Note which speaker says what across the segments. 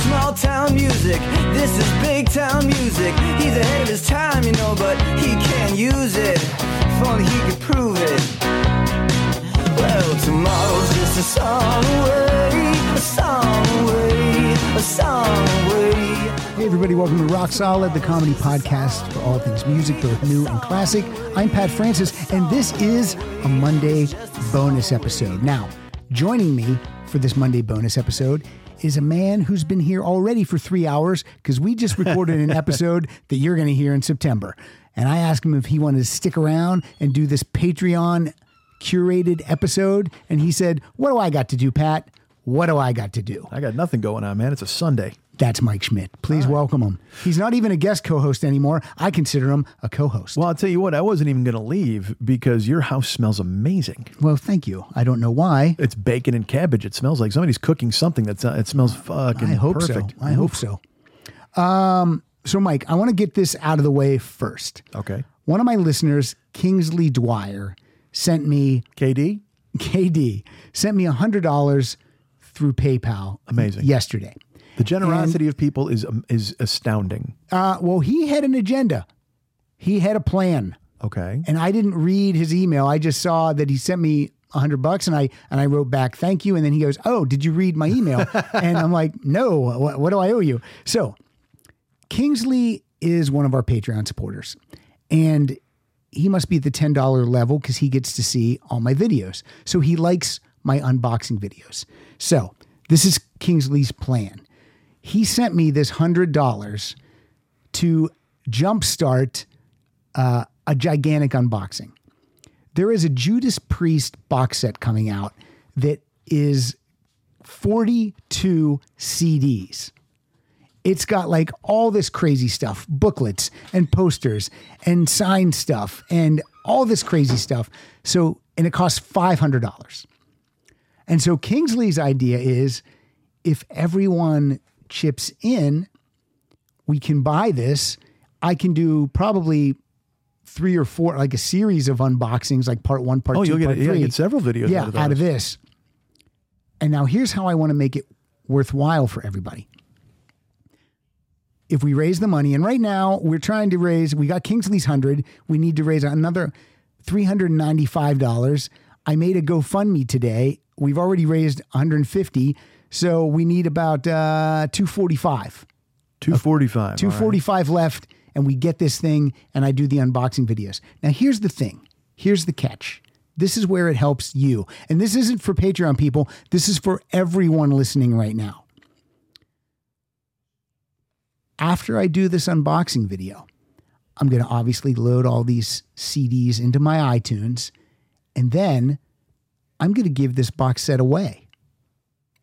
Speaker 1: small town music. This is big town music. He's ahead of his time, you know, but he can't use it. If only he could prove it. Well, tomorrow's just a song away, a song away, a song away.
Speaker 2: Hey, everybody, welcome to Rock Solid, the comedy podcast for all things music, both new and classic. I'm Pat Francis, and this is a Monday bonus episode. Now, joining me for this Monday bonus episode is a man who's been here already for three hours because we just recorded an episode that you're going to hear in September. And I asked him if he wanted to stick around and do this Patreon curated episode. And he said, What do I got to do, Pat? What do I got to do?
Speaker 3: I got nothing going on, man. It's a Sunday.
Speaker 2: That's Mike Schmidt. Please welcome him. He's not even a guest co-host anymore. I consider him a co-host. Well,
Speaker 3: Well, I'll tell you what, I wasn't even going to leave because your house smells amazing.
Speaker 2: thank you. I don't know why.
Speaker 3: It's bacon and cabbage. It smells like somebody's cooking something that's uh, it smells fucking
Speaker 2: I hope
Speaker 3: perfect.
Speaker 2: so. I hope so. Um, so Mike, I want to get this out of the way first.
Speaker 3: Okay.
Speaker 2: One of my listeners, Kingsley Dwyer, sent me
Speaker 3: KD?
Speaker 2: KD sent me hundred dollars through PayPal.
Speaker 3: Amazing.
Speaker 2: Yesterday.
Speaker 3: The generosity of people is um, is astounding.
Speaker 2: Uh, well, he had an agenda. He had a plan.
Speaker 3: Okay.
Speaker 2: and I didn't read his email. I just saw that he sent me a hundred bucks, and I and I wrote back, "Thank you." And then he goes, "Oh, did you read my email?" and I'm like, "No. What, what do I owe you?" So, Kingsley is one of our Patreon supporters, and he must be at the ten dollar level because he gets to see all my videos. So he likes my unboxing videos. So this is Kingsley's plan. He sent me this hundred dollars to jumpstart uh, a gigantic unboxing. There is a Judas Priest box set coming out that is 42 CDs. It's got like all this crazy stuff, booklets and posters and signed stuff and all this crazy stuff. So, and it costs $500. And so Kingsley's idea is if everyone chips in, we can buy this. I can do probably three or four, like a series of unboxings, like part one, part
Speaker 3: Oh,
Speaker 2: two,
Speaker 3: you'll
Speaker 2: part
Speaker 3: get, yeah,
Speaker 2: three
Speaker 3: you get several videos
Speaker 2: yeah,
Speaker 3: out of, those.
Speaker 2: this. And now here's how I want to make it worthwhile for everybody. If we raise the money, and right now we're trying to raise, we got Kingsley's 100, we need to raise another $395. I made a GoFundMe today. We've already raised 150, so we need about uh 245.
Speaker 3: 245.
Speaker 2: 245 left and we get this thing and I do the unboxing videos. Now here's the thing. Here's the catch. This is where it helps you. And this isn't for Patreon people. This is for everyone listening right now. After I do this unboxing video, I'm going to obviously load all these CDs into my iTunes and then I'm going to give this box set away.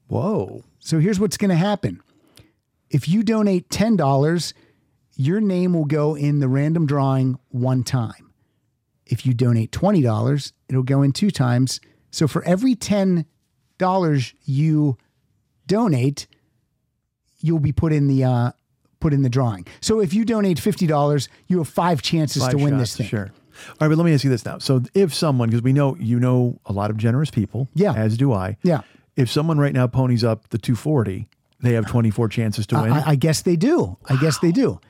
Speaker 3: Whoa.
Speaker 2: So here's what's going to happen. If you donate $10, your name will go in the random drawing one time. If you donate $20, it'll go in two times. So for every $10 you donate, you'll be put in the uh, put in the drawing. So if you donate $50, you have five chances
Speaker 3: Five
Speaker 2: to win this
Speaker 3: shots,
Speaker 2: thing.
Speaker 3: Sure. All right, but let me ask you this now. So if someone, because we know you know a lot of generous people,
Speaker 2: Yeah.
Speaker 3: as do I.
Speaker 2: Yeah.
Speaker 3: If someone right now ponies up the 240, they have 24 chances to win.
Speaker 2: I, I guess they do. I guess they do.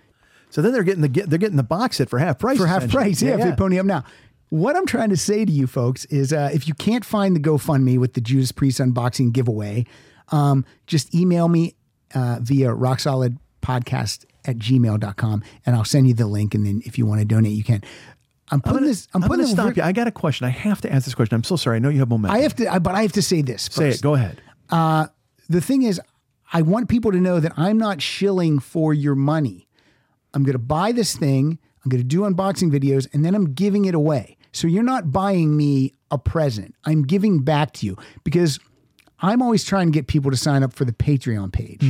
Speaker 3: so then they're getting the get, they're getting the box set for half price.
Speaker 2: for half
Speaker 3: essentially.
Speaker 2: price. Yeah, if they pony up now. What I'm trying to say to you folks is uh, if you can't find the GoFundMe with the Judas Priest unboxing giveaway, um, just email me uh, via rocksolidpodcast at gmail.com and I'll send you the link. And then if you want to donate, you can. I'm putting this, I'm,
Speaker 3: I'm,
Speaker 2: putting
Speaker 3: going to
Speaker 2: this,
Speaker 3: stop you. I got a question. I have to ask this question. I'm so sorry. I know you have momentum.
Speaker 2: I have to, I, but I have to say this first. Uh,
Speaker 3: Say it. Go ahead.
Speaker 2: the thing is, I want people to know that I'm not shilling for your money. I'm going to buy this thing, I'm going to do unboxing videos, and then I'm giving it away. So you're not buying me a present. I'm giving back to you because I'm always trying to get people to sign up for the Patreon page.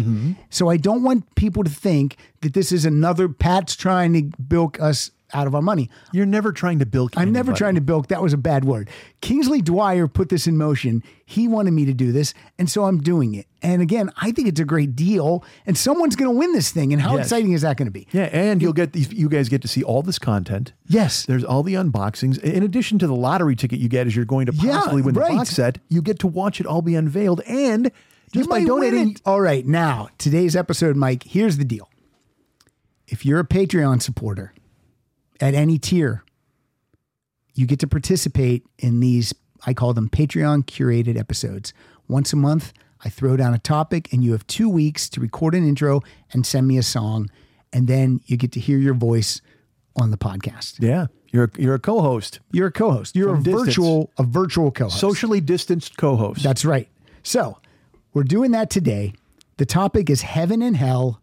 Speaker 2: So I don't want people to think that this is another Pat's trying to bilk us out of our money.
Speaker 3: You're never trying to bilk.
Speaker 2: I'm never
Speaker 3: anybody.
Speaker 2: trying to bilk. That was a bad word. Kingsley Dwyer put this in motion. He wanted me to do this, and so I'm doing it. And again, I think it's a great deal, and someone's going to win this thing. And how
Speaker 3: Yes.
Speaker 2: exciting is that going to be?
Speaker 3: Yeah, and you'll get these. You guys get to see all this content.
Speaker 2: Yes.
Speaker 3: There's all the unboxings. In addition to the lottery ticket you get as you're going to possibly win
Speaker 2: right.
Speaker 3: the box set, you get to watch it all be unveiled and Just by
Speaker 2: might win
Speaker 3: donating-
Speaker 2: it. All right, now today's episode, Mike. Here's the deal: if you're a Patreon supporter at any tier, you get to participate in these. I call them Patreon curated episodes. Once a month, I throw down a topic, and you have two weeks to record an intro and send me a song, and then you get to hear your voice on the podcast.
Speaker 3: Yeah, you're a, you're a co-host,
Speaker 2: You're a co-host. You're
Speaker 3: From
Speaker 2: a
Speaker 3: distance.
Speaker 2: virtual a virtual co-host.
Speaker 3: socially distanced co-host.
Speaker 2: That's right. So we're doing that today. The topic is heaven and hell.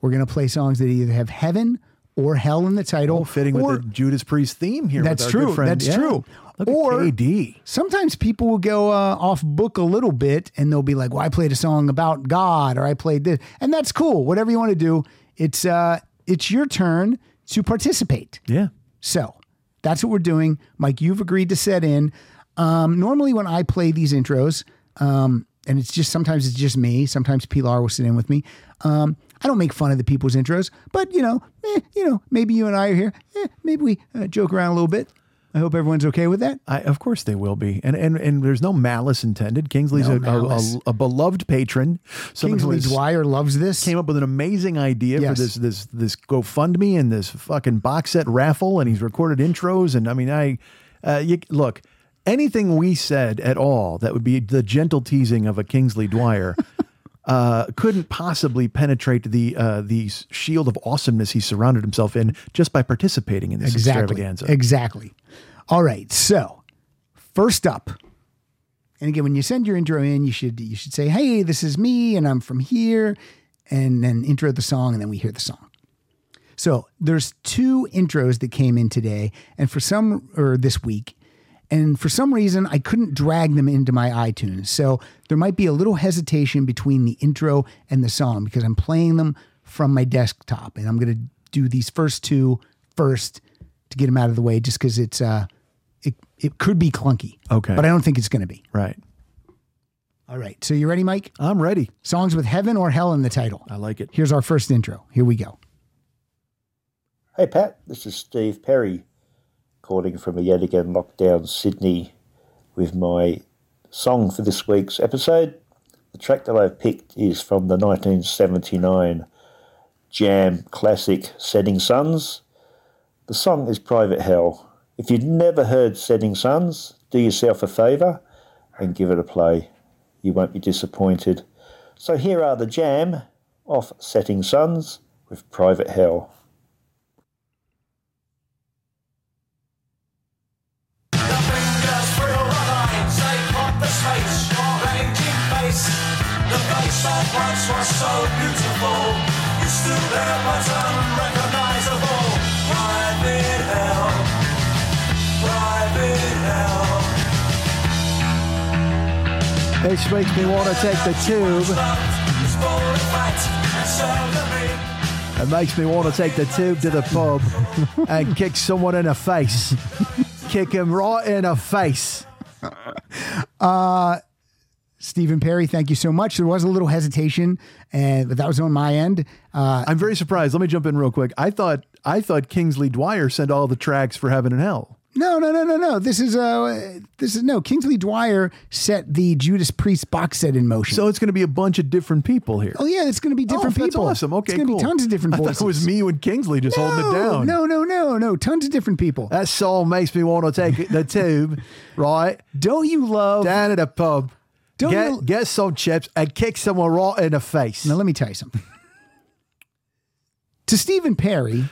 Speaker 2: We're going to play songs that either have heaven or hell in the title.
Speaker 3: fitting
Speaker 2: or
Speaker 3: with the Judas Priest theme here. with
Speaker 2: That's
Speaker 3: our
Speaker 2: true.
Speaker 3: good friend.
Speaker 2: That's
Speaker 3: Yeah.
Speaker 2: true.
Speaker 3: Look
Speaker 2: Or-
Speaker 3: at KD.
Speaker 2: sometimes people will go uh, off book a little bit and they'll be like, well, I played a song about God or I played this. And that's cool. Whatever you want to do, it's, uh, it's your turn to participate.
Speaker 3: Yeah.
Speaker 2: So that's what we're doing. Mike, you've agreed to set in. Um, normally, when I play these intros, um, and it's just sometimes it's just me, sometimes Pilar will sit in with me. Um, I don't make fun of the people's intros, but you know, eh, you know, maybe you and I are here. Eh, maybe we uh, joke around a little bit. I hope everyone's okay with that.
Speaker 3: I, of course they will be, and and and there's no malice intended. Kingsley's
Speaker 2: No
Speaker 3: a- a,
Speaker 2: malice.
Speaker 3: a- a beloved patron, someone who
Speaker 2: Kingsley's
Speaker 3: has
Speaker 2: Wire loves this.
Speaker 3: came up with an amazing idea
Speaker 2: Yes.
Speaker 3: for this this this GoFundMe and this fucking box set raffle, and he's recorded intros, and I mean, I uh, you, look anything we said at all that would be the gentle teasing of a Kingsley Dwyer. Uh, couldn't possibly penetrate the uh, the s- shield of awesomeness he surrounded himself in just by participating in this
Speaker 2: Exactly.
Speaker 3: extravaganza.
Speaker 2: Exactly. All right. So first up, and again, when you send your intro in, you should you should say, "Hey, this is me, and I'm from here," and then intro the song, and then we hear the song. So there's two intros that came in today, and for some or this week, and for some reason I couldn't drag them into my iTunes. So there might be a little hesitation between the intro and the song because I'm playing them from my desktop, and I'm gonna do these first two first to get them out of the way, just because it's uh, it it could be clunky.
Speaker 3: Okay.
Speaker 2: but I don't think it's gonna be.
Speaker 3: Right,
Speaker 2: All right, so you ready, Mike?
Speaker 3: I'm ready.
Speaker 2: Songs with heaven or hell in the title.
Speaker 3: I like it.
Speaker 2: Here's our first intro. Here we go.
Speaker 4: Hey Pat, this is Steve Perry calling from a yet again lockdown Sydney with my song for this week's episode. The track that I've picked is from the 1979 jam classic Setting Suns. The song is Private Hell. If you've never heard Setting Suns, do yourself a favour and give it a play. You won't be disappointed. So here are the jam off Setting Suns with Private Hell.
Speaker 3: This makes me want to take the tube. It makes me want to take the tube to the pub and kick someone in the face. kick him right in the face.
Speaker 2: Uh, Stephen Perry, thank you so much. There was a little hesitation, and but that was on my end. Uh,
Speaker 3: I'm very surprised. Let me jump in real quick. I thought I thought Kingsley Dwyer sent all the tracks for Heaven and Hell.
Speaker 2: no, no, no, no, no. This is uh, this is no Kingsley Dwyer set the Judas Priest box set in motion.
Speaker 3: So it's going to be a bunch of different people here.
Speaker 2: oh yeah, it's going to be different
Speaker 3: Oh,
Speaker 2: people.
Speaker 3: That's awesome. Okay,
Speaker 2: it's going to
Speaker 3: cool.
Speaker 2: be tons of different
Speaker 3: I
Speaker 2: voices.
Speaker 3: thought it was me and Kingsley just holding it down.
Speaker 2: No, no, no, no. Tons of different people.
Speaker 3: That song makes me want to take the tube, right?
Speaker 2: Don't you love?
Speaker 3: down at a pub,
Speaker 2: Don't
Speaker 3: get,
Speaker 2: you-
Speaker 3: get some chips and kick someone right in the face.
Speaker 2: Now, let me tell you something. to Stephen Perry,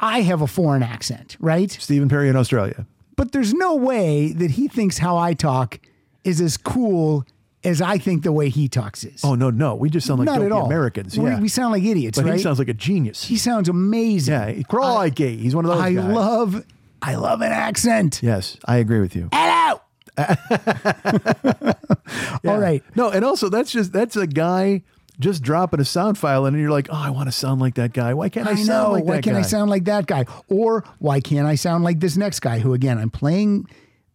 Speaker 2: I have a foreign accent, right?
Speaker 3: Stephen Perry in Australia.
Speaker 2: But there's no way that he thinks how I talk is as cool as I think the way he talks is.
Speaker 3: Oh no, no, we just sound like
Speaker 2: Not
Speaker 3: dopey
Speaker 2: at all.
Speaker 3: Americans.
Speaker 2: We-
Speaker 3: Yeah,
Speaker 2: We, sound like idiots,
Speaker 3: but
Speaker 2: right?
Speaker 3: he sounds like a genius.
Speaker 2: He sounds amazing.
Speaker 3: yeah, he- crikey, he's one of those.
Speaker 2: I
Speaker 3: guys.
Speaker 2: love, I love an accent.
Speaker 3: Yes, I agree with you.
Speaker 2: Hello. All right.
Speaker 3: No, and also that's just that's a guy just dropping a sound file, and you're like, oh, I want to sound like that guy. Why can't I,
Speaker 2: I
Speaker 3: sound
Speaker 2: know.
Speaker 3: like
Speaker 2: why
Speaker 3: that
Speaker 2: can't I
Speaker 3: guy?
Speaker 2: sound like that guy? Or why can't I sound like this next guy? Who again? I'm playing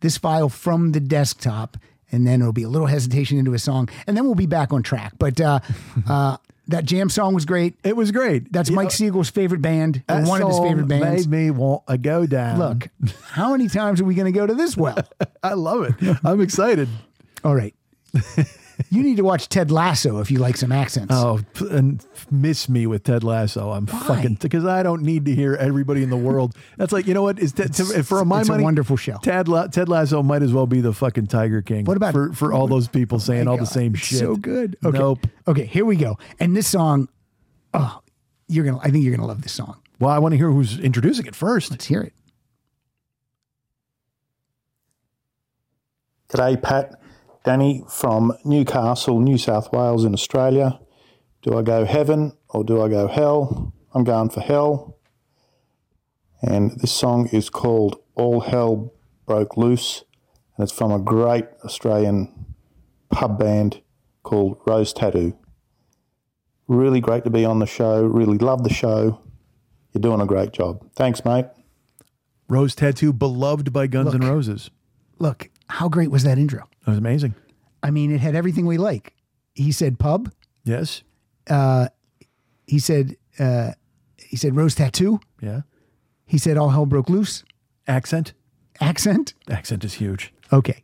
Speaker 2: this file from the desktop, and then it'll be a little hesitation into a song, and then we'll be back on track. But uh, uh, that jam song was great.
Speaker 3: It was great.
Speaker 2: That's
Speaker 3: You
Speaker 2: Mike
Speaker 3: know,
Speaker 2: Siegel's favorite band, or
Speaker 3: that
Speaker 2: one of his
Speaker 3: song
Speaker 2: favorite bands.
Speaker 3: Made me want to go down.
Speaker 2: Look, how many times are we going to go to this well?
Speaker 3: I love it. I'm excited.
Speaker 2: All right. You need to watch Ted Lasso if you like some accents.
Speaker 3: Oh, p- and miss me with Ted Lasso. I'm fucking because I don't need to hear everybody in the world. That's like you know what is Ted, to- for my
Speaker 2: it's a
Speaker 3: money
Speaker 2: wonderful show.
Speaker 3: Ted La- Ted Lasso might as well be the fucking Tiger King.
Speaker 2: What about- Oh
Speaker 3: for, for all those people saying all the
Speaker 2: God,
Speaker 3: same
Speaker 2: it's
Speaker 3: shit?
Speaker 2: So good. Okay.
Speaker 3: Nope.
Speaker 2: Okay, here we go. And this song, oh, you're gonna. I think you're gonna love this song.
Speaker 3: Well, I want to hear who's introducing it first.
Speaker 2: Let's hear it.
Speaker 5: G'day, Pat. Danny from Newcastle, New South Wales, in Australia. Do I go heaven or do I go hell? I'm going for hell. And this song is called All Hell Broke Loose, and it's from a great Australian pub band called Rose Tattoo. Really great to be on the show. Really love the show. You're doing a great job. Thanks, mate.
Speaker 3: Rose Tattoo, beloved by Guns N' Roses.
Speaker 2: Look, how great was that intro?
Speaker 3: That was amazing.
Speaker 2: I mean, it had everything we like. He said pub. Uh,
Speaker 3: Yes.
Speaker 2: He said uh, he said rose tattoo.
Speaker 3: Yeah.
Speaker 2: He said all hell broke loose.
Speaker 3: Accent.
Speaker 2: Accent.
Speaker 3: Accent is huge.
Speaker 2: Okay.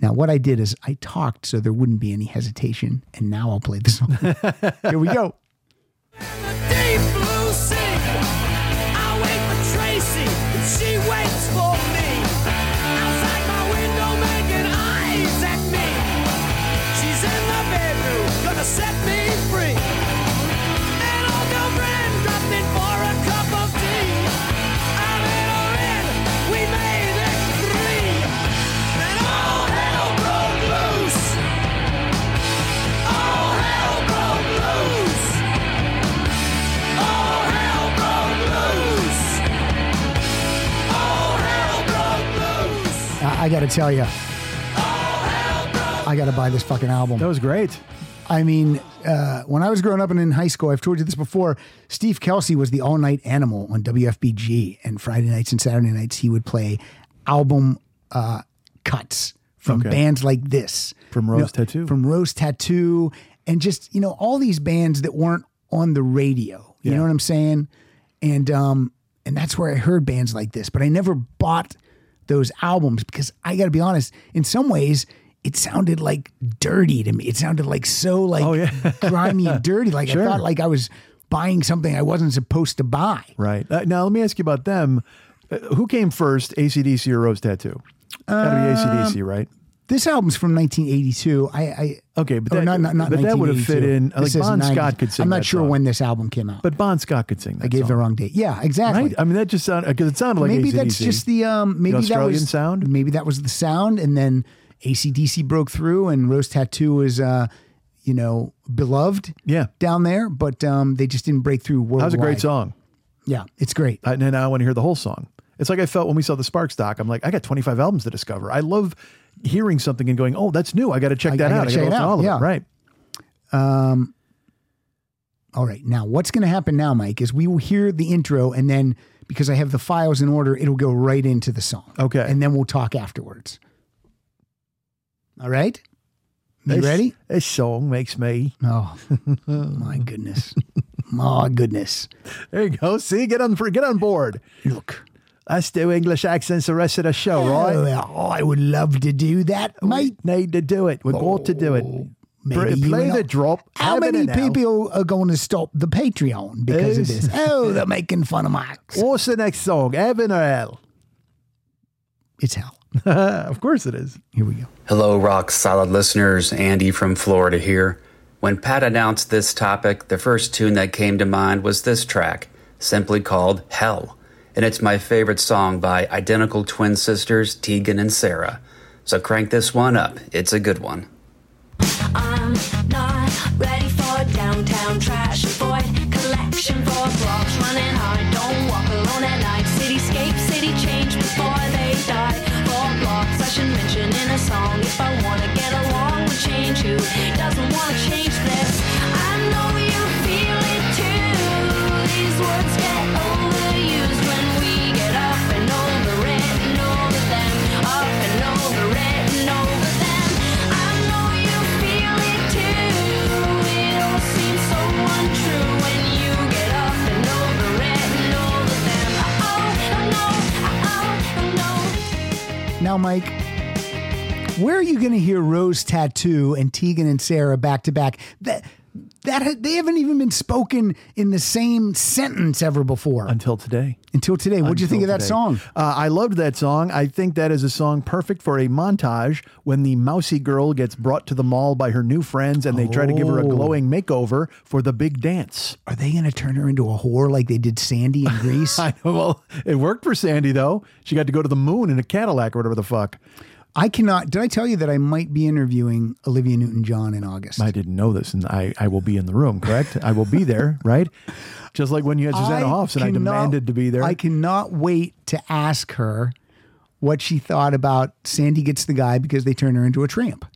Speaker 2: Now what I did is I talked so there wouldn't be any hesitation, and now I'll play the song. here we go.
Speaker 6: Deep blue sea. I wait for Tracy, and she waits for me. Outside my window, making eyes at me. She's in the bedroom, gonna set me free. An old girlfriend dropped in for a cup of tea. I let her in, we made it three. Then all hell broke loose. All hell broke loose. All hell broke loose. All hell broke loose.
Speaker 2: I, I got to tell you, I got to buy this fucking album.
Speaker 3: That was great.
Speaker 2: I mean, uh, when I was growing up and in high school, I've told you this before. Steve Kelsey was the all night animal on WFBG, and Friday nights and Saturday nights he would play album uh, cuts from
Speaker 3: Okay.
Speaker 2: bands like this,
Speaker 3: From Rose Tattoo.
Speaker 2: from Rose Tattoo, and just you know all these bands that weren't on the radio. You know what I'm saying? And um, and that's where I heard bands like this, but I never bought those albums because I got to be honest. In some ways. It sounded like dirty to me. It sounded like so like
Speaker 3: Oh, yeah.
Speaker 2: grimy and dirty. Like
Speaker 3: Sure.
Speaker 2: I thought like I was buying something I wasn't supposed to buy.
Speaker 3: Right. Uh, now, let me ask you about them. Uh, who came first, ACDC or Rose Tattoo? Gotta
Speaker 2: Um,
Speaker 3: be ACDC, right?
Speaker 2: This album's from 1982. I, I
Speaker 3: Okay, but
Speaker 2: or
Speaker 3: that-
Speaker 2: oh, not, not, not
Speaker 3: but that would've fit
Speaker 2: 1982.
Speaker 3: in- like
Speaker 2: This is
Speaker 3: Bon Scott
Speaker 2: 90s.
Speaker 3: could sing
Speaker 2: I'm not
Speaker 3: that
Speaker 2: sure
Speaker 3: song.
Speaker 2: when this album came out.
Speaker 3: But Bon Scott could sing that
Speaker 2: I gave
Speaker 3: song,
Speaker 2: the wrong date. Yeah, exactly.
Speaker 3: right? I mean, that just sounded because it sounded like
Speaker 2: maybe that's
Speaker 3: AC/DC.
Speaker 2: just the um maybe that
Speaker 3: Australian
Speaker 2: was
Speaker 3: sound?
Speaker 2: Maybe that was the sound, and then ACDC broke through, and Rose Tattoo was uh you know beloved
Speaker 3: yeah.
Speaker 2: down there, but um they just didn't break through worldwide.
Speaker 3: That was a great song,
Speaker 2: Yeah, it's great.
Speaker 3: and then I want to hear the whole song. It's like I felt when we saw the Sparks doc. I'm like, I got 25 albums to discover. I love hearing something and going, oh, that's new. I got to check
Speaker 2: I-
Speaker 3: that
Speaker 2: I
Speaker 3: out.
Speaker 2: gotta check
Speaker 3: I
Speaker 2: it
Speaker 3: got to
Speaker 2: out,
Speaker 3: all of
Speaker 2: yeah.
Speaker 3: it.
Speaker 2: Um,
Speaker 3: Right.
Speaker 2: All right. Now, what's going to happen now, Mike, is we will hear the intro and then because I have the files in order, it'll go right into the song.
Speaker 3: Okay.
Speaker 2: And then we'll talk afterwards. All right? You
Speaker 3: This-
Speaker 2: ready?
Speaker 3: This song makes me.
Speaker 2: Oh, my goodness. My goodness.
Speaker 3: There you go. See, get on get on board.
Speaker 2: Look.
Speaker 3: Us do English accents the rest of the show, right?
Speaker 2: Oh, I would love to do that, mate.
Speaker 3: Need to do it. We've got to do it.
Speaker 2: Oh. Maybe
Speaker 3: Br-
Speaker 2: you
Speaker 3: play
Speaker 2: and
Speaker 3: the
Speaker 2: I-
Speaker 3: drop.
Speaker 2: How
Speaker 3: Have it
Speaker 2: many
Speaker 3: now.
Speaker 2: people are going to stop the Patreon because of
Speaker 3: Yes.
Speaker 2: this? Oh, they're making fun of Mike's.
Speaker 3: What's the next song? Heaven or Hell?
Speaker 2: It's hell.
Speaker 3: of course it is.
Speaker 2: Here we go.
Speaker 7: Hello, rock solid listeners. Andy from Florida here. When Pat announced this topic, the first tune that came to mind was this track, simply called Hell. And it's my favorite song by identical twin sisters, Tegan and Sarah. So crank this one up, it's a good one.
Speaker 8: I'm not ready for downtown trash. Void collection for blocks running hard. Don't walk alone at night. Cityscape, city change before they die. Four blocks I should mention in a song. If I wanna get along with change, who doesn't wanna change this? I know you feel it too. These words get overused when we get up and over it and over them. Up and over it and over them. I know you feel it too. It all seems so untrue when you get up and over it and over them. Oh, oh, oh, oh, oh.
Speaker 2: Now, Mike, Where are you going to hear Rose Tattoo and Tegan and Sarah back to back? That that ha- they haven't even been spoken in the same sentence ever before
Speaker 3: until today.
Speaker 2: until today. What do you think of
Speaker 3: until
Speaker 2: that
Speaker 3: today.
Speaker 2: song?
Speaker 3: Uh, I loved that song. I think that is a song perfect for a montage when the mousy girl gets brought to the mall by her new friends and they try to give her a
Speaker 2: Oh.
Speaker 3: glowing makeover for the big dance.
Speaker 2: Are they going to turn her into a whore like they did Sandy in Greece?
Speaker 3: I know. Well, it worked for Sandy, though. She got to go to the moon in a Cadillac or whatever the fuck.
Speaker 2: I cannot. Did I tell you that I might be interviewing Olivia Newton John in August?
Speaker 3: I didn't know this, and I, I will be in the room, correct? I will be there, right? Just like when you had Susanna Hoffs and I
Speaker 2: cannot-
Speaker 3: demanded to be there.
Speaker 2: I cannot wait to ask her what she thought about Sandy Gets the Guy because they turn her into a tramp.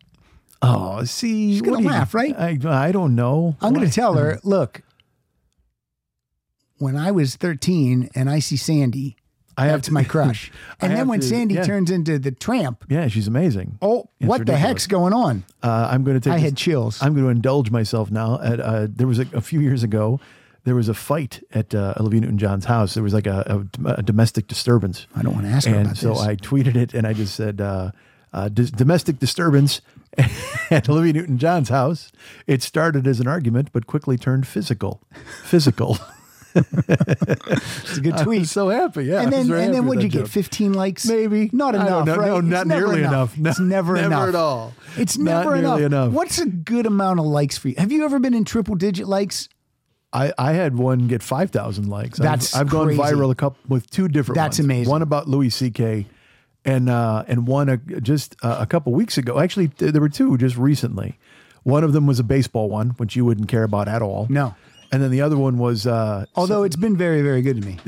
Speaker 3: oh, see.
Speaker 2: She's gonna
Speaker 3: what do you-
Speaker 2: laugh, right?
Speaker 3: I, I don't know.
Speaker 2: I'm going
Speaker 3: Why? Mm.
Speaker 2: to tell her, look, when I was 13 and I see Sandy,
Speaker 3: I have
Speaker 2: that's
Speaker 3: to-
Speaker 2: my crush.
Speaker 3: I
Speaker 2: And then
Speaker 3: have
Speaker 2: when
Speaker 3: to-
Speaker 2: Sandy
Speaker 3: yeah.
Speaker 2: turns into the tramp,
Speaker 3: Yeah, she's amazing.
Speaker 2: oh,
Speaker 3: It's
Speaker 2: what the
Speaker 3: ridiculous.
Speaker 2: heck's going on?
Speaker 3: Uh, I'm going to take.
Speaker 2: I
Speaker 3: this-
Speaker 2: had chills.
Speaker 3: I'm going to indulge myself now. At uh, there was a, a few years ago, there was a fight at uh, Olivia Newton-John's house. There was like a, a, a domestic disturbance.
Speaker 2: I don't wanna ask her
Speaker 3: and
Speaker 2: about
Speaker 3: so
Speaker 2: this.
Speaker 3: I tweeted it, and I just said, uh, uh, dis- "Domestic disturbance." at Olivia Newton-John's house, it started as an argument, but quickly turned physical. Physical.
Speaker 2: It's a good
Speaker 3: I
Speaker 2: tweet.
Speaker 3: was so happy. Yeah. I
Speaker 2: and
Speaker 3: was
Speaker 2: then,
Speaker 3: very
Speaker 2: and
Speaker 3: happy
Speaker 2: then
Speaker 3: with
Speaker 2: what'd
Speaker 3: that
Speaker 2: you
Speaker 3: joke.
Speaker 2: get? 15 likes?
Speaker 3: Maybe.
Speaker 2: Not
Speaker 3: I don't
Speaker 2: enough,
Speaker 3: know.
Speaker 2: right?
Speaker 3: No,
Speaker 2: It's
Speaker 3: not
Speaker 2: never
Speaker 3: nearly enough. No,
Speaker 2: it's never,
Speaker 3: never
Speaker 2: enough.
Speaker 3: at all.
Speaker 2: It's
Speaker 3: Not
Speaker 2: never enough.
Speaker 3: nearly enough.
Speaker 2: What's a good amount of likes for you? Have you ever been in triple digit likes?
Speaker 3: I, I had one get 5,000 likes. I've-
Speaker 2: That's
Speaker 3: I've, gone
Speaker 2: crazy.
Speaker 3: viral a couple with two different
Speaker 2: That's
Speaker 3: ones.
Speaker 2: amazing.
Speaker 3: One about Louis C.K. and uh, and one uh, just uh, a couple weeks ago. Actually, th- there were two just recently. One of them was a baseball one, which you wouldn't care about at all.
Speaker 2: No.
Speaker 3: And then the other one was uh,
Speaker 2: Although it's been very, very good to me.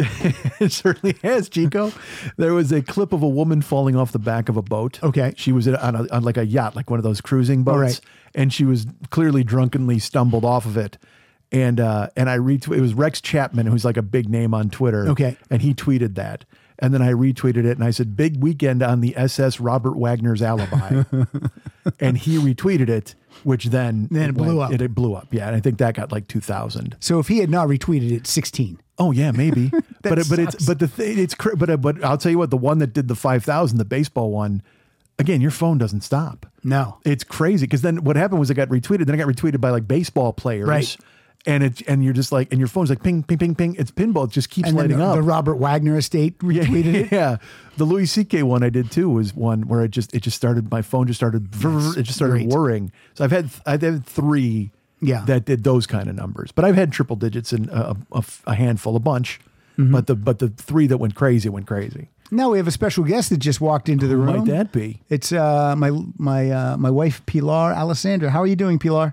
Speaker 3: it certainly has, Chico. there was a clip of a woman falling off the back of a boat.
Speaker 2: Okay.
Speaker 3: she was in- on, a, on like a yacht, like one of those cruising boats,
Speaker 2: All right.
Speaker 3: and she was clearly drunkenly stumbled off of it. And uh, and I retweeted. It was Rex Chapman, who's like a big name on Twitter.
Speaker 2: Okay.
Speaker 3: and he tweeted that. And then I retweeted it and I said, Big weekend on the SS Robert Wagner's alibi. and he retweeted it, which then,
Speaker 2: Then it blew up.
Speaker 3: It, it blew up. Yeah. And I think that got like 2,000.
Speaker 2: So if he had not retweeted it, 16.
Speaker 3: Oh yeah, maybe. but it, but
Speaker 2: sucks.
Speaker 3: it's but the thing it's cr- but uh, but I'll tell you what the one that did the five thousand the baseball one, again your phone doesn't stop.
Speaker 2: No.
Speaker 3: It's crazy because then what happened was it got retweeted. Then it got retweeted by like baseball players.
Speaker 2: Right.
Speaker 3: And it and you're just like and your phone's like ping ping ping ping. It's pinball. It just keeps
Speaker 2: And then
Speaker 3: lighting
Speaker 2: the,
Speaker 3: up.
Speaker 2: the Robert Wagner estate retweeted it.
Speaker 3: yeah, the Louis C.K. one I did too was one where it just it just started my phone just started vrr, it just started
Speaker 2: great.
Speaker 3: whirring. So I've had I've had three
Speaker 2: Yeah.
Speaker 3: that did those kind of numbers, but I've had triple digits and a, a, a handful, a bunch.
Speaker 2: Mm-hmm.
Speaker 3: But the but the three that went crazy went crazy.
Speaker 2: Now we have a special guest that just walked into the
Speaker 3: Might
Speaker 2: room.
Speaker 3: that be?
Speaker 2: It's uh, my my uh, my wife Pilar Alessandra. How are you doing, Pilar?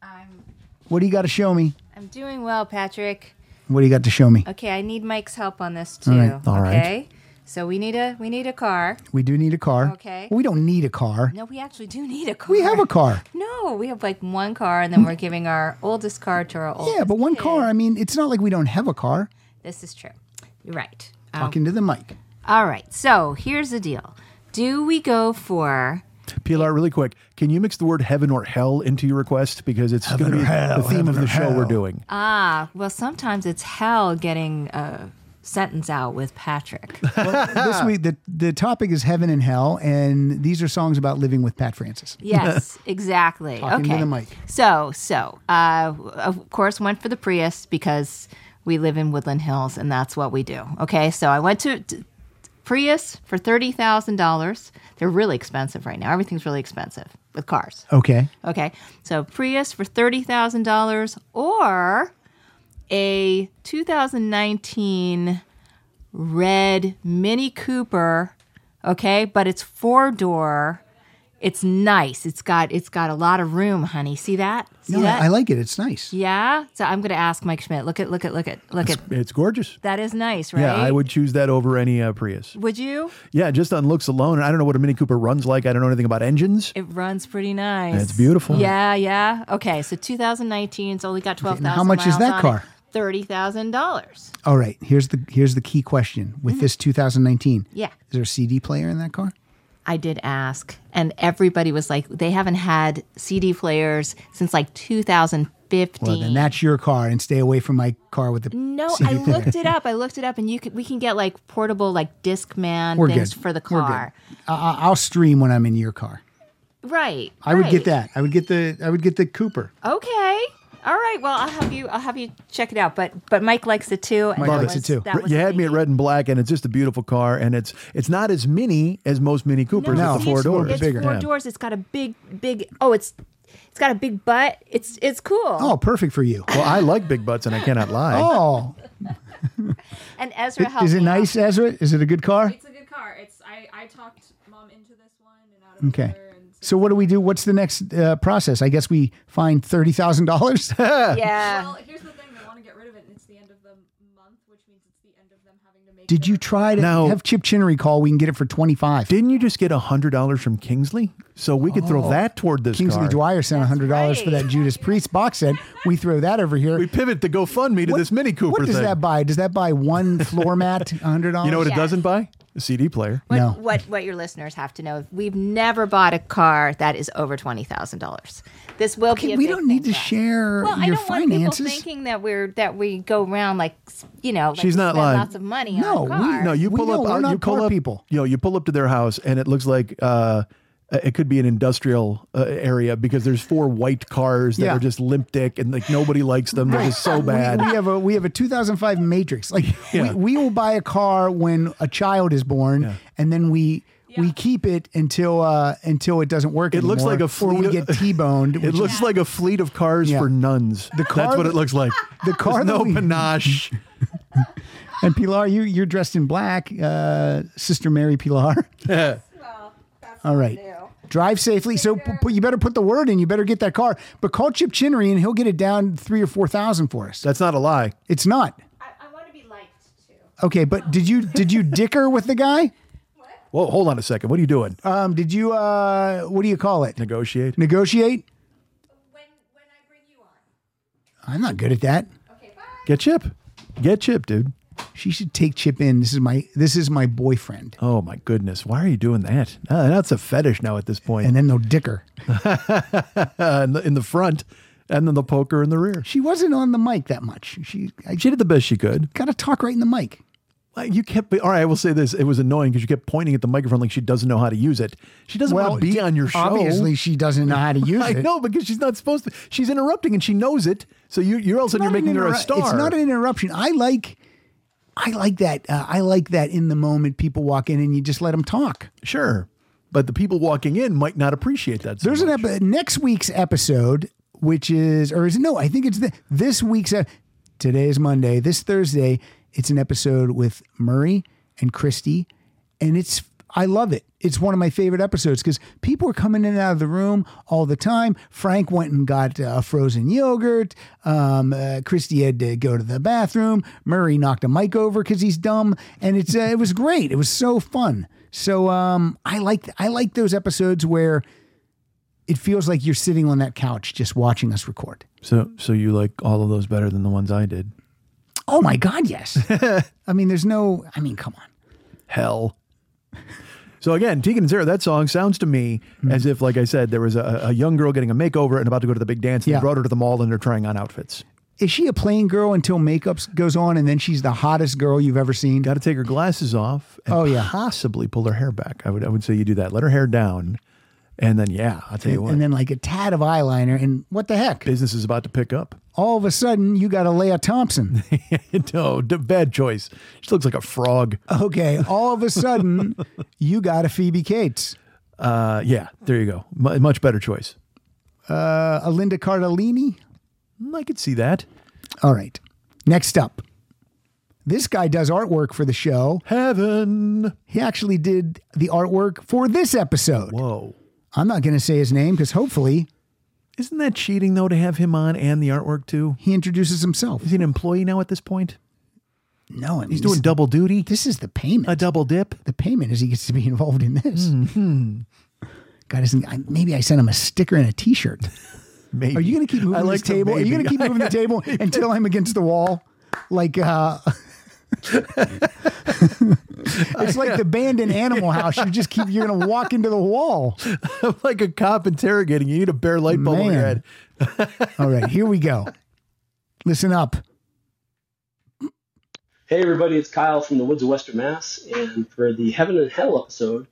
Speaker 9: I'm
Speaker 2: What do you got to show me?
Speaker 9: I'm doing well, Patrick.
Speaker 2: What do you got to show me?
Speaker 9: Okay, I need Mike's help on this too.
Speaker 2: right,
Speaker 3: all right.
Speaker 9: okay. So we need a we need a car.
Speaker 2: We do need a car.
Speaker 9: Okay.
Speaker 2: We don't need a car.
Speaker 9: No, we actually do need a car.
Speaker 2: We have a car.
Speaker 9: No, we have like one car, and then we're giving our oldest car to our oldest.
Speaker 2: Yeah, but one
Speaker 9: kid.
Speaker 2: car. I mean, it's not like we don't have a car.
Speaker 9: This is true. You're right. Um,
Speaker 2: Talking to the mic.
Speaker 9: all right. So here's the deal. Do we go for?
Speaker 3: Pilar, really quick, can you mix the word heaven or hell into your request because it's going to be the theme of the show we're doing.
Speaker 9: Ah, well, sometimes it's hell getting a sentence out with Patrick.
Speaker 2: this week, the the topic is heaven and hell, and these are songs about living with Pat Francis.
Speaker 9: Yes, exactly.
Speaker 2: Talking to
Speaker 9: okay.
Speaker 2: the mic.
Speaker 9: So, so uh, of course, went for the Prius because we live in Woodland Hills, and that's what we do. Okay, so I went to. to Prius for thirty thousand dollars. They're really expensive right now. Everything's really expensive with cars.
Speaker 2: Okay.
Speaker 9: Okay, so Prius for thirty thousand dollars or a 2019 red Mini Cooper. Okay, but it's four door. It's nice. It's got it's got a lot of room, honey. See that? See
Speaker 2: No,
Speaker 9: that?
Speaker 2: I like it. It's nice.
Speaker 9: yeah. So I'm gonna ask Mike Schmidt. Look at look at look at look at.
Speaker 3: It's gorgeous.
Speaker 9: That is nice, right?
Speaker 3: Yeah, I would choose that over any uh, Prius.
Speaker 9: Would you?
Speaker 3: Yeah, just on looks alone. and I don't know what a Mini Cooper runs like. I don't know anything about engines.
Speaker 9: It runs pretty nice.
Speaker 3: That's beautiful.
Speaker 9: Yeah, yeah. Okay, so 2019. It's only got twelve thousand.
Speaker 2: now how much is that car?
Speaker 9: Thirty thousand dollars.
Speaker 2: All right. Here's the here's the key question with this 2019.
Speaker 9: Mm. Yeah.
Speaker 2: Is there a CD player in that car?
Speaker 9: I did ask, and everybody was like, they haven't had CD players since like 2000, fifteen.
Speaker 2: Well, then that's your car, and stay away from my car with the.
Speaker 9: No,
Speaker 2: CD
Speaker 9: I
Speaker 2: player.
Speaker 9: looked it up. I looked it up, and you can, we can get like portable like Discman
Speaker 2: We're
Speaker 9: things
Speaker 2: good.
Speaker 9: for the
Speaker 2: We're good.
Speaker 9: car.
Speaker 2: I- I- I'll stream when I'm in your car.
Speaker 9: Right.
Speaker 2: I would get
Speaker 9: right.
Speaker 2: that. I would get the. I would get the Cooper.
Speaker 9: Okay. All right. Well, I'll have you. I'll have you check it out. But but Mike likes it too. and
Speaker 2: Mike
Speaker 9: that
Speaker 2: likes it
Speaker 9: was-
Speaker 2: too.
Speaker 9: that was
Speaker 3: you
Speaker 9: the
Speaker 3: had me at
Speaker 9: thing.
Speaker 3: red and black, and it's just a beautiful car, and it's it's not as mini as most Mini Coopers.
Speaker 2: No,
Speaker 3: with
Speaker 2: it's
Speaker 3: the four
Speaker 2: a little
Speaker 3: doors.
Speaker 2: bit
Speaker 9: It's
Speaker 2: bigger.
Speaker 9: four
Speaker 3: Yeah.
Speaker 9: doors. It's got a big big. Oh, it's it's got a big butt. It's it's cool.
Speaker 2: Oh, perfect for you.
Speaker 3: Well, I like big butts, and I cannot lie.
Speaker 2: Oh,
Speaker 9: And Ezra helped.
Speaker 2: is it
Speaker 9: me out.
Speaker 2: nice, Ezra? Is it a good car?
Speaker 10: It's a good car. It's I, I talked mom into this one and out of
Speaker 2: Okay.
Speaker 10: another. And
Speaker 2: So what do we do? What's the next uh, process? I guess we find thirty thousand dollars.
Speaker 9: Yeah.
Speaker 10: well, here's the thing: they want to get rid of it, and it's the end of the month, which means it's the end of them having to make.
Speaker 2: Did you
Speaker 10: their-
Speaker 2: try to
Speaker 3: No.
Speaker 2: have Chip Chinnery call? We can get it for twenty five.
Speaker 3: Didn't you just get hundred dollars from Kingsley? So we could throw that toward this
Speaker 2: Oh. Kingsley
Speaker 3: car.
Speaker 2: Dwyer sent hundred dollars for
Speaker 9: right.
Speaker 2: that Judas Priest box set. We throw that over here.
Speaker 3: We pivot the GoFundMe to
Speaker 2: What-
Speaker 3: this Mini Cooper
Speaker 2: What does
Speaker 3: thing.
Speaker 2: that buy? Does that buy one floor mat? Hundred dollars.
Speaker 3: you know what
Speaker 9: Yeah.
Speaker 3: it doesn't buy? A CD player.
Speaker 9: What,
Speaker 2: No.
Speaker 9: what what your listeners have to know: we've never bought a car that is over twenty thousand dollars. This will be.
Speaker 2: Okay,
Speaker 9: a
Speaker 2: we
Speaker 9: big
Speaker 2: don't need
Speaker 9: thing
Speaker 2: to
Speaker 9: for us.
Speaker 2: share
Speaker 9: Well, I
Speaker 2: your
Speaker 9: don't want people
Speaker 2: finances.
Speaker 9: thinking that we're that we go around like you know. Like
Speaker 3: She's
Speaker 9: we
Speaker 3: not
Speaker 9: spend
Speaker 3: lying.
Speaker 9: Lots of money
Speaker 2: No,
Speaker 9: on
Speaker 2: we-
Speaker 9: cars.
Speaker 3: No, you
Speaker 2: We
Speaker 3: pull
Speaker 2: know
Speaker 3: up.
Speaker 2: we're
Speaker 3: uh, you
Speaker 2: not
Speaker 3: pull
Speaker 2: poor
Speaker 3: up
Speaker 2: people.
Speaker 3: You know, you pull up to their house, and it looks like uh, it could be an industrial uh, area because there's four white cars that
Speaker 2: Yeah.
Speaker 3: are just limp dick, and like nobody likes them. They're just so bad.
Speaker 2: We have a we have a 2005 Matrix. Like we, we will buy a car when a child is born, and then we we keep it until uh until it doesn't work.
Speaker 3: It looks
Speaker 2: anymore,
Speaker 3: like a
Speaker 2: or we
Speaker 3: fleet
Speaker 2: get
Speaker 3: of-
Speaker 2: T-boned.
Speaker 3: It
Speaker 2: which
Speaker 3: looks like a fleet of cars
Speaker 2: Yeah.
Speaker 3: for nuns.
Speaker 2: car
Speaker 3: That's what
Speaker 2: that-
Speaker 3: it looks like.
Speaker 2: the car
Speaker 3: There's
Speaker 2: that
Speaker 3: no
Speaker 2: we-
Speaker 3: panache.
Speaker 2: is- and Pilar, you you're dressed in black, uh, Sister Mary Pilar. All right. Drive safely. So p- put, you better put the word in. You better get that car. But call Chip Chinnery and he'll get it down three or four thousand for us.
Speaker 3: That's not a lie.
Speaker 2: It's not
Speaker 10: I, I want to be liked too.
Speaker 2: okay. But did you did you dicker with the guy?
Speaker 3: Whoa, hold on a second. What are you doing?
Speaker 2: Um, did you uh, what do you call it?
Speaker 3: Negotiate.
Speaker 2: Negotiate?
Speaker 10: When when I bring you on.
Speaker 2: I'm not good at that.
Speaker 10: Okay, bye.
Speaker 3: Get Chip. Get Chip, dude.
Speaker 2: She should take Chip in. This is my this is my boyfriend.
Speaker 3: Oh my goodness. Why are you doing that? Uh, that's a fetish now at this point.
Speaker 2: And then they'll dicker.
Speaker 3: uh, in, the, in the front, and then the poker in the rear.
Speaker 2: She wasn't on the mic that much. She I
Speaker 3: She did the best she could.
Speaker 2: gotta talk right in the mic.
Speaker 3: Like, You kept. All right, I will say this. It was annoying because you kept pointing at the microphone like she doesn't know how to use it. She doesn't want to be
Speaker 2: d-
Speaker 3: on your show.
Speaker 2: Obviously, she doesn't know how to use
Speaker 3: I
Speaker 2: it.
Speaker 3: know because she's not supposed to. She's interrupting and she knows it. So you, you're all of a sudden you're
Speaker 2: Not an
Speaker 3: making her a
Speaker 2: interru-
Speaker 3: star.
Speaker 2: It's not an interruption. I like I like that. Uh, I like that in the moment people walk in and you just let them talk.
Speaker 3: Sure. But the people walking in might not appreciate that. So
Speaker 2: There's an
Speaker 3: much.
Speaker 2: epi- next week's episode, which is or is it no? I think it's the, this week's. ep- Today is Monday. This Thursday, it's an episode with Murray and Christy, and it's I love it. It's one of my favorite episodes because people are coming in and out of the room all the time. Frank went and got uh, frozen yogurt. Um, uh, Christy had to go to the bathroom. Murray knocked a mic over because he's dumb, and it's uh, it was great. It was so fun. So um, I like I like those episodes where it feels like you're sitting on that couch just watching us record.
Speaker 3: So, so you like all of those better than the ones I did?
Speaker 2: Oh my God, yes. I mean, there's no, I mean, come on.
Speaker 3: Hell. So again, Tegan and Sarah, that song sounds to me
Speaker 2: Mm-hmm.
Speaker 3: as if, like I said, there was a, a young girl getting a makeover and about to go to the big dance. And
Speaker 2: Yeah.
Speaker 3: They brought her to the mall and they're trying on outfits.
Speaker 2: Is she a plain girl until makeup goes on and then she's the hottest girl you've ever seen?
Speaker 3: Got to take her glasses off and
Speaker 2: Oh, yeah.
Speaker 3: possibly pull her hair back. I would, I would say you do that. Let her hair down, and then yeah, I'll tell you what,
Speaker 2: And then like a tad of eyeliner and what the heck?
Speaker 3: business is about to pick up.
Speaker 2: All of a sudden you got a Leia Thompson.
Speaker 3: no, d- bad choice. She looks like a frog.
Speaker 2: Okay. All of a sudden you got a Phoebe Cates,
Speaker 3: Uh, yeah, there you go. Mu much better choice.
Speaker 2: uh, a Linda Cardellini.
Speaker 3: I could see that.
Speaker 2: All right. Next up. This guy does artwork for the show.
Speaker 3: Heaven.
Speaker 2: He actually did the artwork for this episode.
Speaker 3: Whoa.
Speaker 2: I'm not going to say his name because hopefully
Speaker 3: Isn't that cheating though to have him on and the artwork too?
Speaker 2: he introduces himself.
Speaker 3: Is he an employee now at this point?
Speaker 2: No, I mean,
Speaker 3: He's doing
Speaker 2: this,
Speaker 3: double duty.
Speaker 2: this is the payment.
Speaker 3: A double dip. Mm-hmm.
Speaker 2: the payment is he gets to be involved in this. God, isn't I, maybe I sent him a sticker and a T-shirt.
Speaker 3: Maybe.
Speaker 2: Are you going to keep moving
Speaker 3: I
Speaker 2: this
Speaker 3: like the
Speaker 2: table? Are you
Speaker 3: maybe.
Speaker 2: going to keep moving the table until I'm against the wall, like uh, It's like the band in Animal House. You just keep, you're going to walk into the wall.
Speaker 3: like a cop interrogating you. You need a bare light bulb on your
Speaker 2: Man.
Speaker 3: head.
Speaker 2: All right, here we go. Listen up.
Speaker 11: Hey everybody, it's Kyle from the Woods of Western Mass, and for the Heaven and Hell episode,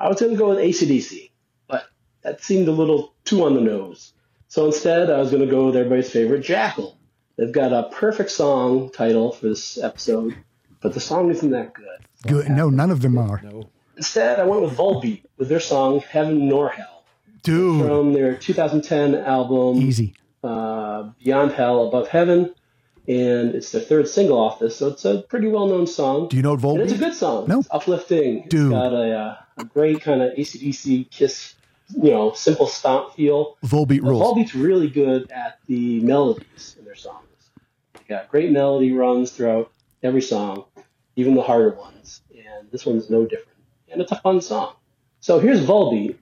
Speaker 11: I was going to go with ACDC, but that seemed a little too on the nose. So instead, I was going to go with everybody's favorite, Jackal. They've got a perfect song title for this episode, but the song isn't that good.
Speaker 2: Good. No, none of them are.
Speaker 11: Instead, I went with Volbeat with their song Heaven Nor Hell
Speaker 3: Dude.
Speaker 11: from their 2010 album
Speaker 2: Easy.
Speaker 11: uh, Beyond Hell, Above Heaven, and it's their third single off this, so it's a pretty well-known song.
Speaker 3: Do you know what
Speaker 11: And it's a
Speaker 3: Volbeat?
Speaker 11: good song.
Speaker 2: No.
Speaker 11: It's uplifting.
Speaker 3: Dude.
Speaker 11: It's got a, uh, a great kind of ACDC kiss, you know, simple stomp feel.
Speaker 3: Volbeat
Speaker 11: But
Speaker 3: rules.
Speaker 11: Volbeat's really good at the melodies in their songs. They got great melody runs throughout every song, even the harder ones. And this one's no different. And it's a fun song. So here's Volbeat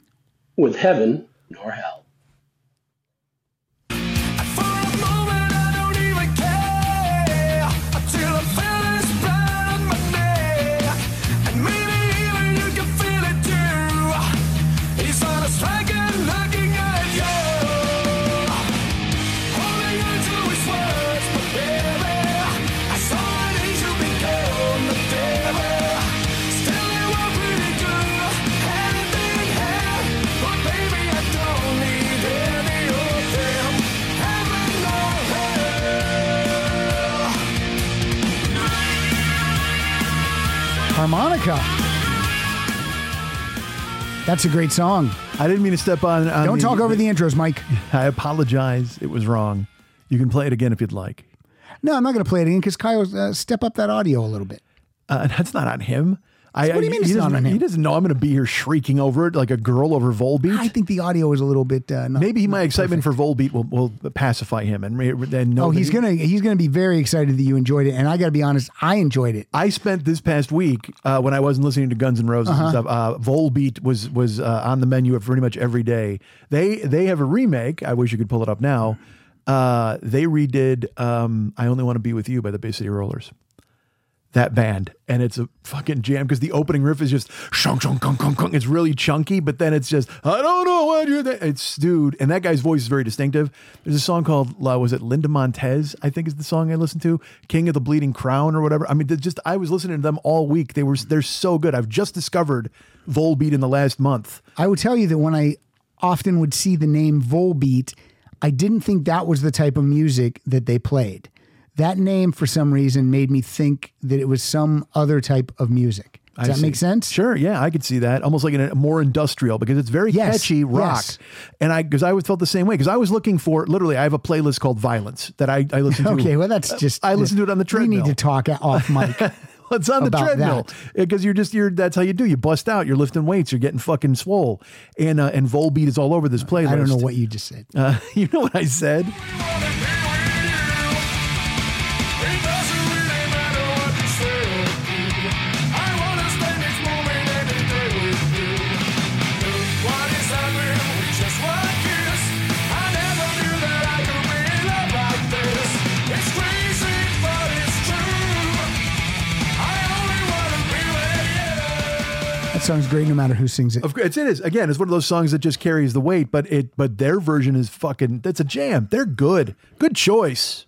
Speaker 11: with Heaven Nor Hell.
Speaker 2: Harmonica. That's a great song.
Speaker 3: I didn't mean to step on. on
Speaker 2: Don't talk over the intros, Mike.
Speaker 3: I apologize. It was wrong. You can play it again if you'd like.
Speaker 2: No, I'm not going to play it again because Kyle, uh, step up that audio a little bit.
Speaker 3: Uh, that's not on him. I,
Speaker 2: What do you mean
Speaker 3: he
Speaker 2: it's not
Speaker 3: doesn't-
Speaker 2: on him?
Speaker 3: He doesn't know I'm going to be here shrieking over it like a girl over Volbeat.
Speaker 2: I think the audio is a little bit. Uh, not,
Speaker 3: Maybe my excitement for Volbeat will, will pacify him and re- then know.
Speaker 2: oh,
Speaker 3: that
Speaker 2: he's
Speaker 3: he-
Speaker 2: gonna he's gonna be very excited that you enjoyed it, and I got to be honest, I enjoyed it.
Speaker 3: I spent this past week uh, when I wasn't listening to Guns N' Roses
Speaker 2: Uh-huh.
Speaker 3: and stuff. Uh, Volbeat was was uh, on the menu pretty much every day. They they have a remake. I wish you could pull it up now. Uh, they redid um, "I Only Want to Be with You" by the Bay City Rollers. That band and it's a fucking jam because the opening riff is just shunk shunk kunk kunk kunk. It's really chunky, but then it's just I don't know what you're. Th-. It's dude, and that guy's voice is very distinctive. There's a song called uh, was it Linda Montez? I think is the song I listened to, King of the Bleeding Crown or whatever. I mean, they're just I was listening to them all week. They were they're so good. I've just discovered Volbeat in the last month.
Speaker 2: I would tell you that when I often would see the name Volbeat, I didn't think that was the type of music that they played. That name, for some reason, made me think that it was some other type of music. Does
Speaker 3: I
Speaker 2: that make
Speaker 3: see.
Speaker 2: sense?
Speaker 3: Sure, yeah, I could see that. Almost like in a more industrial because it's very
Speaker 2: Yes,
Speaker 3: catchy rock.
Speaker 2: yes.
Speaker 3: And I because I always felt the same way because I was looking for literally I have a playlist called Violence that I I listen to.
Speaker 2: Okay, well, that's
Speaker 3: Uh,
Speaker 2: just.
Speaker 3: I listen to it on the
Speaker 2: We
Speaker 3: treadmill.
Speaker 2: need to talk off mic.
Speaker 3: It's on the
Speaker 2: about
Speaker 3: treadmill
Speaker 2: that.
Speaker 3: because you're just you're that's how you do. You bust out. You're lifting weights. You're getting fucking swole. And uh, and Volbeat is all over this playlist.
Speaker 2: I don't know what you just said.
Speaker 3: Uh, you know what I said.
Speaker 2: That sounds great, no matter who sings it.
Speaker 3: Of course, it is again. It's one of those songs that just carries the weight, but it but their version is fucking. That's a jam. They're good. Good choice.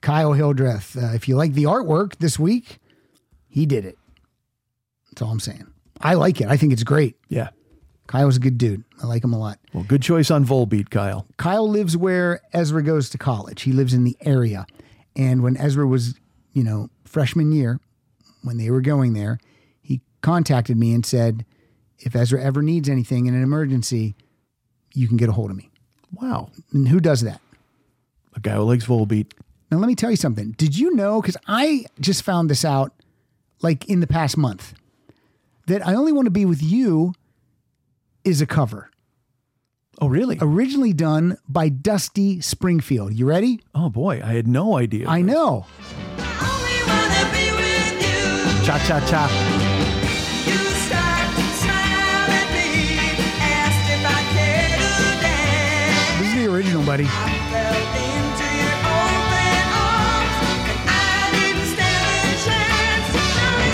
Speaker 2: Kyle Hildreth. Uh, if you like the artwork this week, he did it. That's all I'm saying. I like it. I think it's great.
Speaker 3: Yeah.
Speaker 2: Kyle's a good dude. I like him a lot.
Speaker 3: Well, good choice on Volbeat, Kyle.
Speaker 2: Kyle lives where Ezra goes to college. He lives in the area. And when Ezra was, you know, freshman year, when they were going there, he contacted me and said, if Ezra ever needs anything in an emergency, you can get a hold of me.
Speaker 3: Wow.
Speaker 2: And who does that?
Speaker 3: A guy who likes Volbeat.
Speaker 2: Now, let me tell you something. Did you know? Because I just found this out like in the past month that I Only Want to Be With You is a cover
Speaker 3: Oh, really?
Speaker 2: originally done by Dusty Springfield. You ready?
Speaker 3: Oh boy, I had no idea.
Speaker 2: I know.
Speaker 3: Cha cha cha.
Speaker 2: This is the original, buddy.
Speaker 6: I didn't stand a chance.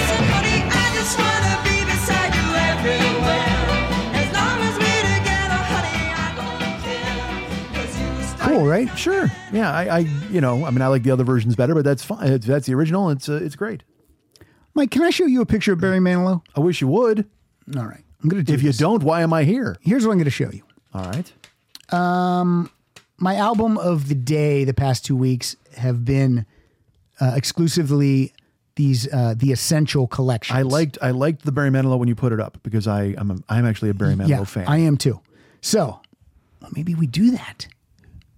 Speaker 2: right?
Speaker 3: Sure. Yeah, I, I, you know, I mean, I like the other versions better, but that's fine. It's, that's the original. It's, uh, it's great.
Speaker 2: Mike, can I show you a picture of Barry Manilow?
Speaker 3: I wish you would.
Speaker 2: All right. I'm going to do
Speaker 3: If you
Speaker 2: this.
Speaker 3: don't, Oh, why am I here?
Speaker 2: Here's what I'm going to show you. Um,
Speaker 3: All right.
Speaker 2: my album of the day the past two weeks have been uh, exclusively these uh, the essential collections.
Speaker 3: I liked, I liked the Barry Manilow when you put it up because I, I'm, a, I'm actually a Barry Manilow
Speaker 2: yeah,
Speaker 3: fan.
Speaker 2: I am too. So well, maybe we do that.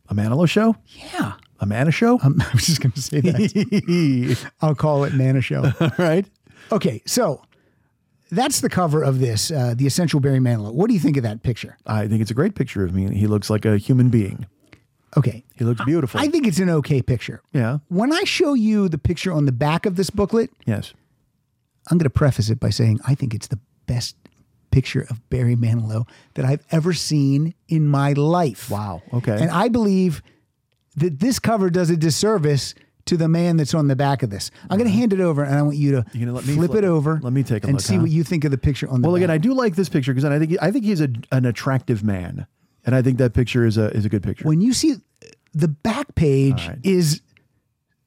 Speaker 3: a Manilow show?
Speaker 2: Yeah,
Speaker 3: A Mana show?
Speaker 2: um, I was just going to say that. I'll call it Mana Show.
Speaker 3: All right.
Speaker 2: Okay, so that's the cover of this, uh, the essential Barry Manilow. What do you think of that picture?
Speaker 3: I think it's a great picture of me. He looks like a human being.
Speaker 2: Okay,
Speaker 3: He looks beautiful.
Speaker 2: I think it's an okay picture.
Speaker 3: yeah.
Speaker 2: When I show you the picture on the back of this booklet,
Speaker 3: Yes.
Speaker 2: I'm going to preface it by saying I think it's the best picture of Barry Manilow that I've ever seen in my life.
Speaker 3: Wow. Okay.
Speaker 2: And I believe that this cover does a disservice to the man that's on the back of this. I'm going to hand it over and I want you to
Speaker 3: You're Uh-huh. gonna let me
Speaker 2: flip
Speaker 3: flip
Speaker 2: it
Speaker 3: it?
Speaker 2: over.
Speaker 3: Let me take a
Speaker 2: and
Speaker 3: look,
Speaker 2: see
Speaker 3: huh?
Speaker 2: what you think of the picture on the
Speaker 3: Well,
Speaker 2: back.
Speaker 3: again, I do like this picture because I think I think he's a, an attractive man, and I think that picture is a is a good picture.
Speaker 2: when you see the back page
Speaker 3: All right.
Speaker 2: is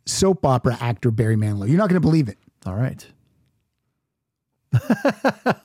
Speaker 2: soap opera actor Barry Manilow. You're not going to believe it.
Speaker 3: All right.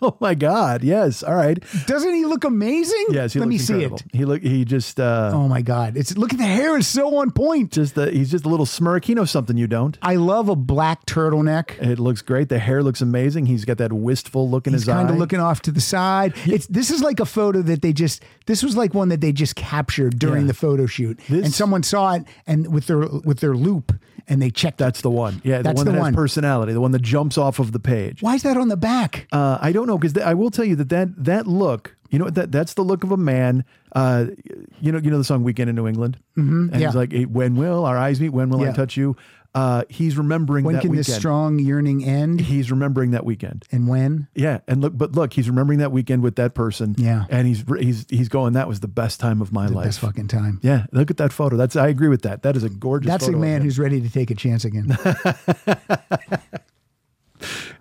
Speaker 3: oh my God! Yes. All right.
Speaker 2: Doesn't he look amazing?
Speaker 3: Yes. He
Speaker 2: Let
Speaker 3: looks
Speaker 2: me
Speaker 3: incredible.
Speaker 2: see it.
Speaker 3: He look. He just. Uh,
Speaker 2: Oh my God. It's look at the hair is so on point.
Speaker 3: Just the. He's just a little smirk. He knows something you don't.
Speaker 2: I love a black turtleneck.
Speaker 3: It looks great. The hair looks amazing. He's got that wistful look in
Speaker 2: He's
Speaker 3: his eye.
Speaker 2: kind of looking off to the side. It's this is like a photo that they just this was like one that they just captured during
Speaker 3: Yeah.
Speaker 2: the photo shoot,
Speaker 3: This-
Speaker 2: and someone saw it and with their with their loop and they checked that.
Speaker 3: That's the one. Yeah, the
Speaker 2: That's
Speaker 3: one
Speaker 2: the
Speaker 3: that
Speaker 2: one.
Speaker 3: has personality. The one that jumps off of the page.
Speaker 2: Why is that on the back?
Speaker 3: Uh, I don't know because I will tell you that that that look, you know, what, that that's the look of a man. Uh, you know, you know the song "Weekend in New England," mm-hmm, and
Speaker 2: yeah.
Speaker 3: he's like, "Hey, "When will our eyes meet? When will
Speaker 2: Yeah.
Speaker 3: I touch you?" Uh, he's remembering
Speaker 2: When
Speaker 3: that
Speaker 2: can
Speaker 3: weekend.
Speaker 2: this strong yearning end?
Speaker 3: he's remembering that weekend.
Speaker 2: And when?
Speaker 3: Yeah, and look, but look, he's remembering that weekend with that person.
Speaker 2: Yeah.
Speaker 3: and he's he's he's going. That was the best time of my life.
Speaker 2: This fucking time.
Speaker 3: yeah, look at that photo. That's I agree with that. That is a gorgeous.
Speaker 2: That's a
Speaker 3: photo of
Speaker 2: man
Speaker 3: him.
Speaker 2: who's ready to take a chance again.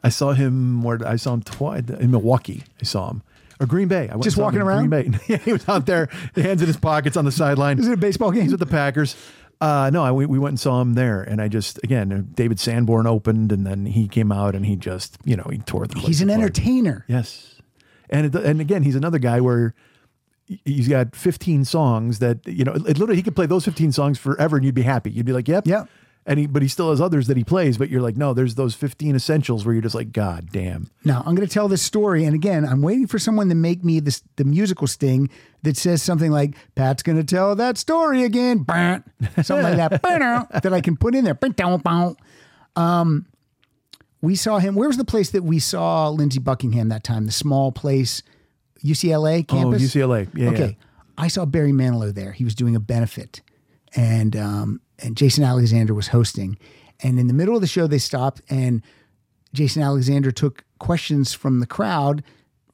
Speaker 3: I saw him where I saw him twice in Milwaukee. I saw him or Green Bay. I went
Speaker 2: Just
Speaker 3: and saw him
Speaker 2: walking
Speaker 3: in
Speaker 2: around?
Speaker 3: Green Bay. yeah, he was out there, the hands in his pockets on the sideline.
Speaker 2: Is it a baseball game?
Speaker 3: He's with the Packers. Uh, no, I, we, we went and saw him there, and I just again David Sanborn opened, and then he came out, and he just you know he tore the. place
Speaker 2: He's an
Speaker 3: apart.
Speaker 2: entertainer.
Speaker 3: Yes, and it, and again he's another guy where he- he's got 15 songs that you know it, it literally he could play those 15 songs forever, and you'd be happy. You'd be like, yep,
Speaker 2: Yep.
Speaker 3: And he, but he still has others that he plays, but you're like, no, there's those 15 essentials where you're just like, God damn.
Speaker 2: Now I'm going to tell this story, and again, I'm waiting for someone to make me this the musical sting that says something like "Pat's going to tell that story again," Bah. something like that, Bah-dow, that I can put in there. Um, Bah-dow, bah. Um, we saw him. Where was the place that we saw Lindsey Buckingham that time? The small place, UCLA campus.
Speaker 3: Oh, UCLA. Yeah.
Speaker 2: okay, I saw Barry Manilow there. He was doing a benefit, and um, and Jason Alexander was hosting. And in the middle of the show, they stopped, and Jason Alexander took questions from the crowd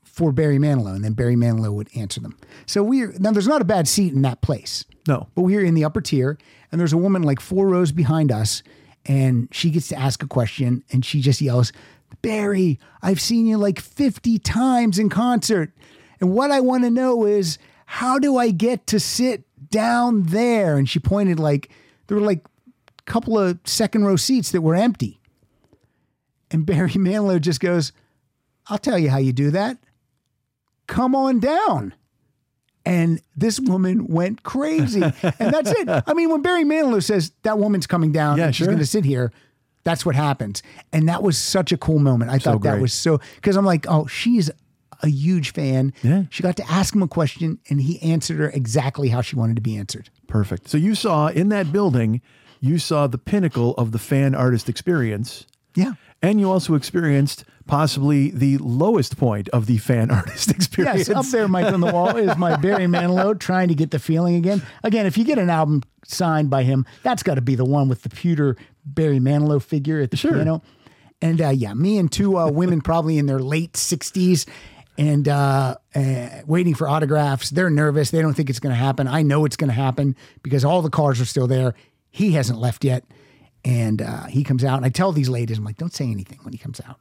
Speaker 2: for Barry Manilow, and then Barry Manilow would answer them. So we're now there's not a bad seat in that place,
Speaker 3: Yeah. No.
Speaker 2: but we're in the upper tier, and there's a woman like four rows behind us, and she gets to ask a question, and she just yells, "Barry, I've seen you like 50 times in concert, and what I want to know is how do I get to sit down there?" And she pointed like there were like a couple of second row seats that were empty. And Barry Manilow just goes, I'll tell you how you do that. Come on down. And this woman went crazy. and that's it. I mean, when Barry Manilow says that woman's coming down
Speaker 3: Yeah,
Speaker 2: and she's
Speaker 3: sure.
Speaker 2: going to sit here, that's what happens. And that was such a cool moment. I thought that
Speaker 3: great.
Speaker 2: was so, because I'm like, oh, she's a huge fan.
Speaker 3: Yeah.
Speaker 2: She got to ask him a question and he answered her exactly how she wanted to be answered.
Speaker 3: Perfect. So you saw in that building, you saw the pinnacle of the fan artist experience.
Speaker 2: Yeah.
Speaker 3: And you also experienced possibly the lowest point of the fan artist experience.
Speaker 2: Yes, up there, Mike on the wall is my Barry Manilow trying to get the feeling again. Again, if you get an album signed by him, that's got to be the one with the pewter Barry Manilow figure at the piano. And uh, yeah, me and two uh, women probably in their late sixties and uh, uh, waiting for autographs. They're nervous. They don't think it's going to happen. I know it's going to happen because all the cars are still there. He hasn't left yet, and uh, he comes out. And I tell these ladies, I'm like, don't say anything when he comes out.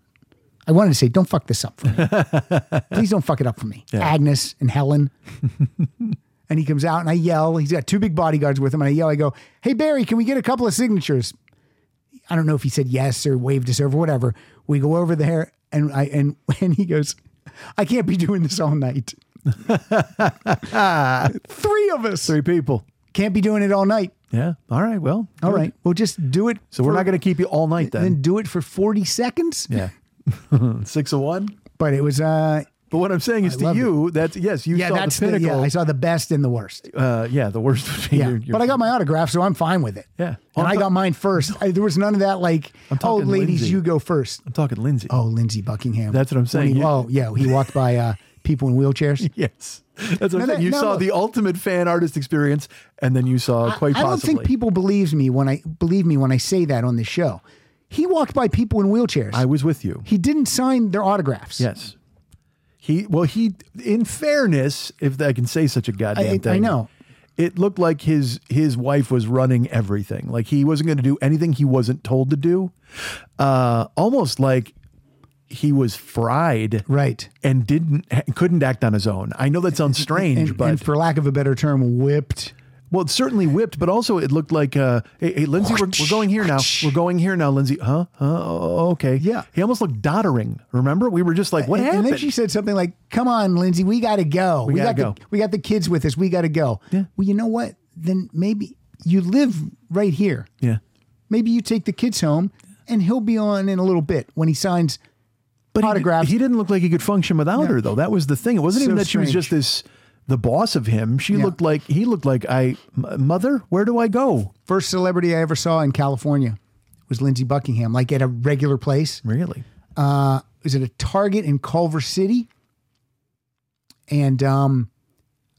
Speaker 2: I wanted to say, don't fuck this up for me please don't fuck it up for me. Agnes and Helen. And he comes out and I yell. He's got two big bodyguards with him. And I yell, I go, Hey, Barry, can we get a couple of signatures? I don't know if he said yes or waved us over, whatever. We go over there and I and and he goes, I can't be doing this all night. Three of us.
Speaker 3: Three people.
Speaker 2: Can't be doing it all night.
Speaker 3: Yeah. All right. Well.
Speaker 2: All
Speaker 3: good.
Speaker 2: right. We'll just do it.
Speaker 3: So we're
Speaker 2: for-
Speaker 3: not going to keep you all night then.
Speaker 2: then do it for 40 seconds.
Speaker 3: yeah. Six of one.
Speaker 2: But it was uh
Speaker 3: But what I'm saying is to
Speaker 2: love
Speaker 3: you, that's yes, you
Speaker 2: yeah,
Speaker 3: saw
Speaker 2: that's
Speaker 3: the
Speaker 2: the,
Speaker 3: pinnacle.
Speaker 2: yeah, I saw the best and the worst.
Speaker 3: uh, yeah, the worst would be
Speaker 2: Yeah.
Speaker 3: your- your-
Speaker 2: but I got my autograph, so I'm fine with it.
Speaker 3: Yeah.
Speaker 2: And I
Speaker 3: I'm ta-
Speaker 2: got mine first. I, there was none of that like, oh,
Speaker 3: talking
Speaker 2: ladies,
Speaker 3: Lindsay.
Speaker 2: you go first.
Speaker 3: I'm talking Lindsay.
Speaker 2: Oh, Lindsey Buckingham.
Speaker 3: That's what I'm saying.
Speaker 2: When he-
Speaker 3: You-
Speaker 2: oh, yeah. He walked by uh, people in wheelchairs.
Speaker 3: yes. That's what
Speaker 2: No,
Speaker 3: I'm saying.
Speaker 2: that-
Speaker 3: you
Speaker 2: no,
Speaker 3: saw
Speaker 2: look.
Speaker 3: the ultimate fan artist experience, and then you saw quite
Speaker 2: I don't
Speaker 3: possibly.
Speaker 2: think people believes me when I believe me when I say that on this show. He walked by people in wheelchairs.
Speaker 3: I was with you.
Speaker 2: he didn't sign their autographs.
Speaker 3: Yes. He well he in fairness, if I can say such a goddamn
Speaker 2: I- I
Speaker 3: thing.
Speaker 2: know.
Speaker 3: It looked like his his wife was running everything. Like he wasn't going to do anything he wasn't told to do. Uh almost like he was fried
Speaker 2: Right.
Speaker 3: and didn't couldn't act on his own. I know that sounds strange,
Speaker 2: And,
Speaker 3: but
Speaker 2: and for lack of a better term, whipped.
Speaker 3: well, it certainly whipped, but also it looked like, uh, hey, hey, Lindsay, we're, we're going here now. We're going here now, Lindsay. Huh? Huh? Oh, okay.
Speaker 2: Yeah.
Speaker 3: He almost looked doddering. Remember? We were just like, what
Speaker 2: and,
Speaker 3: happened?
Speaker 2: and then she said something like, "Come on, Lindsay, we got to go. We,
Speaker 3: gotta
Speaker 2: got
Speaker 3: go.
Speaker 2: The, we got the kids with us. We got to go." Yeah. Well, you know what? Then maybe you live right here.
Speaker 3: yeah.
Speaker 2: Maybe you take the kids home, and he'll be on in a little bit when he signs.
Speaker 3: But he-
Speaker 2: Autographs.
Speaker 3: He, didn't look like he could function without her, though. That was the thing. It wasn't
Speaker 2: So
Speaker 3: even that she was
Speaker 2: strange.
Speaker 3: just this, the boss of him. She
Speaker 2: Yeah.
Speaker 3: looked like, he looked like, I, m- mother, where do I go?
Speaker 2: First celebrity I ever saw in California was Lindsey Buckingham, like at a regular place. Uh,
Speaker 3: Really?
Speaker 2: was at a Target in Culver City, and um,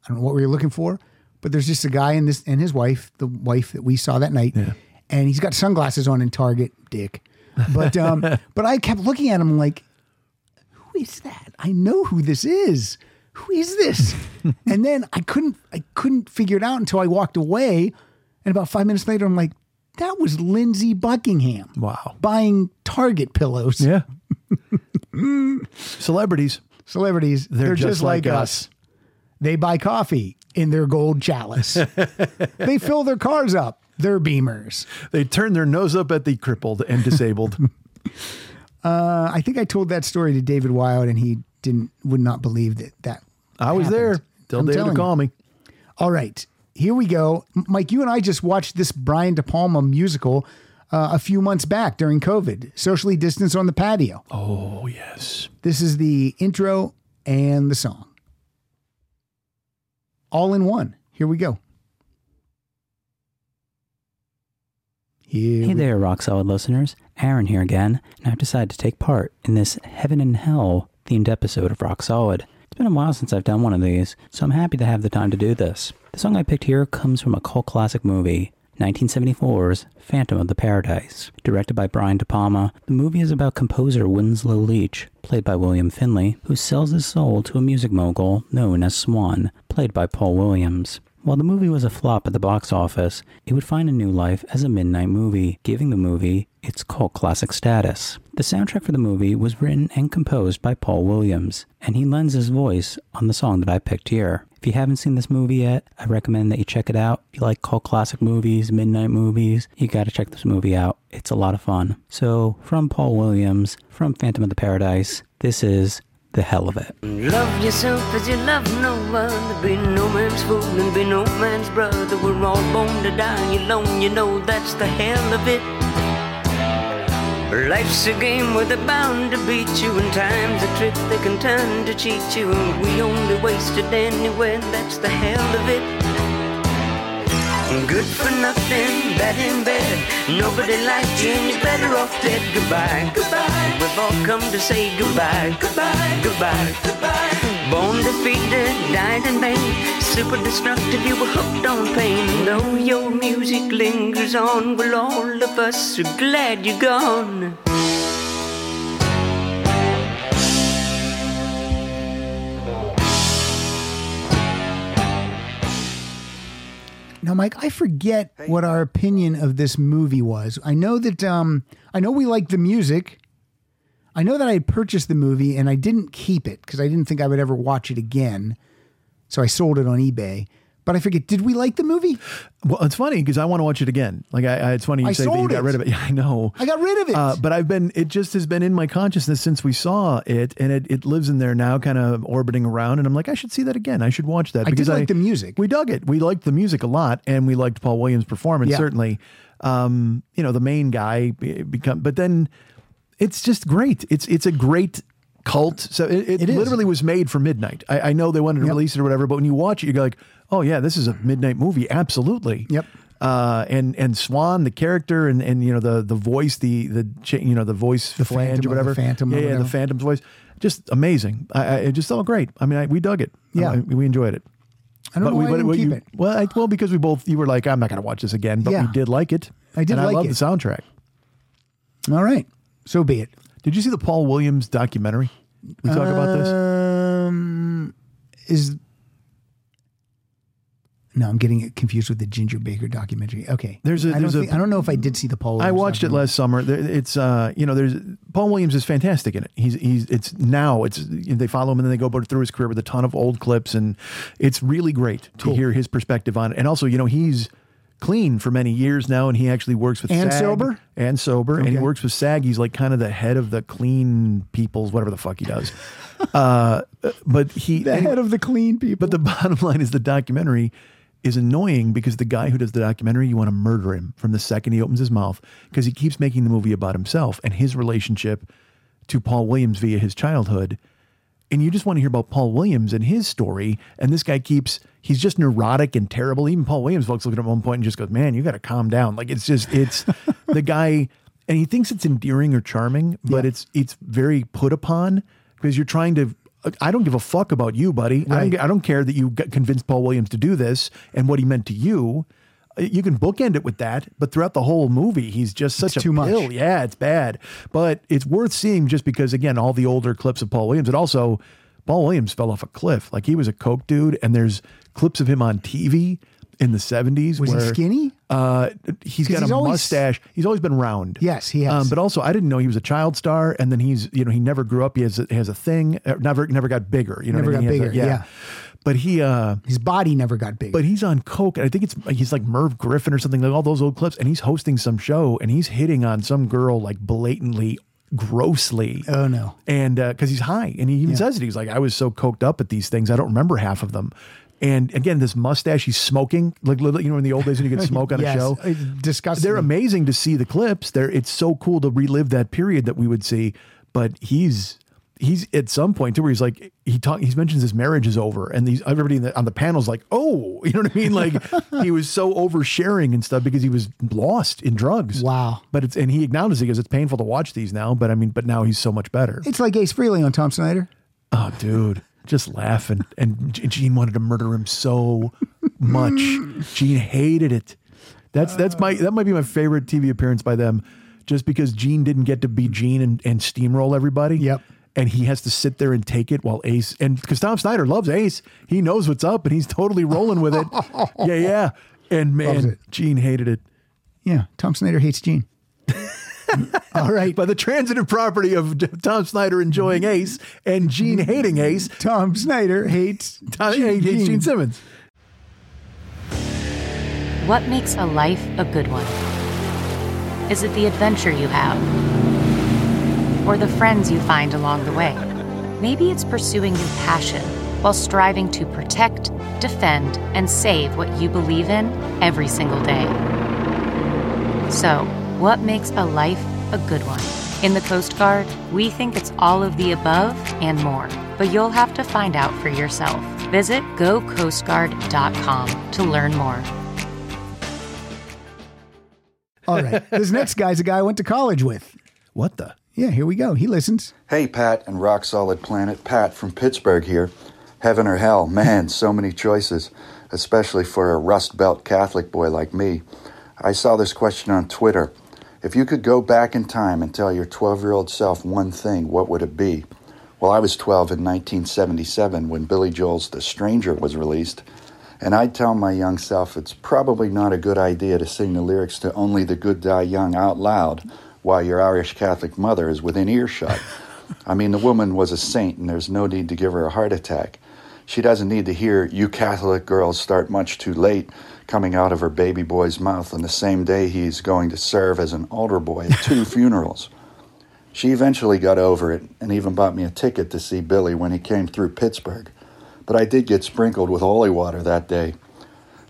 Speaker 2: I don't know what we were looking for, but there's just a guy and this and his wife, the wife that we saw that night, and he's got sunglasses on in Target, dick. But um, but I kept looking at him like, who is that? I know who this is. Who is this? and then I couldn't I couldn't figure it out until I walked away, and about five minutes later, I'm like. That was Lindsey Buckingham.
Speaker 3: Wow.
Speaker 2: Buying Target pillows
Speaker 3: Yeah. Celebrities.
Speaker 2: celebrities, they're, just, like, us. They buy coffee in their gold chalice. they fill their cars up, their beamers.
Speaker 3: They turn their nose up at the crippled and disabled.
Speaker 2: Uh, I think I told that story to David Wild, and he didn't would not believe that that.
Speaker 3: I was there.
Speaker 2: happened.
Speaker 3: Tell
Speaker 2: I'm
Speaker 3: David to
Speaker 2: telling you.
Speaker 3: call me.
Speaker 2: All right, here we go, M- Mike. You and I just watched this Brian De Palma musical uh, a few months back during COVID, socially distanced on the patio.
Speaker 3: Oh, yes.
Speaker 2: This is the intro and the song, all in one. Here we go. Here
Speaker 12: Hey
Speaker 2: we
Speaker 12: there, Rock Solid listeners. Aaron here again, and I've decided to take part in this Heaven and Hell themed episode of Rock Solid. It's been a while since I've done one of these, so I'm happy to have the time to do this. The song I picked here comes from a cult classic movie, 1974's Phantom of the Paradise. Directed by Brian De Palma, the movie is about composer Winslow Leach, played by William Finley, who sells his soul to a music mogul known as Swan, played by Paul Williams. While the movie was a flop at the box office, it would find a new life as a midnight movie, giving the movie its cult classic status. The soundtrack for the movie was written and composed by Paul Williams, and he lends his voice on the song that I picked here. If you haven't seen this movie yet, I recommend that you check it out. If you like cult classic movies, midnight movies, you gotta check this movie out. It's a lot of fun. So, from Paul Williams, from Phantom of the Paradise, this is The Hell of It.
Speaker 6: Love yourself as you love no one. Be no man's fool and be no man's brother. We're all born to die alone. You know that's the hell of it. Life's a game where they're bound to beat you, and time's a trick they can turn to cheat you. And we only waste it anyway, and that's the hell of it. Good for nothing, bad in bed. Nobody liked you, and you're better off dead. Goodbye, goodbye. We've all come to say goodbye, goodbye, goodbye, goodbye. Born defeated, died in vain. Super destructive, you were hooked on pain. Though your music lingers on, well, all of us are glad you're gone.
Speaker 2: Now, Mike, I forget what our opinion of this movie was. I know that um, I know we liked the music. I know that I had purchased the movie and I didn't keep it because I didn't think I would ever watch it again. So I sold it on eBay. But I forget, did we like the movie?
Speaker 3: Well, it's funny because I want to watch it again. Like I, I it's funny you
Speaker 2: I
Speaker 3: say that you
Speaker 2: sold
Speaker 3: got
Speaker 2: it.
Speaker 3: rid of it. Yeah, I know.
Speaker 2: I got rid of it.
Speaker 3: Uh, but I've been, it just has been in my consciousness since we saw it, and it, it lives in there now, kind of orbiting around. And I'm like, I should see that again. I should watch that
Speaker 2: I did like the music.
Speaker 3: We dug it. We liked the music a lot, and we liked Paul Williams' performance
Speaker 2: Yeah.
Speaker 3: certainly. Um, you know, the main guy be- become, but then it's just great. It's it's a great cult. So it, it,
Speaker 2: It is.
Speaker 3: literally was made for midnight. I, I know they wanted to release it or whatever, but when you watch it, you go like, oh yeah, this is a midnight movie. Absolutely.
Speaker 2: Yep.
Speaker 3: Uh, and and Swan, the character, and and you know the the voice, the the cha- you know the voice
Speaker 2: The
Speaker 3: flange
Speaker 2: Phantom
Speaker 3: or
Speaker 2: or the
Speaker 3: whatever,
Speaker 2: Phantom or
Speaker 3: yeah, yeah, the
Speaker 2: whatever.
Speaker 3: Phantom's voice, just amazing. I, I it just all great. I mean, I, we dug it.
Speaker 2: Yeah.
Speaker 3: I- we enjoyed it.
Speaker 2: I don't know why I didn't
Speaker 3: what
Speaker 2: keep
Speaker 3: you-
Speaker 2: it.
Speaker 3: Well, I, well, because we both you were like, I'm not going to watch this again, but
Speaker 2: Yeah.
Speaker 3: we did like it.
Speaker 2: I did
Speaker 3: and
Speaker 2: like
Speaker 3: I love
Speaker 2: it.
Speaker 3: the soundtrack.
Speaker 2: All right. So be it.
Speaker 3: Did you see the Paul Williams documentary? We talk about this.
Speaker 2: Um, is no, I'm getting it confused with the Ginger Baker documentary. Okay,
Speaker 3: There's a-
Speaker 2: I don't,
Speaker 3: there's a-
Speaker 2: think, I don't know if I did see the Paul.
Speaker 3: I
Speaker 2: Williams
Speaker 3: watched it
Speaker 2: documentary.
Speaker 3: last summer. There- It's uh, you know, there's Paul Williams is fantastic in it. He's he's it's now it's they follow him and then they go through his career with a ton of old clips and it's really great to hear his perspective on it. And also, you know, he's clean for many years now, and he actually works with
Speaker 2: And
Speaker 3: SAG
Speaker 2: sober?
Speaker 3: and sober, and he
Speaker 2: Okay.
Speaker 3: works with SAG. He's like kind of the head of the clean people's whatever the fuck he does. uh, but he
Speaker 2: The head of the clean people.
Speaker 3: but the bottom line is the documentary is annoying because the guy who does the documentary, you want to murder him from the second he opens his mouth because he keeps making the movie about himself and his relationship to Paul Williams via his childhood. And you just want to hear about Paul Williams and his story. And this guy keeps, he's just neurotic and terrible. Even Paul Williams folks look at him at one point and just goes, man, you got to calm down. Like it's just, it's the guy, and he thinks it's endearing or charming, but it's, it's very put upon because you're trying to, I don't give a fuck about you, buddy. I, don't, I don't care that you got convinced Paul Williams to do this and what he meant to you. You can bookend it with that, but throughout the whole movie, he's just such
Speaker 2: It's
Speaker 3: a
Speaker 2: too much.
Speaker 3: pill. Yeah, it's bad, but it's worth seeing just because again, all the older clips of Paul Williams, and also Paul Williams fell off a cliff. Like he was a coke dude, and there's clips of him on TV in the '70s.
Speaker 2: Was he
Speaker 3: where,
Speaker 2: skinny?
Speaker 3: Uh, he's
Speaker 2: 'Cause
Speaker 3: got
Speaker 2: he's
Speaker 3: a
Speaker 2: always-
Speaker 3: mustache. He's always been round.
Speaker 2: Yes, he has.
Speaker 3: Um, but also, I didn't know he was a child star, and then he's you know he never grew up. He has a, he has a thing. uh, Never never got bigger. You know, what
Speaker 2: Never
Speaker 3: I mean?
Speaker 2: got
Speaker 3: He has a-
Speaker 2: bigger, yeah.
Speaker 3: But he, uh,
Speaker 2: His body never got big.
Speaker 3: but he's on coke, and I think it's he's like Merv Griffin or something like all those old clips, and he's hosting some show, and he's hitting on some girl like blatantly, grossly
Speaker 2: oh no,
Speaker 3: and because he's high, and he even says it, he's like, "I was so coked up at these things, I don't remember half of them." And again, this mustache, he's smoking like literally, you know in the old days when you could smoke on
Speaker 2: Yes,
Speaker 3: a show.
Speaker 2: it disgusts
Speaker 3: They're
Speaker 2: me.
Speaker 3: amazing to see the clips. They're it's so cool to relive that period that we would see. But he's he's at some point too where he's like he talk he mentions his marriage is over, and these everybody in the, on the panel's like, "Oh," you know what I mean? Like he was so oversharing and stuff because he was lost in drugs.
Speaker 2: Wow.
Speaker 3: But it's and he acknowledges it because it's painful to watch these now. But I mean, but now he's so much better.
Speaker 2: it's like Ace Frehley on Tom Snyder.
Speaker 3: Oh, dude, just laughing. And G- Gene wanted to murder him so much. Gene hated it. That's that's my that might be my favorite TV appearance by them, just because Gene didn't get to be Gene and, and steamroll everybody.
Speaker 2: Yep.
Speaker 3: And he has to sit there and take it while Ace and because Tom Snyder loves Ace, he knows what's up and he's totally rolling with it. yeah, yeah. And
Speaker 2: Loves
Speaker 3: man,
Speaker 2: it.
Speaker 3: Gene hated it.
Speaker 2: Yeah, Tom Snyder hates Gene. All right,
Speaker 3: By the transitive property of Tom Snyder enjoying Ace and Gene hating Ace,
Speaker 2: Tom Snyder hates
Speaker 3: Tom hates Gene Simmons.
Speaker 13: What makes a life a good one? Is it the adventure you have? Or the friends you find along the way? Maybe it's pursuing your passion while striving to protect, defend, and save what you believe in every single day. So, what makes a life a good one? In the Coast Guard, we think it's all of the above and more, but you'll have to find out for yourself. Visit gocoastguard.com to learn more.
Speaker 2: All right, this next guy's a guy I went to college with.
Speaker 3: What the?
Speaker 2: Yeah, here we go. He listens.
Speaker 14: Hey, Pat and Rock Solid Planet. Pat from Pittsburgh here. Heaven or hell, man, so many choices, especially for a Rust Belt Catholic boy like me. I saw this question on Twitter. If you could go back in time and tell your 12 year old self one thing, what would it be? Well, I was 12 in 1977 when Billy Joel's The Stranger was released, and I'd tell my young self it's probably not a good idea to sing the lyrics to Only the Good Die Young out loud while your Irish Catholic mother is within earshot. I mean, the woman was a saint, and there's no need to give her a heart attack. She doesn't need to hear you Catholic girls start much too late coming out of her baby boy's mouth on the same day he's going to serve as an altar boy at two funerals. She eventually got over it and even bought me a ticket to see Billy when he came through Pittsburgh. But I did get sprinkled with holy water that day.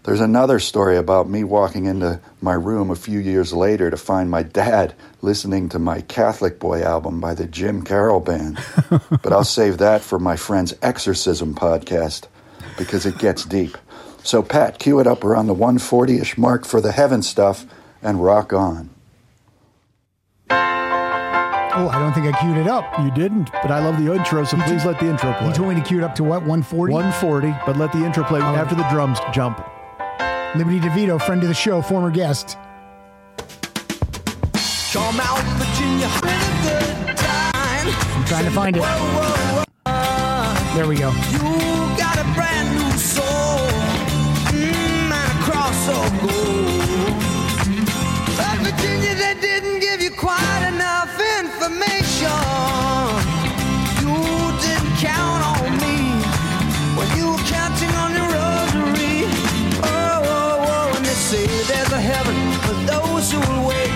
Speaker 14: There's another story about me walking into my room a few years later to find my dad listening to my Catholic Boy album by the Jim Carroll Band. but I'll save that for my friend's Exorcism podcast because it gets deep. So, Pat, cue it up around the 140 ish mark for the heaven stuff and rock on.
Speaker 2: Oh, I don't think I queued it up.
Speaker 3: You didn't, but I love the intro, so please let the intro play.
Speaker 2: You told me to queue it up to what, 140?
Speaker 3: 140, but let the intro play after the drums jump.
Speaker 2: Liberty DeVito, friend of the show, former guest.
Speaker 6: out, Virginia. Been a good time.
Speaker 2: I'm trying to find it. There we go.
Speaker 6: You got a brand new soul mm, and a cross of gold. But Virginia, they didn't give you quite enough information. You didn't count on me when you were counting on your rosary. Oh, oh, oh, and they say there's a heaven for those who will wait.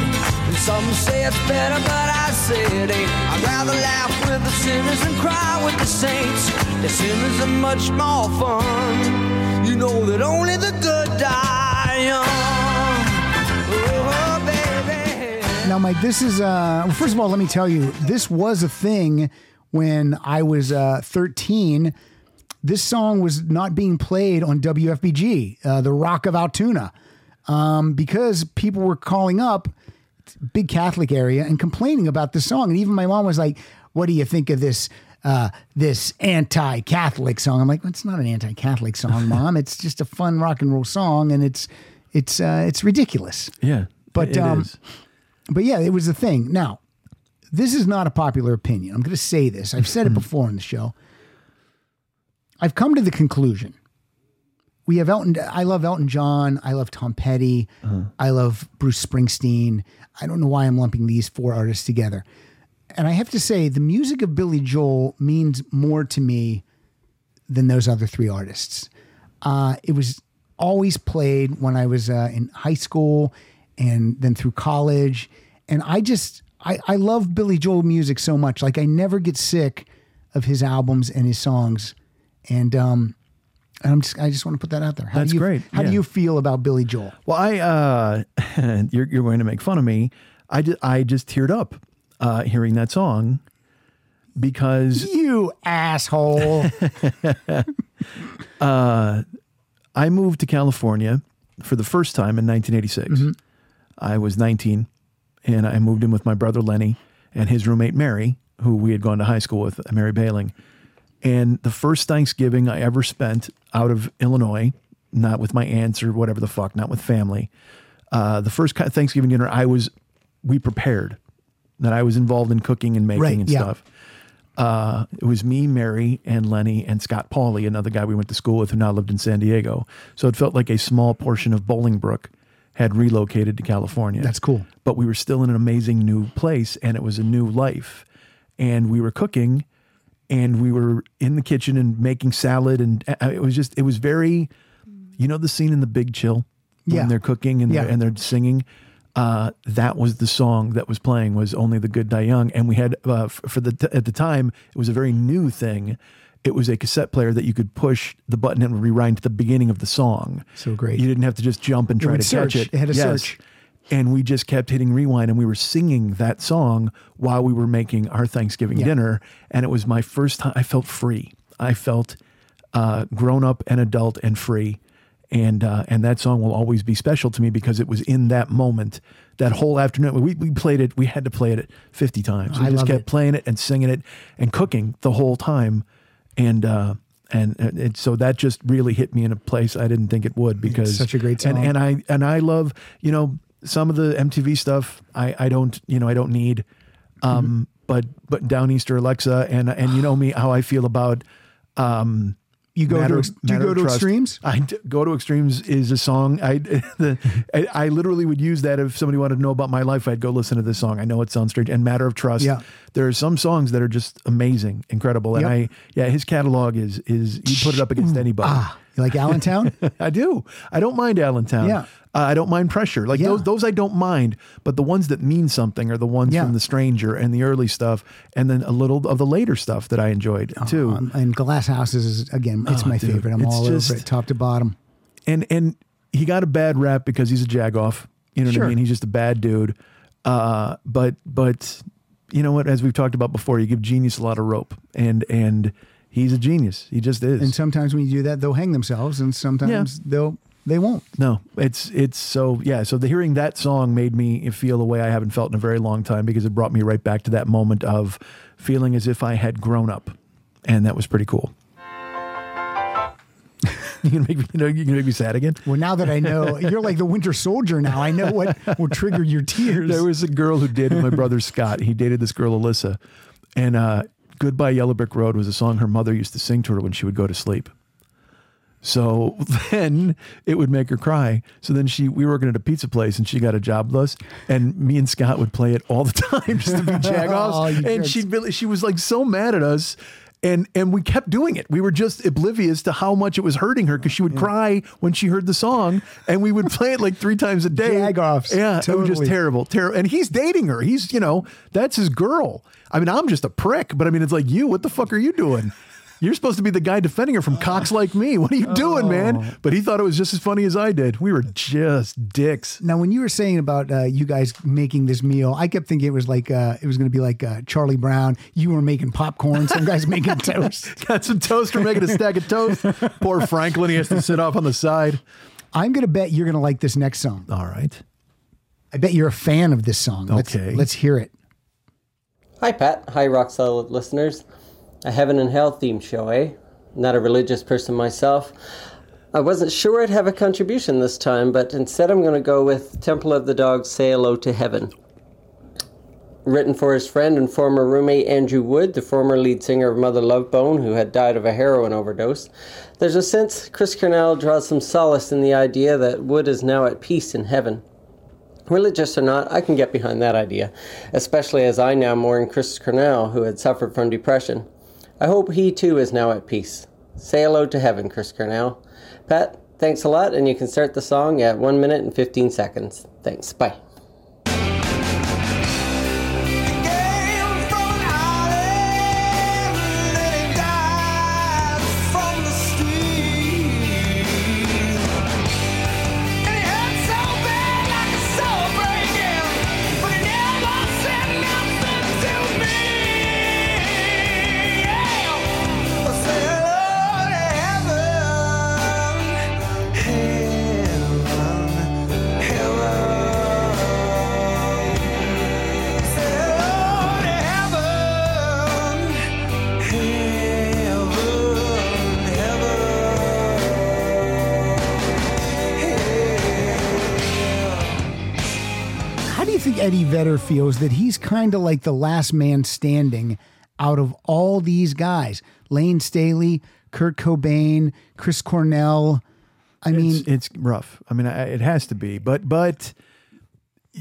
Speaker 6: And some say it's better, but I say it ain't. I'd rather laugh with the sinners and cry with the saints. The sinners are much more fun. You know that only the good die young. Oh, baby.
Speaker 2: Now, Mike, this is, uh, well, first of all, let me tell you, this was a thing when I was uh, 13. This song was not being played on WFBG, uh, The Rock of Altoona, um, because people were calling up, big Catholic area, and complaining about this song. And even my mom was like, What do you think of this? Uh, this anti-Catholic song. I'm like, well, it's not an anti-Catholic song, mom. It's just a fun rock and roll song, and it's it's uh, it's ridiculous.
Speaker 3: Yeah.
Speaker 2: But
Speaker 3: it
Speaker 2: um,
Speaker 3: is.
Speaker 2: but yeah, it was the thing. Now, this is not a popular opinion. I'm going to say this. I've
Speaker 3: Mm-hmm.
Speaker 2: said it before on the show. I've come to the conclusion. We have Elton. I love Elton John. I love Tom Petty.
Speaker 3: Uh-huh.
Speaker 2: I love Bruce Springsteen. I don't know why I'm lumping these four artists together. And I have to say, the music of Billy Joel means more to me than those other three artists. Uh, it was always played when I was uh, in high school and then through college. And I just, I, I love Billy Joel music so much. Like, I never get sick of his albums and his songs. And, um, and I'm just, I just want to put that out there. How
Speaker 3: That's
Speaker 2: do you,
Speaker 3: great.
Speaker 2: How do
Speaker 3: Yeah.
Speaker 2: you feel about Billy Joel?
Speaker 3: Well, I uh, you're you're going to make fun of me. I ju- I just teared up uh, hearing that song because
Speaker 2: You asshole.
Speaker 3: uh, I moved to California for the first time in 1986.
Speaker 2: Mm-hmm.
Speaker 3: I was 19, and I moved in with my brother Lenny and his roommate Mary, who we had gone to high school with, Mary Baling. And the first Thanksgiving I ever spent out of Illinois, not with my aunts or whatever the fuck, not with family. Uh, the first ki- Thanksgiving dinner I was, we prepared, that I was involved in cooking and making
Speaker 2: Right,
Speaker 3: and
Speaker 2: yeah.
Speaker 3: stuff. Uh, it was me, Mary, and Lenny, and Scott Pauley, another guy we went to school with who now lived in San Diego. So it felt like a small portion of Bolingbrook had relocated to California.
Speaker 2: That's cool.
Speaker 3: But we were still in an amazing new place, and it was a new life. And we were cooking, and we were in the kitchen and making salad, and uh, it was just it was very, you know, the scene in The Big Chill
Speaker 2: Yeah.
Speaker 3: when they're cooking and
Speaker 2: Yeah.
Speaker 3: they're, and they're singing. Uh, that was the song that was playing was only the good die young, and we had uh, f- for the t- at the time it was a very new thing. It was a cassette player that you could push the button and it would rewind to the beginning of the song.
Speaker 2: So great.
Speaker 3: You didn't have to just jump and
Speaker 2: It
Speaker 3: try
Speaker 2: would
Speaker 3: to
Speaker 2: search.
Speaker 3: catch it.
Speaker 2: It had a
Speaker 3: Yes.
Speaker 2: search.
Speaker 3: And we just kept hitting rewind and we were singing that song while we were making our Thanksgiving dinner. And it was my first time I felt free. I felt uh, grown up and adult and free. And uh, and that song will always be special to me because it was in that moment, that whole afternoon. We, we played it, we had to play it 50 times. We
Speaker 2: I
Speaker 3: just
Speaker 2: love
Speaker 3: kept
Speaker 2: it.
Speaker 3: playing it and singing it and cooking the whole time. And, uh, and, and, and so that just really hit me in a place I didn't think it would because
Speaker 2: such a great
Speaker 3: and-
Speaker 2: song.
Speaker 3: And, I and I love you know some of the MTV stuff. I I don't you know I don't need, um, but but Downeaster Alexa and and you know me how I feel about um
Speaker 2: you go
Speaker 3: Matter
Speaker 2: to
Speaker 3: of-
Speaker 2: ex- do you
Speaker 3: Matter
Speaker 2: go
Speaker 3: of
Speaker 2: to
Speaker 3: Trust.
Speaker 2: extremes?
Speaker 3: I d- go to extremes is a song. I, the, I I literally would use that if somebody wanted to know about my life. I'd go listen to this song. I know it sounds strange. And Matter of Trust.
Speaker 2: Yeah.
Speaker 3: There are some songs that are just amazing, incredible. And
Speaker 2: Yep.
Speaker 3: I yeah, his catalog is is you put it up against anybody. Ah,
Speaker 2: you like Allentown?
Speaker 3: I do. I don't mind Allentown.
Speaker 2: Yeah.
Speaker 3: Uh, I don't mind pressure. Like those those I don't mind, but the ones that mean something are the ones
Speaker 2: Yeah.
Speaker 3: from the stranger and the early stuff and then a little of the later stuff that I enjoyed too.
Speaker 2: Um, and Glass Houses is again, it's
Speaker 3: Oh,
Speaker 2: my
Speaker 3: dude,
Speaker 2: favorite. I'm
Speaker 3: it's
Speaker 2: all
Speaker 3: just-
Speaker 2: over it, top to bottom.
Speaker 3: and and he got a bad rap because he's a jagoff. You know what
Speaker 2: Sure.
Speaker 3: I mean? He's just a bad dude. Uh, but but you know what? As we've talked about before, you give genius a lot of rope, and and he's a genius. He just is.
Speaker 2: And sometimes when you do that, they'll hang themselves, and sometimes they'll they won't.
Speaker 3: No, it's it's so yeah. So the hearing that song made me feel a way I haven't felt in a very long time because it brought me right back to that moment of feeling as if I had grown up, and that was pretty cool. you can make me, you know you can make me sad again.
Speaker 2: Well, now that I know, you're like the Winter Soldier. Now I know what will trigger your tears.
Speaker 3: There was a girl who dated my brother Scott. He dated this girl Alyssa, and uh, "Goodbye Yellow Brick Road" was a song her mother used to sing to her when she would go to sleep. So then it would make her cry. So then she, we were working at a pizza place, and she got a job with us, and me and Scott would play it all the time just to be jagoffs.
Speaker 2: Oh, you
Speaker 3: and
Speaker 2: jerks.
Speaker 3: she really, she was like so mad at us. And, and we kept doing it. We were just oblivious to how much it was hurting her because she
Speaker 2: Mm.
Speaker 3: would cry when she heard the song, and we would play it like three times a day.
Speaker 2: Jagoffs.
Speaker 3: yeah, it was just
Speaker 2: Totally.
Speaker 3: terrible terrible, terrible. And he's dating her. He's, you know, that's his girl. I mean, I'm just a prick, but I mean, it's like you. What the fuck are you doing? You're supposed to be the guy defending her from cocks like me. What are you doing,
Speaker 2: Oh.
Speaker 3: man? But he thought it was just as funny as I did. We were just dicks.
Speaker 2: Now, when you were saying about uh, you guys making this meal, I kept thinking it was like uh, it was going to be like uh, Charlie Brown. You were making popcorn, some guys making toast.
Speaker 3: Got some toast. We're making a stack of toast. Poor Franklin. He has to sit off on the side.
Speaker 2: I'm going to bet you're going to like this next song.
Speaker 3: All right.
Speaker 2: I bet you're a fan of this song. Let's,
Speaker 15: Okay.
Speaker 2: Let's hear it.
Speaker 15: Hi, Pat. Hi, Rock Solid listeners. A heaven and hell theme show, eh? Not a religious person myself. I wasn't sure I'd have a contribution this time, but instead I'm going to go with Temple of the Dog Say Hello to Heaven. Written for his friend and former roommate Andrew Wood, the former lead singer of Mother Love Bone, who had died of a heroin overdose, there's a sense Chris Cornell draws some solace in the idea that Wood is now at peace in heaven. Religious or not, I can get behind that idea, especially as I now mourn Chris Cornell, who had suffered from depression. I hope he too is now at peace. Say hello to heaven, Chris Cornell. Pat, thanks a lot, and you can start the song at 1 minute and 15 seconds. Thanks, bye.
Speaker 6: from the street. And it hurt so bad, like a soul breaking, but it never said nothing to me. Yeah. I say hello to heaven, heaven, heaven. Say hello to heaven, heaven,
Speaker 2: How do you think Eddie Vedder feels that he's kind of like the last man standing out of all these guys? Lane Staley, Kurt Cobain, Chris Cornell. I mean,
Speaker 3: it's, rough. I mean, I, it has to be, but but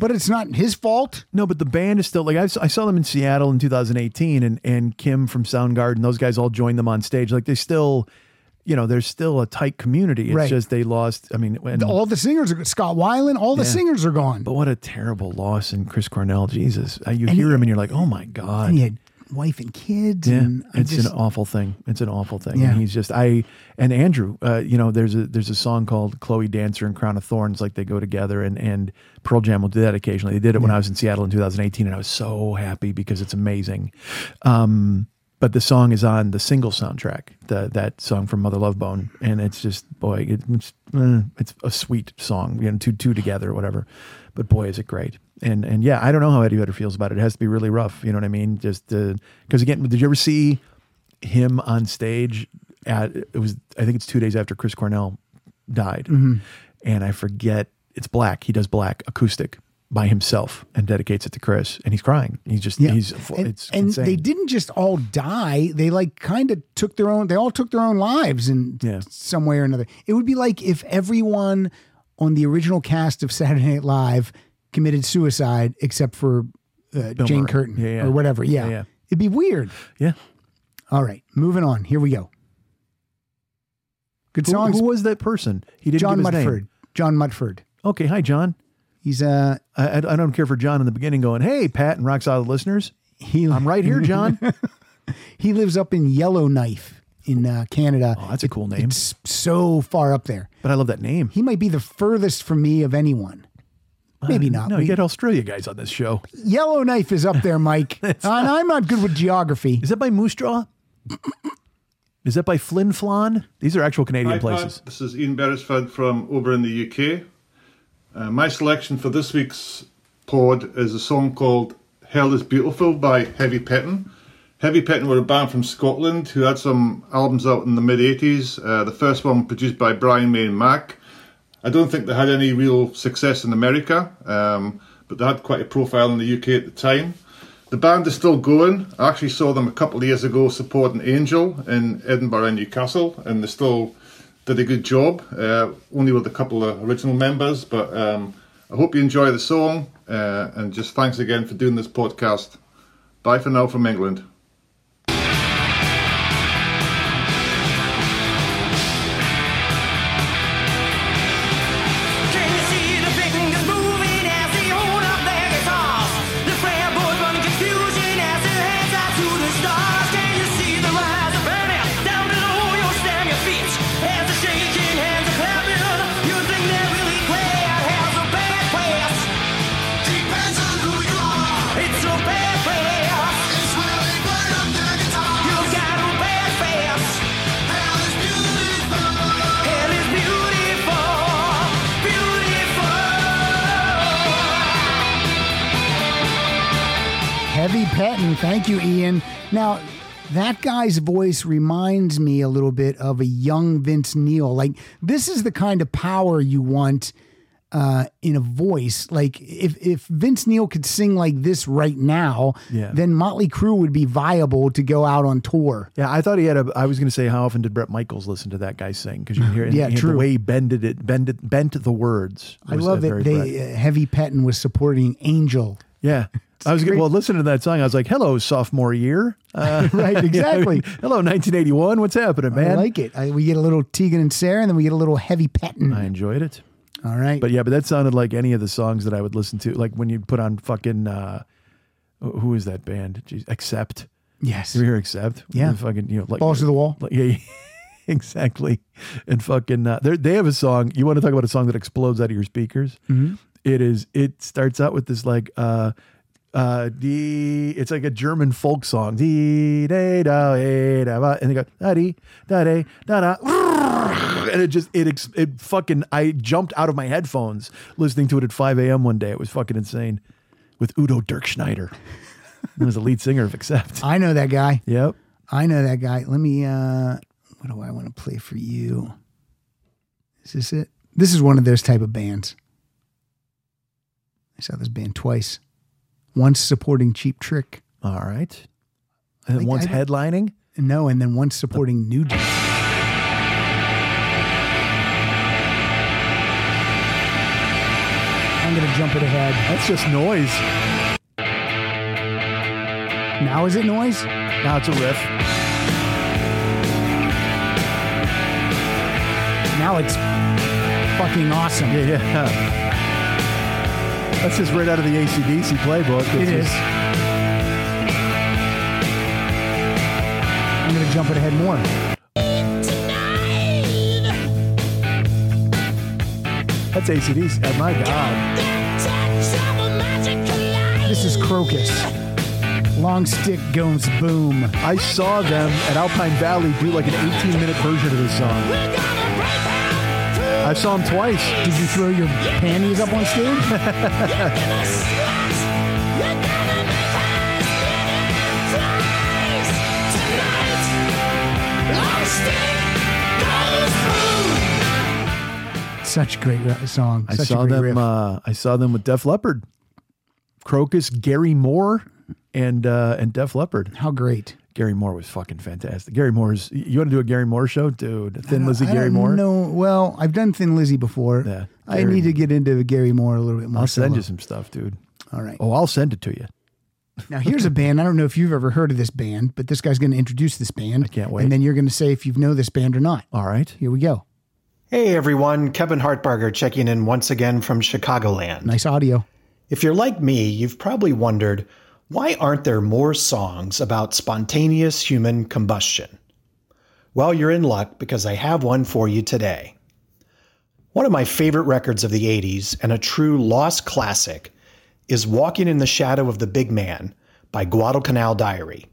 Speaker 2: but it's not his fault.
Speaker 3: No, but the band is still like I, s- I saw them in Seattle in 2018, and and Kim from Soundgarden, those guys all joined them on stage. Like they still, you know, there's still a tight community. It's
Speaker 2: Right.
Speaker 3: just they lost. I mean, and,
Speaker 2: all the singers are Scott Weiland. All the
Speaker 3: Yeah.
Speaker 2: singers are gone.
Speaker 3: but what a terrible loss in Chris Cornell. Jesus, Uh, you
Speaker 2: And
Speaker 3: hear
Speaker 2: he-
Speaker 3: him and you're like, oh my god.
Speaker 2: And he had wife and kids.
Speaker 3: Yeah,
Speaker 2: and I
Speaker 3: it's
Speaker 2: just-
Speaker 3: an awful thing. It's an awful thing.
Speaker 2: Yeah.
Speaker 3: And he's just I and Andrew. Uh, you know, there's a there's a song called "Chloe Dancer" and "Crown of Thorns." Like they go together, and and Pearl Jam will do that occasionally. They did it when I was in Seattle in 2018, and I was so happy because it's amazing. Um, but the song is on the single soundtrack, the, that song from Mother Love Bone, and it's just boy, it, it's uh, it's a sweet song. You know, two two together or whatever. But boy, is it great. And and yeah, I don't know how Eddie Vedder feels about it. It has to be really rough. You know what I mean? Just because again, did you ever see him on stage at it was I think it's two days after Chris Cornell died,
Speaker 2: Mm-hmm.
Speaker 6: Mhm.
Speaker 3: and I forget it's Black. He does Black acoustic, by himself and dedicates it to Chris, and he's crying. He's just
Speaker 2: Yeah.
Speaker 3: he's
Speaker 2: and,
Speaker 3: it's
Speaker 2: and
Speaker 3: insane.
Speaker 2: they didn't just all die. They like kind of took their own. They all took their own lives in some way or another. It would be like if everyone on the original cast of Saturday Night Live committed suicide, except for uh,
Speaker 3: Bill
Speaker 2: Jane
Speaker 3: Murray.
Speaker 2: Curtin
Speaker 3: Yeah, yeah.
Speaker 2: or whatever.
Speaker 3: Yeah,
Speaker 2: Yeah.
Speaker 3: yeah.
Speaker 2: it'd be weird.
Speaker 3: Yeah.
Speaker 2: All right, moving on. Here we go. Good
Speaker 3: Who-
Speaker 2: songs.
Speaker 3: Who, was that person? He didn't
Speaker 2: John
Speaker 3: give his name.
Speaker 2: Mudford. John Mudford.
Speaker 3: Okay, hi John.
Speaker 2: He's uh,
Speaker 3: I, I- I don't care for John in the beginning going, hey Pat and Rock Solid listeners,
Speaker 2: he,
Speaker 3: I'm right here, John.
Speaker 2: He lives up in Yellowknife in uh, Canada. Oh,
Speaker 3: that's a cool name.
Speaker 2: It's so far up there.
Speaker 3: But I love that name.
Speaker 2: He might be the furthest from me of anyone. Maybe
Speaker 3: Uh,
Speaker 2: not.
Speaker 3: No,
Speaker 2: We-
Speaker 3: you got Australia guys on this show.
Speaker 2: Yellowknife is up there, Mike. and I'm not good with geography.
Speaker 3: Is that by Moose Jaw? Is that by Flin Flon? These are actual Canadian
Speaker 16: Hi, Pat.
Speaker 3: places.
Speaker 16: This is Ian Beresford from over in the UK. Uh, my selection for this week's pod is a song called Hell is Beautiful by Heavy Pettin. Heavy Pettin were a band from Scotland who had some albums out in the mid 80s. Uh, the first one produced by Brian May and Mac. I don't think they had any real success in America, um, but they had quite a profile in the UK at the time. The band is still going. I actually saw them a couple of years ago supporting Angel in Edinburgh and Newcastle, and they still did a good job, uh, only with a couple of original members. But um, I hope you enjoy the song, uh, and just thanks again for doing this podcast. Bye for now from England.
Speaker 6: Can you see the fingers moving as they hold up their guitars? The prayer boys running confusion as their hands out to the stars. Can you see the rise of burning down below your stand your feet? As the shaking hands are clapping, you think they're really glad. Hell's a bad place. Depends on who you are. It's a bad place. It's where they burn up their guitars. You got a bad face. Hell is beautiful. Hell is beautiful.
Speaker 2: Heavy Pettin. Thank you, Ian. Now, that guy's voice reminds me a little bit of a young Vince Neil. Like, this is the kind of power you want uh, in a voice. Like, if, if Vince Neil could sing like this right now,
Speaker 3: Yeah.
Speaker 2: then Motley Crue would be viable to go out on tour.
Speaker 3: Yeah, I thought he had a. I was going to say, how often did Brett Michaels listen to that guy sing? Because you can hear, and-
Speaker 2: Yeah,
Speaker 3: and The
Speaker 2: true.
Speaker 3: way he bended it, bended, bent the words.
Speaker 2: I
Speaker 3: was, uh,
Speaker 2: love
Speaker 3: very
Speaker 2: that
Speaker 3: Brett.
Speaker 2: they, uh, Heavy Pettin was supporting Angel.
Speaker 3: Yeah. I was
Speaker 2: great.
Speaker 3: gonna, well listening to that song. I was like, "Hello, sophomore year." Uh,
Speaker 2: Right,
Speaker 3: yeah, I mean,
Speaker 2: exactly.
Speaker 3: Hello, 1981. What's happening, man?
Speaker 2: I like it. I, we get a little Tegan and Sarah, and then we get a little Heavy Pettin.
Speaker 3: I enjoyed it.
Speaker 2: Mm. All right.
Speaker 3: But yeah, but that sounded like any of the songs that I would listen to. Like when you put on fucking uh wh- who is that band? Jeez, Accept.
Speaker 2: Yes.
Speaker 3: You hear Accept?
Speaker 2: Yeah.
Speaker 3: Fucking you know like
Speaker 2: Balls to the Wall.
Speaker 3: Like, yeah. Exactly. And fucking uh, they they have a song. You want to talk about a song that explodes out of your speakers?
Speaker 2: Mhm.
Speaker 3: It is it starts out with this like uh uh, the it's like a German folk song. Dee, da, da, eh, da, ba. And they go da dee, da da da da, and it just it ex- it fucking I jumped out of my headphones listening to it at 5 a.m. one day. It was fucking insane with Udo Dirkschneider. He was the lead singer of Accept.
Speaker 2: I know that guy.
Speaker 3: Yep.
Speaker 2: I know that guy. Let me uh what do I want to play for you? Is this it? This is one of those type of bands. I saw this band twice. Once supporting Cheap Trick.
Speaker 3: All right. And once headlining?
Speaker 2: No, and then once supporting New Jeans. I'm gonna jump it ahead.
Speaker 3: That's just noise.
Speaker 2: Now is it noise?
Speaker 3: Now it's a riff.
Speaker 2: Now it's fucking awesome.
Speaker 3: Yeah, yeah. That's just right out of the ACDC playbook.
Speaker 2: It
Speaker 3: It's
Speaker 2: is.
Speaker 3: just-
Speaker 2: I'm gonna jump it ahead more.
Speaker 3: That's ACDC. Oh my God.
Speaker 2: This is Crocus. Long stick goes boom.
Speaker 3: I saw them at Alpine Valley do like an 18 minute version of this song. I saw them twice.
Speaker 2: Did you throw your panties up on stage? Such a great ri- song.
Speaker 3: I
Speaker 2: Such a
Speaker 3: saw
Speaker 2: great
Speaker 3: them.
Speaker 2: riff.
Speaker 3: Uh, I saw uh, them with Def Leppard Crocus, Gary Moore, and uh, and Def Leppard.
Speaker 2: How great!
Speaker 3: Gary Moore was fucking fantastic. Gary Moore's. You want to do a Gary Moore show, dude? Thin Lizzy, Gary Moore.
Speaker 2: No, well, I've done Thin Lizzy before.
Speaker 3: Yeah,
Speaker 2: I need to get into Gary Moore a little bit more.
Speaker 3: I'll send
Speaker 2: solo.
Speaker 3: you some stuff, dude.
Speaker 2: All right.
Speaker 3: Oh, I'll send it to you.
Speaker 2: Now here's a band. I don't know if you've ever heard of this band, but this guy's going to introduce this band. I can't
Speaker 3: wait.
Speaker 2: And then you're going to say if you know this band or not.
Speaker 3: All right.
Speaker 2: Here we go.
Speaker 17: Hey everyone, Kevin Hartbarger checking in once again from Chicagoland.
Speaker 2: Nice audio.
Speaker 17: If you're like me, you've probably wondered why aren't there more songs about spontaneous human combustion? Well, you're in luck because I have one for you today. One of my favorite records of the 80s and a true lost classic is Walking in the Shadow of the Big Man by Guadalcanal Diary.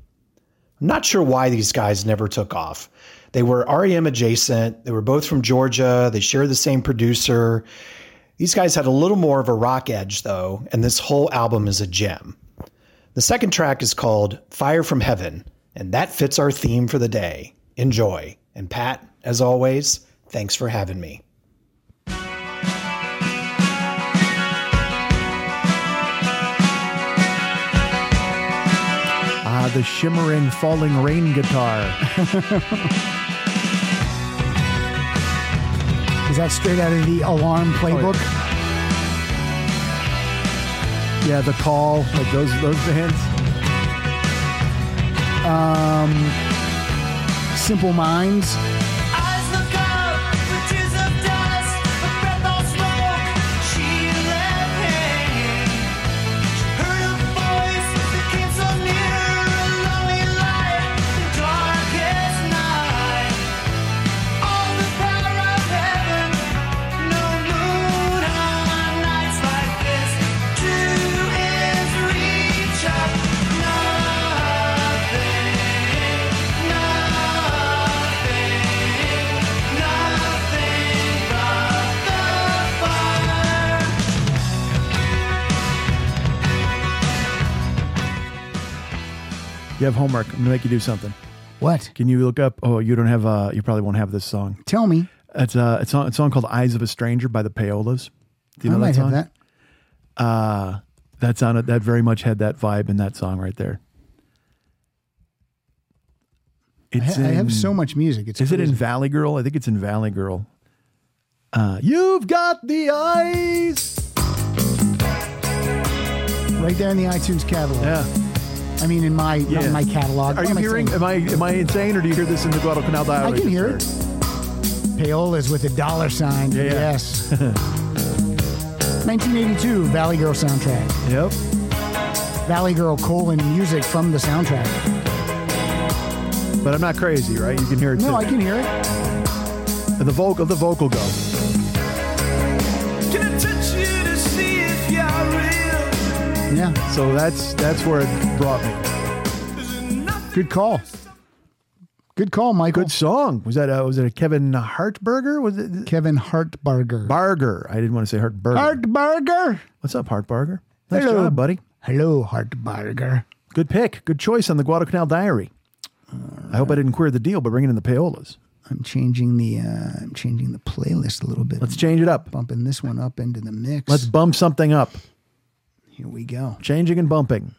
Speaker 17: I'm not sure why these guys never took off. They were REM adjacent, they were both from Georgia, they shared the same producer. These guys had a little more of a rock edge, though, and this whole album is a gem. The second track is called Fire from Heaven, and that fits our theme for the day. Enjoy. And Pat, as always, thanks for having me.
Speaker 3: Ah, the shimmering falling rain guitar.
Speaker 2: Is that straight out of the
Speaker 3: Oh,
Speaker 2: Alarm playbook?
Speaker 3: yeah, the call. Like those those bands.
Speaker 2: Um, Simple Minds.
Speaker 6: Eyes look out for tears of dust, a breath of smoke. She left hanging. She heard a voice that came so near, a lonely light, the darkest night. All the power of heaven, no moon on nights like this. To his reach up, nothing, nothing. Nothing but the fire.
Speaker 3: You have homework. I'm gonna make you do something.
Speaker 2: What?
Speaker 3: Can you look up? Oh, you don't have. Uh, you probably won't have this song.
Speaker 2: Tell me.
Speaker 3: It's a it's a, it's a song called "Eyes of a Stranger" by the Paolas. Do you
Speaker 2: I
Speaker 3: know that
Speaker 2: might have
Speaker 3: song?
Speaker 2: that.
Speaker 3: Uh, that's on it. That very much had that vibe in that song right there.
Speaker 2: I ha- I have so much music. It's
Speaker 3: is it in
Speaker 2: crazy.
Speaker 3: Valley Girl? I think it's in Valley Girl. Uh, you've got the eyes.
Speaker 2: Right there in the iTunes catalog.
Speaker 3: Yeah.
Speaker 2: I mean, in my not
Speaker 3: Yeah.
Speaker 2: in my catalog.
Speaker 3: Are
Speaker 2: What
Speaker 3: you
Speaker 2: am I
Speaker 3: hearing?
Speaker 2: saying?
Speaker 3: Am I am I insane, or do you hear this in the Guadalcanal
Speaker 2: I
Speaker 3: Dialect?
Speaker 2: can hear it. Paolas with a dollar sign. Yes. 1982 Valley Girl soundtrack.
Speaker 3: Yep.
Speaker 2: Valley Girl colon music from the soundtrack.
Speaker 3: But I'm not crazy, right? You can hear it.
Speaker 2: No,
Speaker 3: too.
Speaker 2: I can hear it.
Speaker 3: The vocal, the vocal go.
Speaker 6: Can't touch you to see if you're real.
Speaker 2: Yeah.
Speaker 3: So that's that's where it brought me.
Speaker 2: Good call. Good call, Michael.
Speaker 3: Good song. Was that a, was it a Kevin Hartberger? Was it
Speaker 2: Kevin Hartbarger?
Speaker 3: Barger. I didn't want to say Hartberger.
Speaker 2: Hartbarger.
Speaker 3: What's up, Hartbarger? Nice
Speaker 2: Hello.
Speaker 3: job, buddy.
Speaker 2: Hello, Hartbarger.
Speaker 3: Good pick. Good choice on the Guadalcanal Diary. I hope I didn't queer the deal by bringing in the payolas.
Speaker 2: I'm changing the uh, I'm changing the playlist a little bit.
Speaker 3: Let's change it up.
Speaker 2: Bumping this one up into the mix.
Speaker 3: Let's bump something up.
Speaker 2: Here we go.
Speaker 3: Changing and bumping.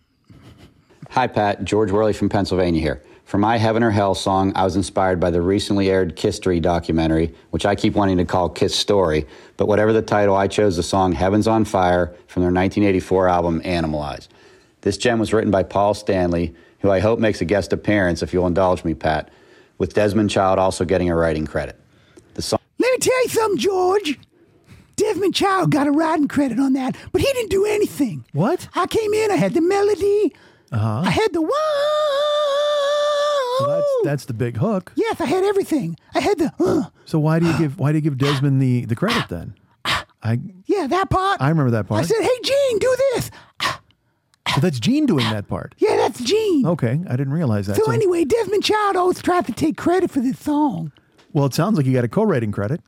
Speaker 18: Hi, Pat. George Worley from Pennsylvania here. For my Heaven or Hell song, I was inspired by the recently aired Kistory documentary, which I keep wanting to call Kiss Story. But whatever the title, I chose the song Heaven's on Fire from their 1984 album Animalize. This gem was written by Paul Stanley, who I hope makes a guest appearance if you'll indulge me, Pat, with Desmond Child also getting a writing credit. The song.
Speaker 2: Let me tell you something, George. Desmond Child got a riding credit on that, but he didn't do anything.
Speaker 3: What?
Speaker 2: I came in, I had the melody,
Speaker 3: Uh
Speaker 2: I
Speaker 3: huh.
Speaker 2: had the wow.
Speaker 3: That's that's the big hook.
Speaker 2: Yes, I had everything. I had the uh,
Speaker 3: So why do you give why do you give Desmond the the credit then? I
Speaker 2: yeah that part.
Speaker 3: I remember that part.
Speaker 2: I said, hey Gene, do this.
Speaker 3: So that's Gene doing that part.
Speaker 2: Yeah, that's Gene.
Speaker 3: Okay, I didn't realize that.
Speaker 2: so anyway, Desmond Child always tried to take credit for this song.
Speaker 3: well, it sounds like you got a co-writing credit.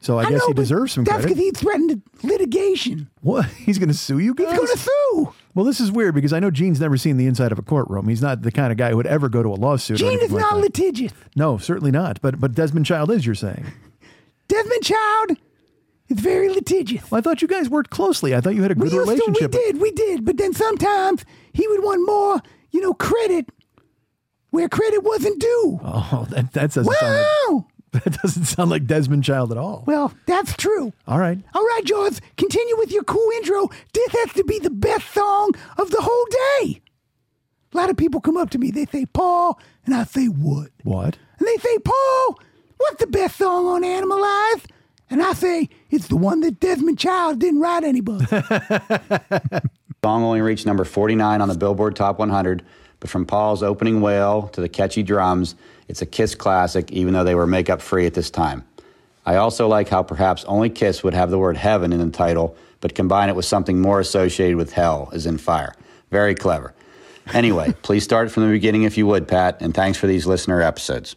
Speaker 3: So I, guess
Speaker 2: know,
Speaker 3: he
Speaker 2: but
Speaker 3: deserves some
Speaker 2: That's
Speaker 3: credit.
Speaker 2: because he threatened litigation.
Speaker 3: what? He's going to sue you guys?
Speaker 2: He's going to sue.
Speaker 3: Well, this is weird because I know Gene's never seen the inside of a courtroom. He's not the kind of guy who would ever go to a lawsuit. or
Speaker 2: Gene
Speaker 3: anything
Speaker 2: is
Speaker 3: like
Speaker 2: not
Speaker 3: that.
Speaker 2: litigious.
Speaker 3: no, certainly not. But but Desmond Child is. You're saying
Speaker 2: Desmond Child It's very litigious.
Speaker 3: Well, I thought you guys worked closely. I thought you had a
Speaker 2: We
Speaker 3: good
Speaker 2: used to, we
Speaker 3: relationship.
Speaker 2: did, we did, but then sometimes he would want more, you know, credit where credit wasn't due.
Speaker 3: Oh, that, that doesn't sound
Speaker 2: Wow.
Speaker 3: like, that doesn't sound like Desmond Child at all.
Speaker 2: Well, that's true.
Speaker 3: All right.
Speaker 2: All right, Jaws, continue with your cool intro. This has to be the best song of the whole day. A lot of people come up to me, they say, Paul, and I say, what?
Speaker 3: What?
Speaker 2: And they say, Paul, what's the best song on Animalized? And I say, it's the one that Desmond Child didn't write anybody.
Speaker 18: song only reached number 49 on the Billboard Top 100, but from Paul's opening wail to the catchy drums, it's a Kiss classic, even though they were makeup free at this time. I also like how perhaps only Kiss would have the word heaven in the title, but combine it with something more associated with hell, as in fire. Very clever. Anyway, please start from the beginning if you would, Pat, and thanks for these listener episodes.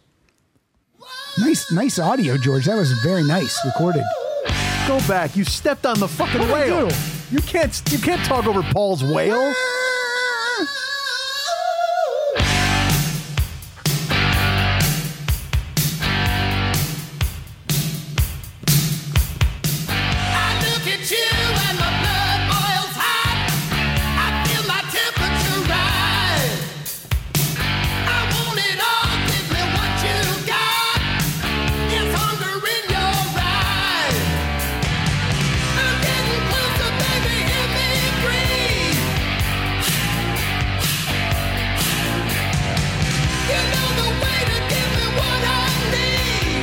Speaker 2: nice, nice audio, George. That was very nice recorded.
Speaker 3: Go back. You stepped on the fucking whale. You can't you can't talk over Paul's whale.
Speaker 6: I look at you and my blood boils hot. I feel my temperature rise. I want it all. Give me what you got. There's hunger in your eyes. I'm getting closer, baby. Give me breathe. You know the way to give me what I need.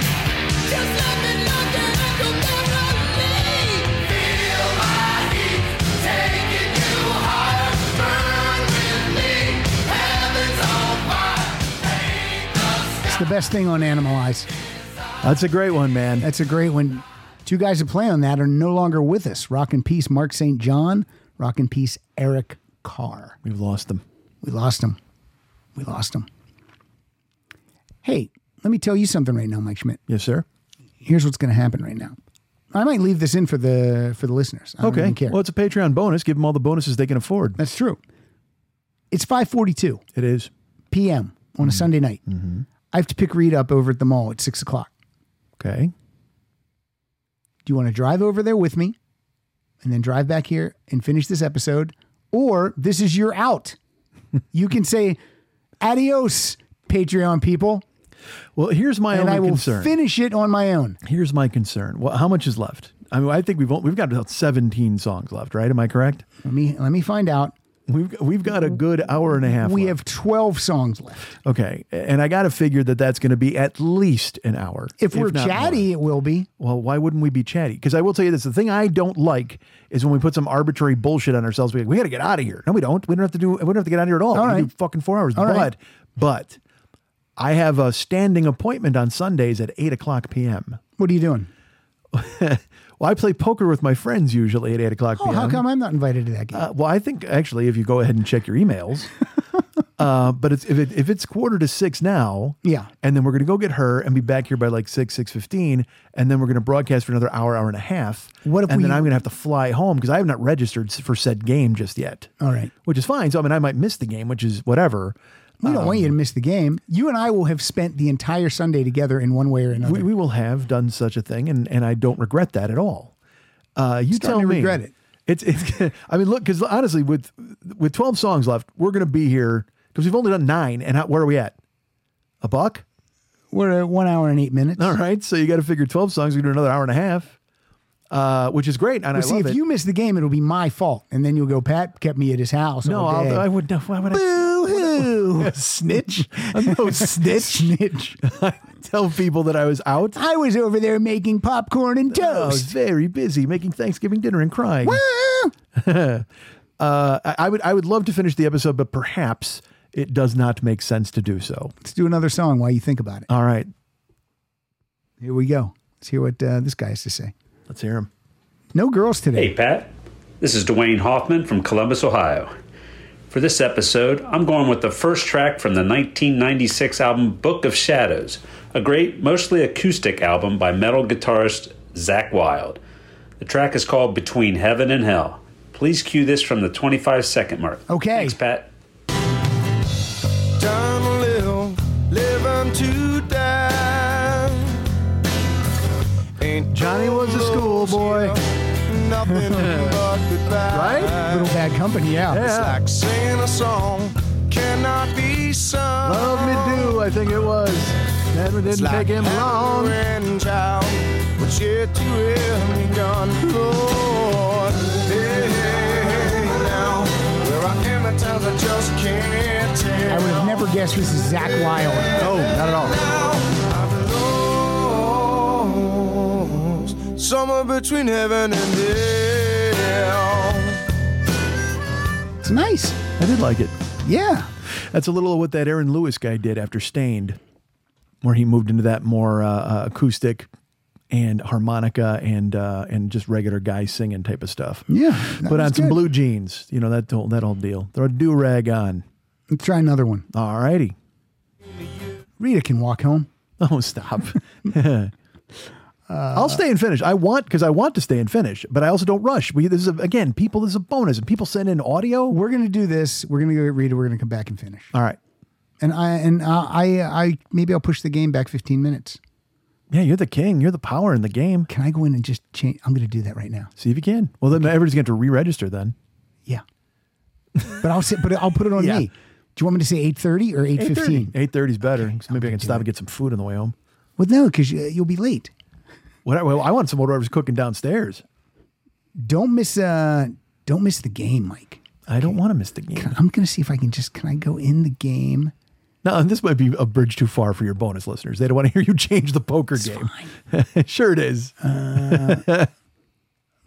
Speaker 6: Just let me look and I could never leave. Feel my heat taking you higher. Burn with me. Heaven's on fire.
Speaker 2: It's the best thing on Animalize.
Speaker 3: That's a great one, man.
Speaker 2: That's a great one. Two guys that play on that are no longer with us. Rock in peace, Mark St. John. Rock in peace, Eric Carr.
Speaker 3: We've lost them.
Speaker 2: We lost them. We lost them. Hey, let me tell you something right now, Mike Schmidt.
Speaker 3: Yes, sir.
Speaker 2: Here's what's going to happen right now. I might leave this in for the for the listeners. I don't
Speaker 3: okay.
Speaker 2: even care.
Speaker 3: Well, it's a Patreon bonus. Give them all the bonuses they can afford.
Speaker 2: That's true. It's 5:42.
Speaker 3: It is Mm.
Speaker 2: p.m. on a Sunday night. I have to pick Reed up over at the mall at six o'clock.
Speaker 3: Okay.
Speaker 2: Do you want to drive over there with me, and then drive back here and finish this episode, or this is your out? you can say, "Adios, Patreon people."
Speaker 3: Well, here's my
Speaker 2: and
Speaker 3: only
Speaker 2: I will
Speaker 3: concern.
Speaker 2: finish it on my own.
Speaker 3: Here's my concern. Well, how much is left? I mean, I think we've we've got about 17 songs left, right? Am I correct?
Speaker 2: Let me let me find out.
Speaker 3: We've we've got a good hour and a half.
Speaker 2: We have 12 songs left.
Speaker 3: Okay, and I got to figure that that's going to be at least an hour.
Speaker 2: If we're
Speaker 3: not more.
Speaker 2: chatty, it will be.
Speaker 3: Well, why wouldn't we be chatty? Because I will tell you this: the thing I don't like is when we put some arbitrary bullshit on ourselves. We we got to get out of here. No, we don't. We don't have to do. We don't have to get out of here at all. we can do fucking four hours.
Speaker 2: All
Speaker 3: but
Speaker 2: right.
Speaker 3: but I have a standing appointment on Sundays at eight o'clock p.m.
Speaker 2: What are you doing?
Speaker 3: Well, I play poker with my friends usually at eight o'clock
Speaker 2: Oh,
Speaker 3: p.m.
Speaker 2: how come I'm not invited to that game?
Speaker 3: Uh, well, I think actually, if you go ahead and check your emails, uh, but it's if it if it's quarter to six now,
Speaker 2: Yeah.
Speaker 3: and then we're gonna go get her and be back here by like six six fifteen, and then we're gonna broadcast for another hour hour and a half.
Speaker 2: What if
Speaker 3: and then
Speaker 2: we-
Speaker 3: I'm gonna have to fly home because I have not registered s- for said game just yet,
Speaker 2: All right.
Speaker 3: which is fine. So I mean, I might miss the game, which is whatever.
Speaker 2: We don't want you to
Speaker 3: Um,
Speaker 2: miss the game. You and I will have spent the entire Sunday together in one way or another.
Speaker 3: We, we will have done such a thing, and and I don't regret that at all. Uh, you
Speaker 2: Starting
Speaker 3: tell
Speaker 2: to
Speaker 3: me,
Speaker 2: regret it.
Speaker 3: It's it's. I mean, look, because honestly, with with twelve songs left, we're gonna be here because we've only done nine, and how, where are we at? A buck.
Speaker 2: We're at one hour and eight minutes.
Speaker 3: All right, so you got to figure twelve songs. We do another hour and a half, uh, which is great, and I
Speaker 2: Well, see,
Speaker 3: love
Speaker 2: if
Speaker 3: it.
Speaker 2: you miss the game, it'll be my fault, and then you'll go. Pat kept me at his house.
Speaker 3: no,
Speaker 2: all day.
Speaker 3: I'll, I would. No, why would
Speaker 2: Boo-hoo.
Speaker 3: I? snitch. I'm no snitch.
Speaker 2: snitch.
Speaker 3: I tell people that I was out.
Speaker 2: I was over there making popcorn and
Speaker 3: I was
Speaker 2: toast.
Speaker 3: Oh, very busy making Thanksgiving dinner and crying.
Speaker 2: Woo!
Speaker 3: uh, I, I would I would love to finish the episode, but perhaps it does not make sense to do so.
Speaker 2: Let's do another song while you think about it.
Speaker 3: All right,
Speaker 2: Here we go. Let's hear what uh, this guy has to say.
Speaker 3: let's hear him.
Speaker 2: No girls today.
Speaker 19: Hey, Pat. This is Dwayne Hoffman from Columbus, Ohio. For this episode, I'm going with the first track from the 1996 album Book of Shadows, a great, mostly acoustic album by metal guitarist Zach Wild. The track is called Between Heaven and Hell. Please cue this from the 25 second mark.
Speaker 2: Okay.
Speaker 19: Thanks, Pat.
Speaker 6: Down a little, live unto die.
Speaker 3: Johnny was a school
Speaker 2: Oh boy.
Speaker 20: Nothing but goodbye.
Speaker 2: Right? Little bad company, yeah.
Speaker 20: It's like singing a song cannot be sung.
Speaker 3: Love me do, I think it was. That didn't
Speaker 20: It's like
Speaker 3: take him
Speaker 20: having
Speaker 3: long.
Speaker 20: a grandchild, but yet you haven't gone. Lord, hey, hey, now, where I am at times I just can't tell.
Speaker 2: I would have never guessed this is Zach Wild.
Speaker 3: No, Oh, not at all.
Speaker 20: lost, somewhere between heaven and hell.
Speaker 2: It's nice.
Speaker 3: I did like it.
Speaker 2: Yeah.
Speaker 3: That's a little of what that Aaron Lewis guy did after Stained, where he moved into that more uh, uh, acoustic and harmonica and uh, and just regular guy singing type of stuff.
Speaker 2: Yeah. that
Speaker 3: Put
Speaker 2: was
Speaker 3: on some
Speaker 2: good.
Speaker 3: blue jeans, you know, that whole, that whole deal. Throw a do rag on.
Speaker 2: Let's try another one.
Speaker 3: All righty.
Speaker 2: Rita can walk home.
Speaker 3: Oh, stop. I'll stay and finish. I want because I want to stay and finish, but I also don't rush. We this is a, again, people. This is a bonus, and people send in audio.
Speaker 2: We're gonna do this. We're gonna go read it. We're gonna come back and finish.
Speaker 3: All right.
Speaker 2: And I and I I, I maybe I'll push the game back 15 minutes.
Speaker 3: Yeah, you're the king. You're the power in the game.
Speaker 2: Can I go in and just change? I'm going to do that right now.
Speaker 3: See if you can. Well, then everybody's going to re-register then.
Speaker 2: But I'll sit. But I'll put it on
Speaker 3: Yeah.
Speaker 2: me. Do you want me to say 8:30 or 8:15?
Speaker 3: 8.30 is better. So maybe I can stop and get some food on the way home.
Speaker 2: Well, no, because you, you'll be late.
Speaker 3: Whatever. Well, I want some whatever's cooking downstairs.
Speaker 2: Don't miss. uh Don't miss the game, Mike.
Speaker 3: I don't want to miss the game.
Speaker 2: I'm going to see if I can just. Can I go in the game?
Speaker 3: Now, this might be a bridge too far for your bonus listeners. They don't want to hear you change the poker game. sure it is.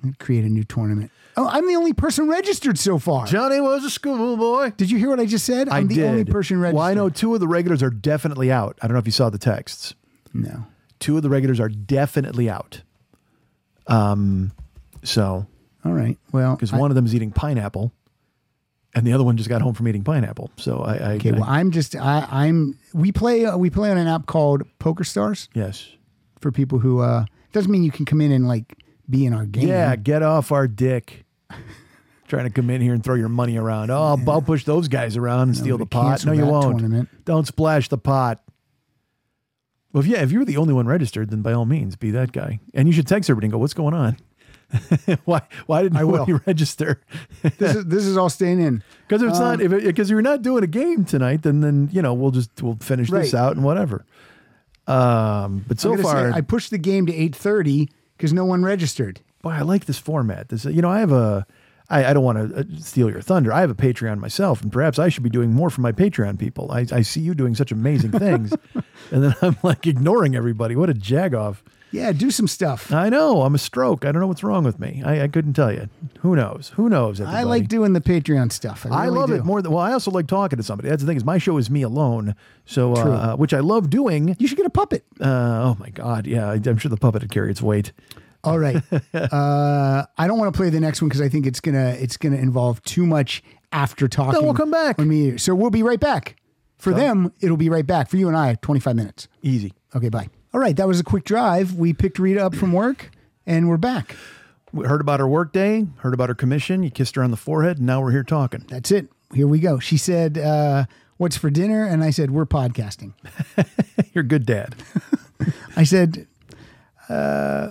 Speaker 2: Uh, create a new tournament. Oh, I'm the only person registered so far.
Speaker 3: Johnny was a schoolboy.
Speaker 2: Did you hear what I just said?
Speaker 3: I
Speaker 2: I'm the
Speaker 3: did.
Speaker 2: only person registered.
Speaker 3: Well, I know two of the regulars are definitely out. I don't know if you saw the texts.
Speaker 2: No.
Speaker 3: Two of the regulars are definitely out. Um, so.
Speaker 2: All right. Well,
Speaker 3: because
Speaker 2: I-
Speaker 3: one of them is eating pineapple, and the other one just got home from eating pineapple. So I. I
Speaker 2: Okay. Well, I'm just. I, I'm. We play. uh, We play on an app called Poker Stars.
Speaker 3: Yes.
Speaker 2: For people who uh doesn't mean you can come in and like be in our game.
Speaker 3: Yeah, get off our dick. Trying to come in here and throw your money around. Oh, I'll- I'll push those guys around and steal the
Speaker 2: we
Speaker 3: pot. No,
Speaker 2: cancel
Speaker 3: you
Speaker 2: that
Speaker 3: won't.
Speaker 2: tournament.
Speaker 3: Don't splash the pot. Well, if, yeah, if you were the only one registered, then by all means, be that guy. And you should text everybody and go, "What's going on? why? Why didn't
Speaker 2: I will.
Speaker 3: you register?"
Speaker 2: this is this is all staying in
Speaker 3: Because if it's not,
Speaker 2: Um,
Speaker 3: if because you're not doing a game tonight, then then you know we'll just we'll finish this
Speaker 2: Right.
Speaker 3: out and whatever. Um, but so
Speaker 2: I'm gonna
Speaker 3: far,
Speaker 2: say I pushed the game to 8:30 because no one registered.
Speaker 3: boy, I like this format. This, you know, I have a, I, I don't want to steal your thunder. I have a Patreon myself, and perhaps I should be doing more for my Patreon people. I, I see you doing such amazing things, and then I'm like ignoring everybody. What a jagoff!
Speaker 2: Yeah, do some stuff.
Speaker 3: I know. I'm a stroke. I don't know what's wrong with me. I, I couldn't tell you. Who knows? Who knows?
Speaker 2: I
Speaker 3: everybody?
Speaker 2: like doing the Patreon stuff. I,
Speaker 3: I,
Speaker 2: really
Speaker 3: love
Speaker 2: do.
Speaker 3: it more than well. I also like talking to somebody. That's the thing is my show is me alone, so
Speaker 2: True.
Speaker 3: uh, which I love doing.
Speaker 2: You should get a puppet.
Speaker 3: Uh, oh my god, yeah, I- I'm sure the puppet would carry its weight.
Speaker 2: All right. uh, I don't want to play the next one because I think it's gonna it's gonna involve too much after talking.
Speaker 3: we'll come
Speaker 2: back. When me, so we'll be right back. For them, it'll be right back. For you and I, 25 minutes.
Speaker 3: Easy.
Speaker 2: Okay, bye. All right, that was a quick drive. We picked Rita up from work and we're back.
Speaker 3: We heard about her workday, heard about her commission. You kissed her on the forehead, and now we're here talking.
Speaker 2: That's it. Here we go. She said, uh, What's for dinner? And I said, We're podcasting.
Speaker 3: You're a good dad.
Speaker 2: I said, uh,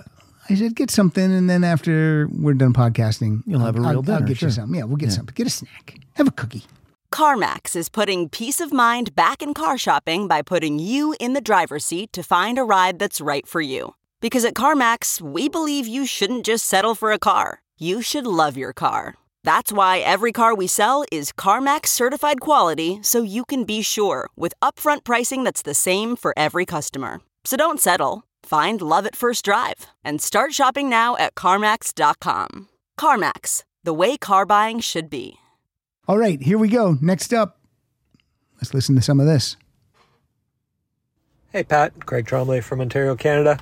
Speaker 2: I said, get something. And then after we're done podcasting,
Speaker 3: You'll have a
Speaker 2: I'll-
Speaker 3: real
Speaker 2: I'll,
Speaker 3: dinner,
Speaker 2: get
Speaker 3: sure.
Speaker 2: you something. Yeah, we'll get
Speaker 3: Yeah.
Speaker 2: something. Get a snack. Have a cookie.
Speaker 21: CarMax is putting peace of mind back in car shopping by putting you in the driver's seat to find a ride that's right for you. Because at CarMax, we believe you shouldn't just settle for a car, you should love your car. That's why every car we sell is CarMax certified quality so you can be sure with upfront pricing that's the same for every customer. So don't settle. Find love at first drive and start shopping now at CarMax.com. CarMax, the way car buying should be.
Speaker 2: All right, here we go. Next up, let's listen to some of this.
Speaker 22: Hey, Pat. Craig Tromley from Ontario, Canada.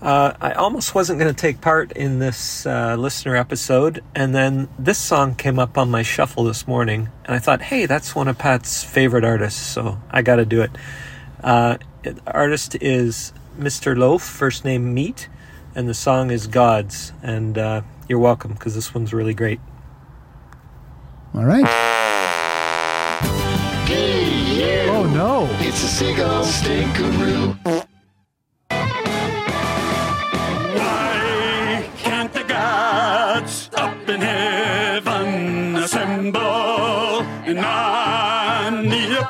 Speaker 22: Uh, I almost wasn't going to take part in this uh, listener episode, and then this song came up on my shuffle this morning, and I thought, hey, that's one of Pat's favorite artists, so I got to do it. Uh, it- artist is Mr. Loaf, first name Meat, and the song is Gods, and uh, you're welcome because this one's really great.
Speaker 2: All right.
Speaker 3: Oh no!
Speaker 6: It's a seagull stinkaroo. Why can't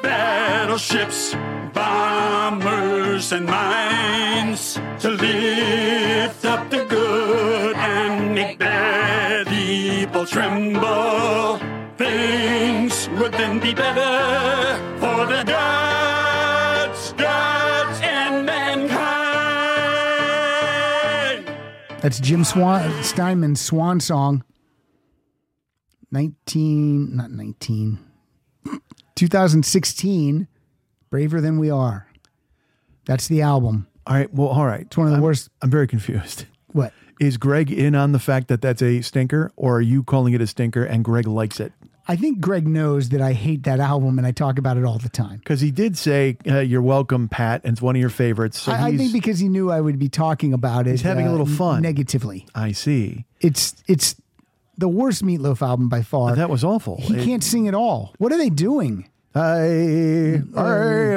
Speaker 6: battleships, bombers, and mines to lift up the good and make bad evil tremble. Things would then be better for the gods, gods, and mankind.
Speaker 2: That's Jim Swan Steinman's Swan Song. 19, not 19, 2016, Braver Than We Are. That's the album.
Speaker 3: All right. Well, all right. It's
Speaker 2: one of the
Speaker 3: I'm,
Speaker 2: worst.
Speaker 3: I'm very confused.
Speaker 2: What?
Speaker 3: Is Greg in on the fact that that's a stinker, or are you calling it a stinker and Greg likes it?
Speaker 2: I think Greg knows that I hate that album and I talk about it all the time.
Speaker 3: Because he did say, uh, You're welcome, Pat, and it's one of your favorites. So
Speaker 2: I, I
Speaker 3: he's,
Speaker 2: think because he knew I would be talking about it.
Speaker 3: he's having a little
Speaker 2: n-
Speaker 3: fun.
Speaker 2: Negatively.
Speaker 3: I see.
Speaker 2: It's it's the worst Meatloaf album by far.
Speaker 3: That was awful.
Speaker 2: He
Speaker 3: It-
Speaker 2: can't sing at all. What are they doing?
Speaker 3: I,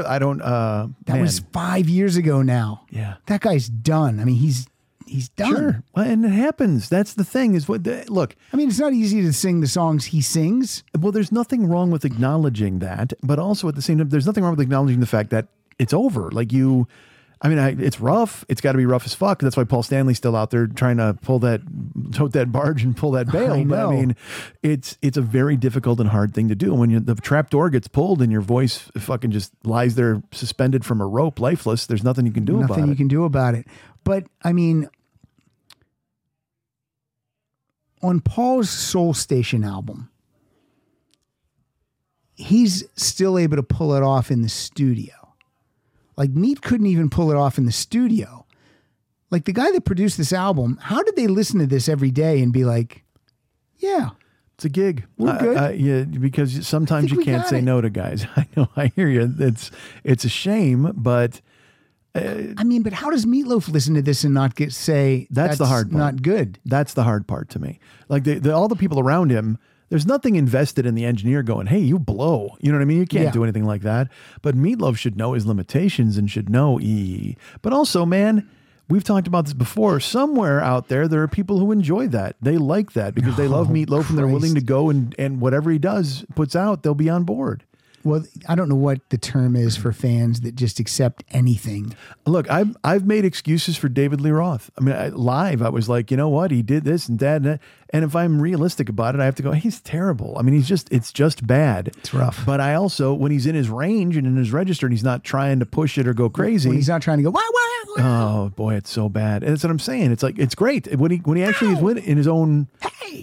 Speaker 3: I don't. Uh,
Speaker 2: That
Speaker 3: man.
Speaker 2: was five years ago now.
Speaker 3: Yeah.
Speaker 2: That guy's done. I mean, he's he's done.
Speaker 3: Sure. Well, and it happens. That's the thing is what the, look,
Speaker 2: I mean, it's not easy to sing the songs he sings.
Speaker 3: Well, there's nothing wrong with acknowledging that, but also at the same time there's nothing wrong with acknowledging the fact that it's over. Like you I mean, I, it's rough. It's got to be rough as fuck. That's why Paul Stanley's still out there trying to pull that, tote that barge and pull that bail.
Speaker 2: I
Speaker 3: But
Speaker 2: know.
Speaker 3: I mean, it's it's a very difficult and hard thing to do when you, the trap door gets pulled and your voice fucking just lies there suspended from a rope, lifeless. There's nothing you can do
Speaker 2: Nothing
Speaker 3: about
Speaker 2: you
Speaker 3: it.
Speaker 2: can do about it. But I mean, on Paul's Soul Station album, he's still able to pull it off in the studio. Like Meat couldn't even pull it off in the studio. Like the guy that produced this album, how did they listen to this every day and be like, "Yeah,
Speaker 3: It's a gig.
Speaker 2: We're
Speaker 3: I-
Speaker 2: good.
Speaker 3: I- yeah, because sometimes you
Speaker 2: we
Speaker 3: can't
Speaker 2: got
Speaker 3: say
Speaker 2: it.
Speaker 3: no to guys. I know. I hear you. It's it's a shame, but uh,
Speaker 2: I mean, but how does Meatloaf listen to this and not get say
Speaker 3: that's, the hard part.
Speaker 2: Not good.
Speaker 3: That's the hard part to me. Like the, the all the people around him, there's nothing invested in the engineer going, "Hey, you blow." You know what I mean? You can't
Speaker 2: Yeah.
Speaker 3: do anything like that. But Meatloaf should know his limitations and should know e. But also, man, we've talked about this before. Somewhere out there, there are people who enjoy that. They like that because they love
Speaker 2: Oh,
Speaker 3: Meatloaf and they're willing
Speaker 2: Christ.
Speaker 3: to go and and whatever he does puts out, they'll be on board.
Speaker 2: Well, I don't know what the term is for fans that just accept anything.
Speaker 3: Look, I've I've made excuses for David Lee Roth. I mean, I, live, I was like, you know what, he did this and that, and that. And if I'm realistic about it, I have to go, he's terrible. I mean, he's just it's just bad. It's
Speaker 2: rough.
Speaker 3: But I also, when he's in his range and in his register, and he's not trying to push it or go crazy,
Speaker 2: When he's not trying to go, why, why?
Speaker 3: Oh boy, it's so bad. And that's what I'm saying. It's like it's great when he when he actually is win in his own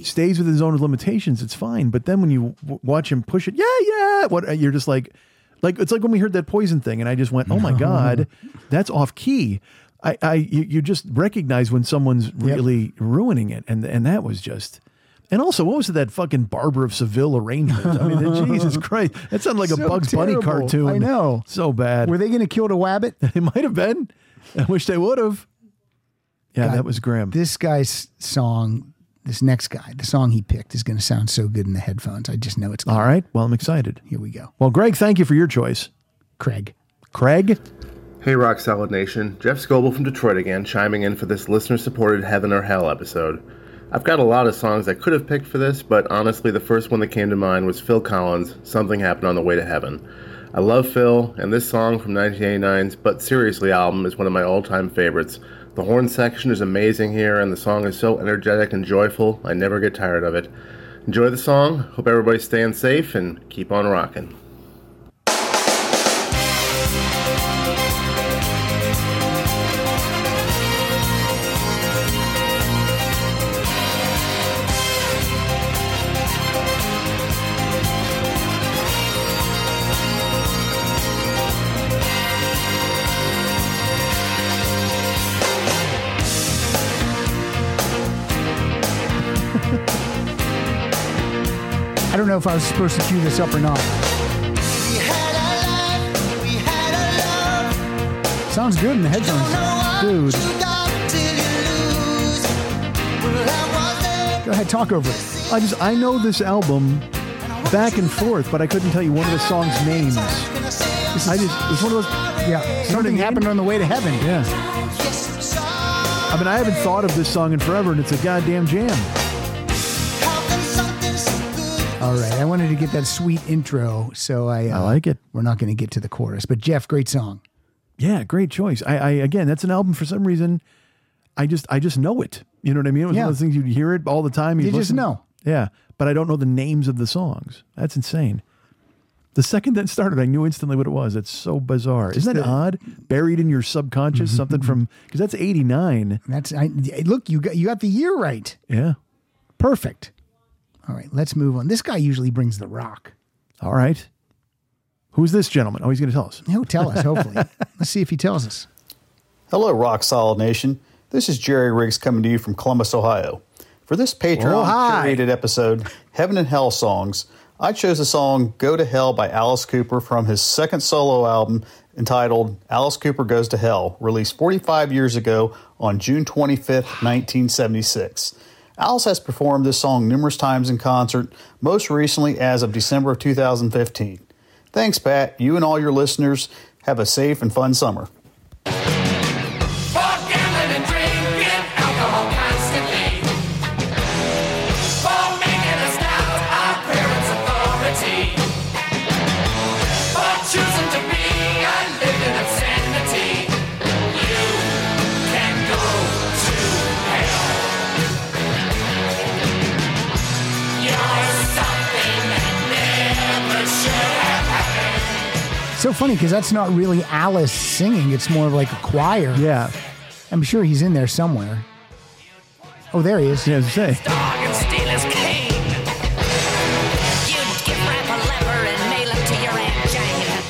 Speaker 3: stays with his own limitations. It's fine. But then when you w- watch him push it, yeah, yeah, what uh, you're just like, like it's like when we heard that poison thing, and I just went, oh my god, that's off key. I, I you, you just recognize when someone's really ruining it, and and that was just. And also, what was that fucking Barber of Seville arrangement? I mean, Jesus Christ, that sounded like
Speaker 2: So
Speaker 3: a Bugs
Speaker 2: terrible.
Speaker 3: Bunny cartoon.
Speaker 2: I know.
Speaker 3: so bad.
Speaker 2: Were they going to kill the wabbit?
Speaker 3: It might have been. I wish they would have. Yeah,
Speaker 2: God,
Speaker 3: that was grim.
Speaker 2: This guy's song, this next guy, the song he picked is going to sound so good in the headphones. I just know it's
Speaker 3: All right. Well, I'm excited.
Speaker 2: Here we go.
Speaker 3: Well, Greg, thank you for your choice.
Speaker 2: Craig.
Speaker 3: Craig?
Speaker 23: Hey, Rock Solid Nation. Jeff Scoble from Detroit again, chiming in for this listener supported Heaven or Hell episode. I've got a lot of songs I could have picked for this, but honestly, the first one that came to mind was Phil Collins' Something Happened on the Way to Heaven. I love Phil, and this song from 1989's But Seriously album is one of my all time favorites. The horn section is amazing here, and the song is so energetic and joyful, I never get tired of it. Enjoy the song, hope everybody's staying safe, and keep on rocking.
Speaker 2: I don't know if I was supposed to cue this up or not. Sounds good in the headphones. Dude, go ahead, talk over it.
Speaker 3: I just I know this album back and forth, but I couldn't tell you one of the song's names. I just it's one of those
Speaker 2: Yeah. Something happened on the way to heaven.
Speaker 3: Yeah. I mean, I haven't thought of this song in forever, and it's a goddamn jam.
Speaker 2: All right, I wanted to get that sweet intro, so I uh,
Speaker 3: I like it.
Speaker 2: We're not going to get to the chorus, but Jeff, great song.
Speaker 3: Yeah, great choice. I, I again, that's an album for some reason. I just I just know it. You know what I mean? It was one of those things you'd hear it all the time.
Speaker 2: You
Speaker 3: you'd
Speaker 2: just
Speaker 3: listen-
Speaker 2: know.
Speaker 3: Yeah, but I don't know the names of the songs. That's insane. The second that started, I knew instantly what it was. That's so bizarre. Isn't that odd? Buried in your subconscious,
Speaker 2: Mm-hmm.
Speaker 3: something from because that's eighty nine.
Speaker 2: That's I look. You got you got the year right.
Speaker 3: Yeah.
Speaker 2: Perfect. All right, let's move on. This guy usually brings the rock.
Speaker 3: All right. Who's this gentleman? Oh, he's going to tell us.
Speaker 2: He'll tell us. Hopefully, let's see if he tells us.
Speaker 24: Hello, Rock Solid Nation. This is Jerry Riggs coming to you from Columbus, Ohio. For this
Speaker 2: Oh,
Speaker 24: Patreon
Speaker 2: hi.
Speaker 24: curated episode, Heaven and Hell Songs, I chose the song Go to Hell by Alice Cooper from his second solo album entitled Alice Cooper Goes to Hell, released 45 years ago on June 25th, 1976. Alice has performed this song numerous times in concert, most recently as of December of 2015. Thanks, Pat. You and all your listeners have a safe and fun summer.
Speaker 6: For gambling and drinking alcohol constantly. For making us doubt our parents' authority. For choosing to be a living obscenity. You can go to hell. You're something that never should have happened.
Speaker 2: So funny because that's not really Alice singing. It's more of like a choir.
Speaker 3: Yeah.
Speaker 2: I'm sure he's in there somewhere. Oh, there he is.
Speaker 3: Yeah, say.
Speaker 6: Dog and steal his king. You'd give rap a lever and mail him to your Aunt Jane.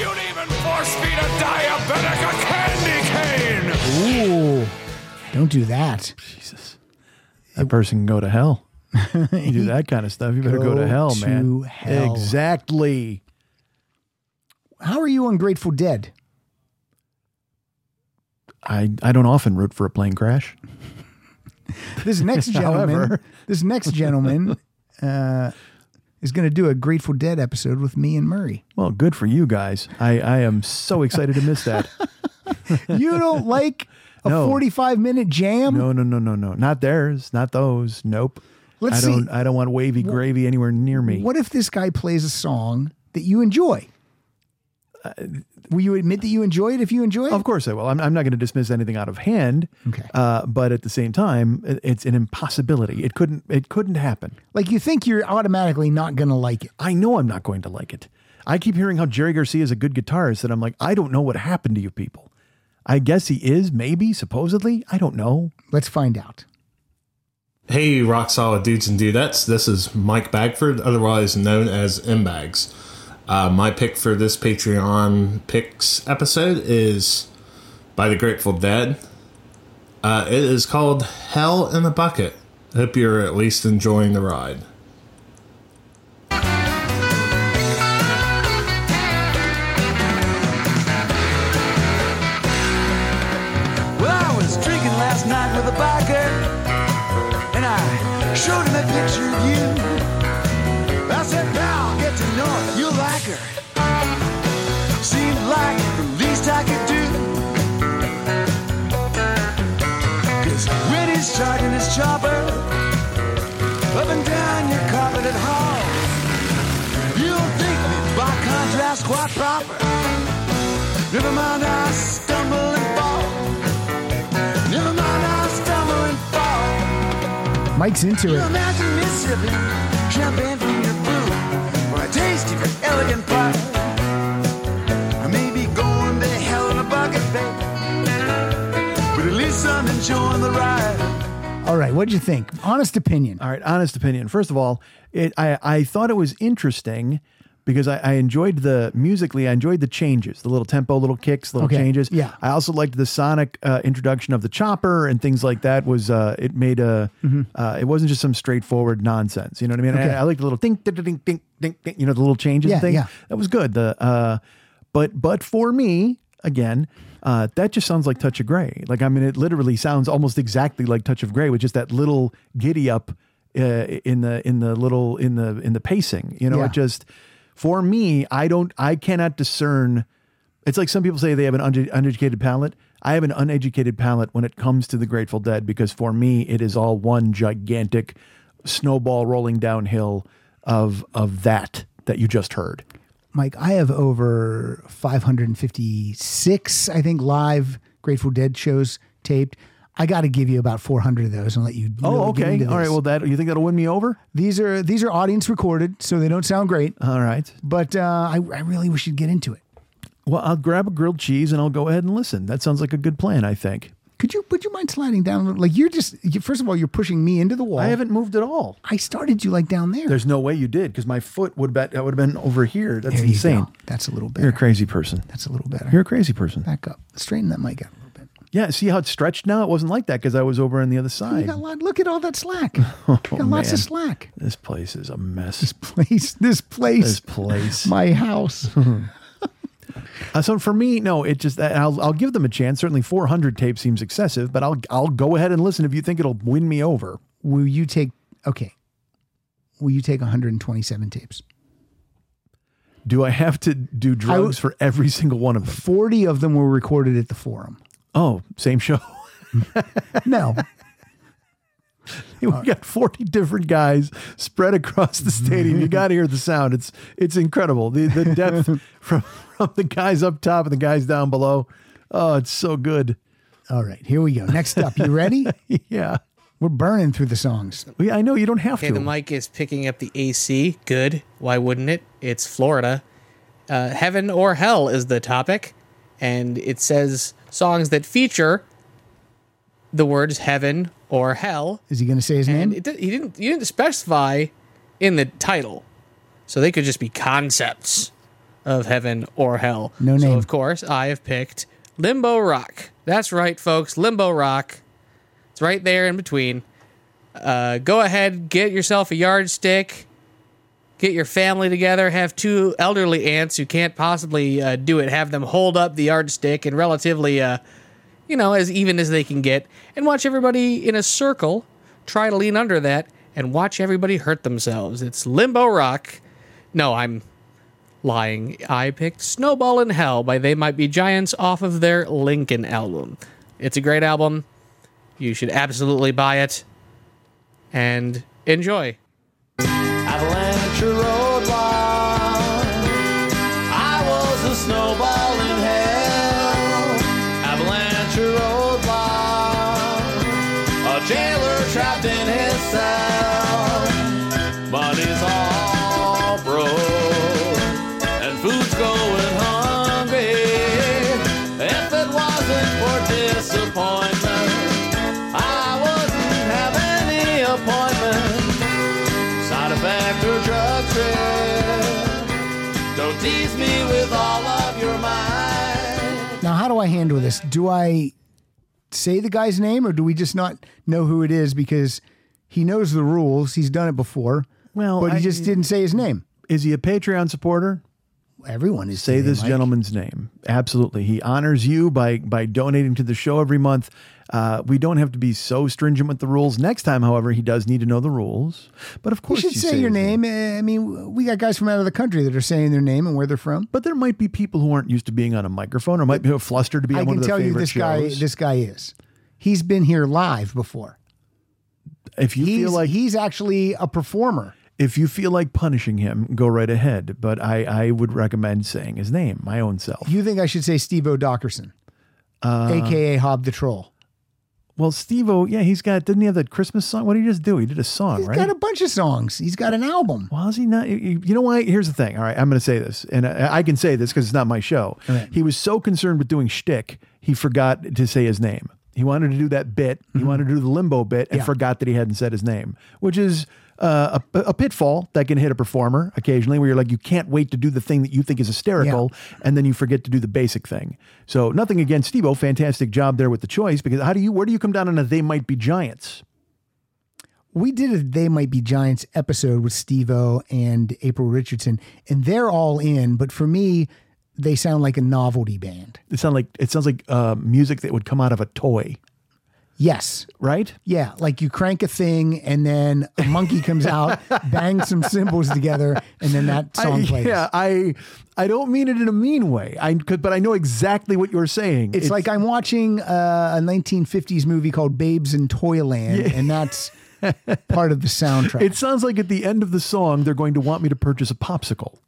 Speaker 6: You'd even force feed a diabetic a candy cane.
Speaker 2: Ooh. Don't do that.
Speaker 3: Jesus. That person can go to hell. you do that kind of stuff, you better go,
Speaker 2: Go
Speaker 3: to hell,
Speaker 2: to
Speaker 3: man.
Speaker 2: hell.
Speaker 3: Exactly.
Speaker 2: How are you on Grateful Dead?
Speaker 3: I, I don't often root for a plane crash.
Speaker 2: This next gentleman.
Speaker 3: However.
Speaker 2: This next gentleman uh, is going to do a Grateful Dead episode with me and Murray.
Speaker 3: Well, good for you guys. I, I am so excited to miss that.
Speaker 2: You don't like a
Speaker 3: No.
Speaker 2: 45 minute jam?
Speaker 3: No, no, no, no, no. Not theirs. Not those. Nope.
Speaker 2: Let's
Speaker 3: I don't
Speaker 2: see.
Speaker 3: I don't want wavy gravy anywhere near me.
Speaker 2: What if this guy plays a song that you enjoy?
Speaker 3: Uh,
Speaker 2: Will you admit that you enjoy it if you enjoy it?
Speaker 3: Of course I will. I'm, I'm not going to dismiss anything out of hand. Okay. Uh, but at the same time, it- it's an impossibility. It couldn't it couldn't happen.
Speaker 2: Like you think you're automatically not going to like it.
Speaker 3: I know I'm not going to like it. I keep hearing how Jerry Garcia is a good guitarist, and I'm like, I don't know what happened to you people. I guess he is, maybe, supposedly. I don't know.
Speaker 2: Let's find out.
Speaker 25: Hey, rock solid dudes and dudettes. This is Mike Bagford, otherwise known as M Bags. Uh, my pick for this Patreon picks episode is by the Grateful Dead. Uh, it is called Hell in a Bucket. I hope you're at least enjoying the ride.
Speaker 8: Well, I was drinking last night with a biker, and I showed him a picture of you. I said, pal, get to know her, you'll like her. Seemed like the least I could do. Cause when he's charging his chopper, up and down your carpeted hall, you'll think me by contrast quite proper. Never mind, I stumble and fall. Never mind, I stumble and fall.
Speaker 2: Mike's into
Speaker 8: You
Speaker 2: it.
Speaker 8: imagine me sipping champagne from your brew, or a taste of your elegant pie. I may be going to hell in a bucket, babe, but at least I'm enjoying the ride.
Speaker 2: All right, what'd you think? Honest opinion.
Speaker 3: All right, honest opinion. First of all, it, I, I thought it was interesting because I, I enjoyed the musically, I enjoyed the changes, the little tempo, little kicks, little
Speaker 2: Okay,
Speaker 3: changes.
Speaker 2: yeah.
Speaker 3: I also liked the sonic uh, introduction of the chopper and things like that. Was uh, it made a? Uh, it wasn't just some straightforward nonsense. You know what I mean?
Speaker 2: Mm-hmm. Okay.
Speaker 3: I, I liked the little ding, ding, ding, ding, ding, ding. You know the little changes
Speaker 2: Yeah,
Speaker 3: and things.
Speaker 2: yeah.
Speaker 3: That was good. The uh, but but for me again, uh, that just sounds like Touch of Grey. Like I mean, it literally sounds almost exactly like Touch of Grey with just that little giddy up uh, in the in the little in the in the pacing. You know,
Speaker 2: Yeah.
Speaker 3: it just for me, I don't, I cannot discern. It's like some people say they have an uned- uneducated palate. I have an uneducated palate when it comes to the Grateful Dead because for me, it is all one gigantic snowball rolling downhill of of that that you just heard.
Speaker 2: Mike, I have over 556, I think, live Grateful Dead shows taped. I got to give you about 400 of those and let you.
Speaker 3: Oh,
Speaker 2: really get
Speaker 3: okay.
Speaker 2: into
Speaker 3: All right.
Speaker 2: this.
Speaker 3: Well, that you think that'll win me over?
Speaker 2: These are these are audience recorded, so they don't sound great.
Speaker 3: All right.
Speaker 2: But uh, I, I really wish you'd get into it.
Speaker 3: Well, I'll grab a grilled cheese and I'll go ahead and listen. That sounds like a good plan. I think.
Speaker 2: Could you would you mind sliding down? a little- Like you're just you, first of all, you're pushing me into the wall. I haven't
Speaker 3: moved at all.
Speaker 2: I started you like down there.
Speaker 3: There's no way you did because my foot would bet I would have been over here. That's
Speaker 2: There you
Speaker 3: insane.
Speaker 2: go. That's a little
Speaker 3: You're
Speaker 2: better.
Speaker 3: a crazy person.
Speaker 2: That's a little better.
Speaker 3: You're a crazy person.
Speaker 2: Back up. Straighten that mic up.
Speaker 3: Yeah. See how it's stretched now? It wasn't like that because I was over on the other
Speaker 2: You
Speaker 3: side.
Speaker 2: got a lot. Look at all that slack. You
Speaker 3: Oh,
Speaker 2: got lots
Speaker 3: man.
Speaker 2: of slack.
Speaker 3: This place is a mess. This
Speaker 2: place. This place.
Speaker 3: This place.
Speaker 2: My house.
Speaker 3: Uh, so for me, no, it just I'll I'll give them a chance. Certainly, 400 tape seems excessive, but I'll I'll go ahead and listen if you think it'll win me over.
Speaker 2: Will you take? Okay. Will you take 127 tapes?
Speaker 3: Do I have to do drugs for every single one of them?
Speaker 2: 40 of them were recorded at the forum.
Speaker 3: Oh, same show.
Speaker 2: no.
Speaker 3: We got 40 different guys spread across the stadium. You got to hear the sound. It's it's incredible. The the depth from from the guys up top and the guys down below. Oh, it's so good.
Speaker 2: All right, here we go. Next up, you ready?
Speaker 3: yeah.
Speaker 2: We're burning through the songs.
Speaker 3: Yeah, I know you don't have
Speaker 26: Okay, the mic is picking up the AC. Good. Why wouldn't it? It's Florida. Uh, Heaven or Hell is the topic. And it says songs that feature the words heaven or hell.
Speaker 2: Is he going to say his
Speaker 26: And
Speaker 2: name?
Speaker 26: it, di- he didn't, you didn't specify in the title. So they could just be concepts of heaven or hell.
Speaker 2: No
Speaker 26: So,
Speaker 2: name.
Speaker 26: of course, I have picked Limbo Rock. That's right, folks. Limbo Rock. It's right there in between. Uh, go ahead, get yourself a yardstick. Get your family together. Have two elderly aunts who can't possibly uh, do it. Have them hold up the yardstick and relatively, uh, you know, as even as they can get, and watch everybody in a circle try to lean under that and watch everybody hurt themselves. It's Limbo Rock. No, I'm lying. I picked Snowball in Hell by They Might Be Giants off of their Lincoln album. It's a great album. You should absolutely buy it and enjoy.
Speaker 8: Avalanche or road wild. I was a snowball in hell. Avalanche or road wild. A jailer trapped in his cell. Bodies all broke. And food's going hungry. If it wasn't for disappointment, I wouldn't have any appointment. Side effect or drug trip. Don't tease me with all of your mind.
Speaker 2: Now, how do I handle this? Do I say the guy's name or do we just not know who it is because he knows the rules? He's done it before.
Speaker 3: Well,
Speaker 2: but he
Speaker 3: I-
Speaker 2: just didn't say his name.
Speaker 3: Is he a Patreon supporter?
Speaker 2: Everyone is.
Speaker 3: Say
Speaker 2: today,
Speaker 3: this
Speaker 2: Mike.
Speaker 3: gentleman's name. Absolutely. He honors you by by donating to the show every month. Uh, we don't have to be so stringent with the rules. Next time, however, he does need to know the rules. But of
Speaker 2: You
Speaker 3: course,
Speaker 2: should say, your
Speaker 3: his
Speaker 2: name. Eh, I mean, we got guys from out of the country that are saying their name and where they're from.
Speaker 3: But there might be people who aren't used to being on a microphone or might be flustered to be
Speaker 2: I
Speaker 3: on one
Speaker 2: can
Speaker 3: of their
Speaker 2: tell you
Speaker 3: favorite
Speaker 2: this guy.
Speaker 3: shows.
Speaker 2: This guy is. He's been here live before.
Speaker 3: if you
Speaker 2: He's
Speaker 3: feel like
Speaker 2: he's actually a performer.
Speaker 3: if you feel like punishing him, go right ahead. But I, I would recommend saying his name, my own self.
Speaker 2: You think I should say Steve O'Dockerson,
Speaker 3: Uh,
Speaker 2: aka Hob the Troll?
Speaker 3: Well, Steve O, yeah, he's got, didn't he have that Christmas song? What did he just do? He did a song, right?
Speaker 2: He's got a bunch of songs. He's got an album.
Speaker 3: Well, is he not? You you know why? Here's the thing. All right, I'm going to say this, and I, I can say this because it's not my show. He was so concerned with doing shtick, he forgot to say his name. He wanted to do that bit. He wanted to do the limbo bit, and
Speaker 2: Mm-hmm. Yeah.
Speaker 3: forgot that he hadn't said his name, which is uh, a, a pitfall that can hit a performer occasionally, where you're like, you can't wait to do the thing that you think is hysterical, and then you forget to do the basic thing. So nothing against Steve-O, fantastic job there with the choice. Because how do you? Where do you come down on a they might be giants?
Speaker 2: We did a They Might Be Giants episode with Steve O and April Richardson, and they're all in. But for me, they sound like a novelty band.
Speaker 3: It sounds like it sounds like uh, music that would come out of a toy.
Speaker 2: Yes.
Speaker 3: Right?
Speaker 2: Yeah. Like you crank a thing and then a monkey comes out, bangs some cymbals together, and then that song
Speaker 3: I,
Speaker 2: plays.
Speaker 3: Yeah, I I don't mean it in a mean way. I could, but I know exactly what you're saying.
Speaker 2: It's, like I'm watching uh, a 1950s movie called Babes in Toyland, and that's part of the soundtrack.
Speaker 3: It sounds like at the end of the song, they're going to want me to purchase a popsicle.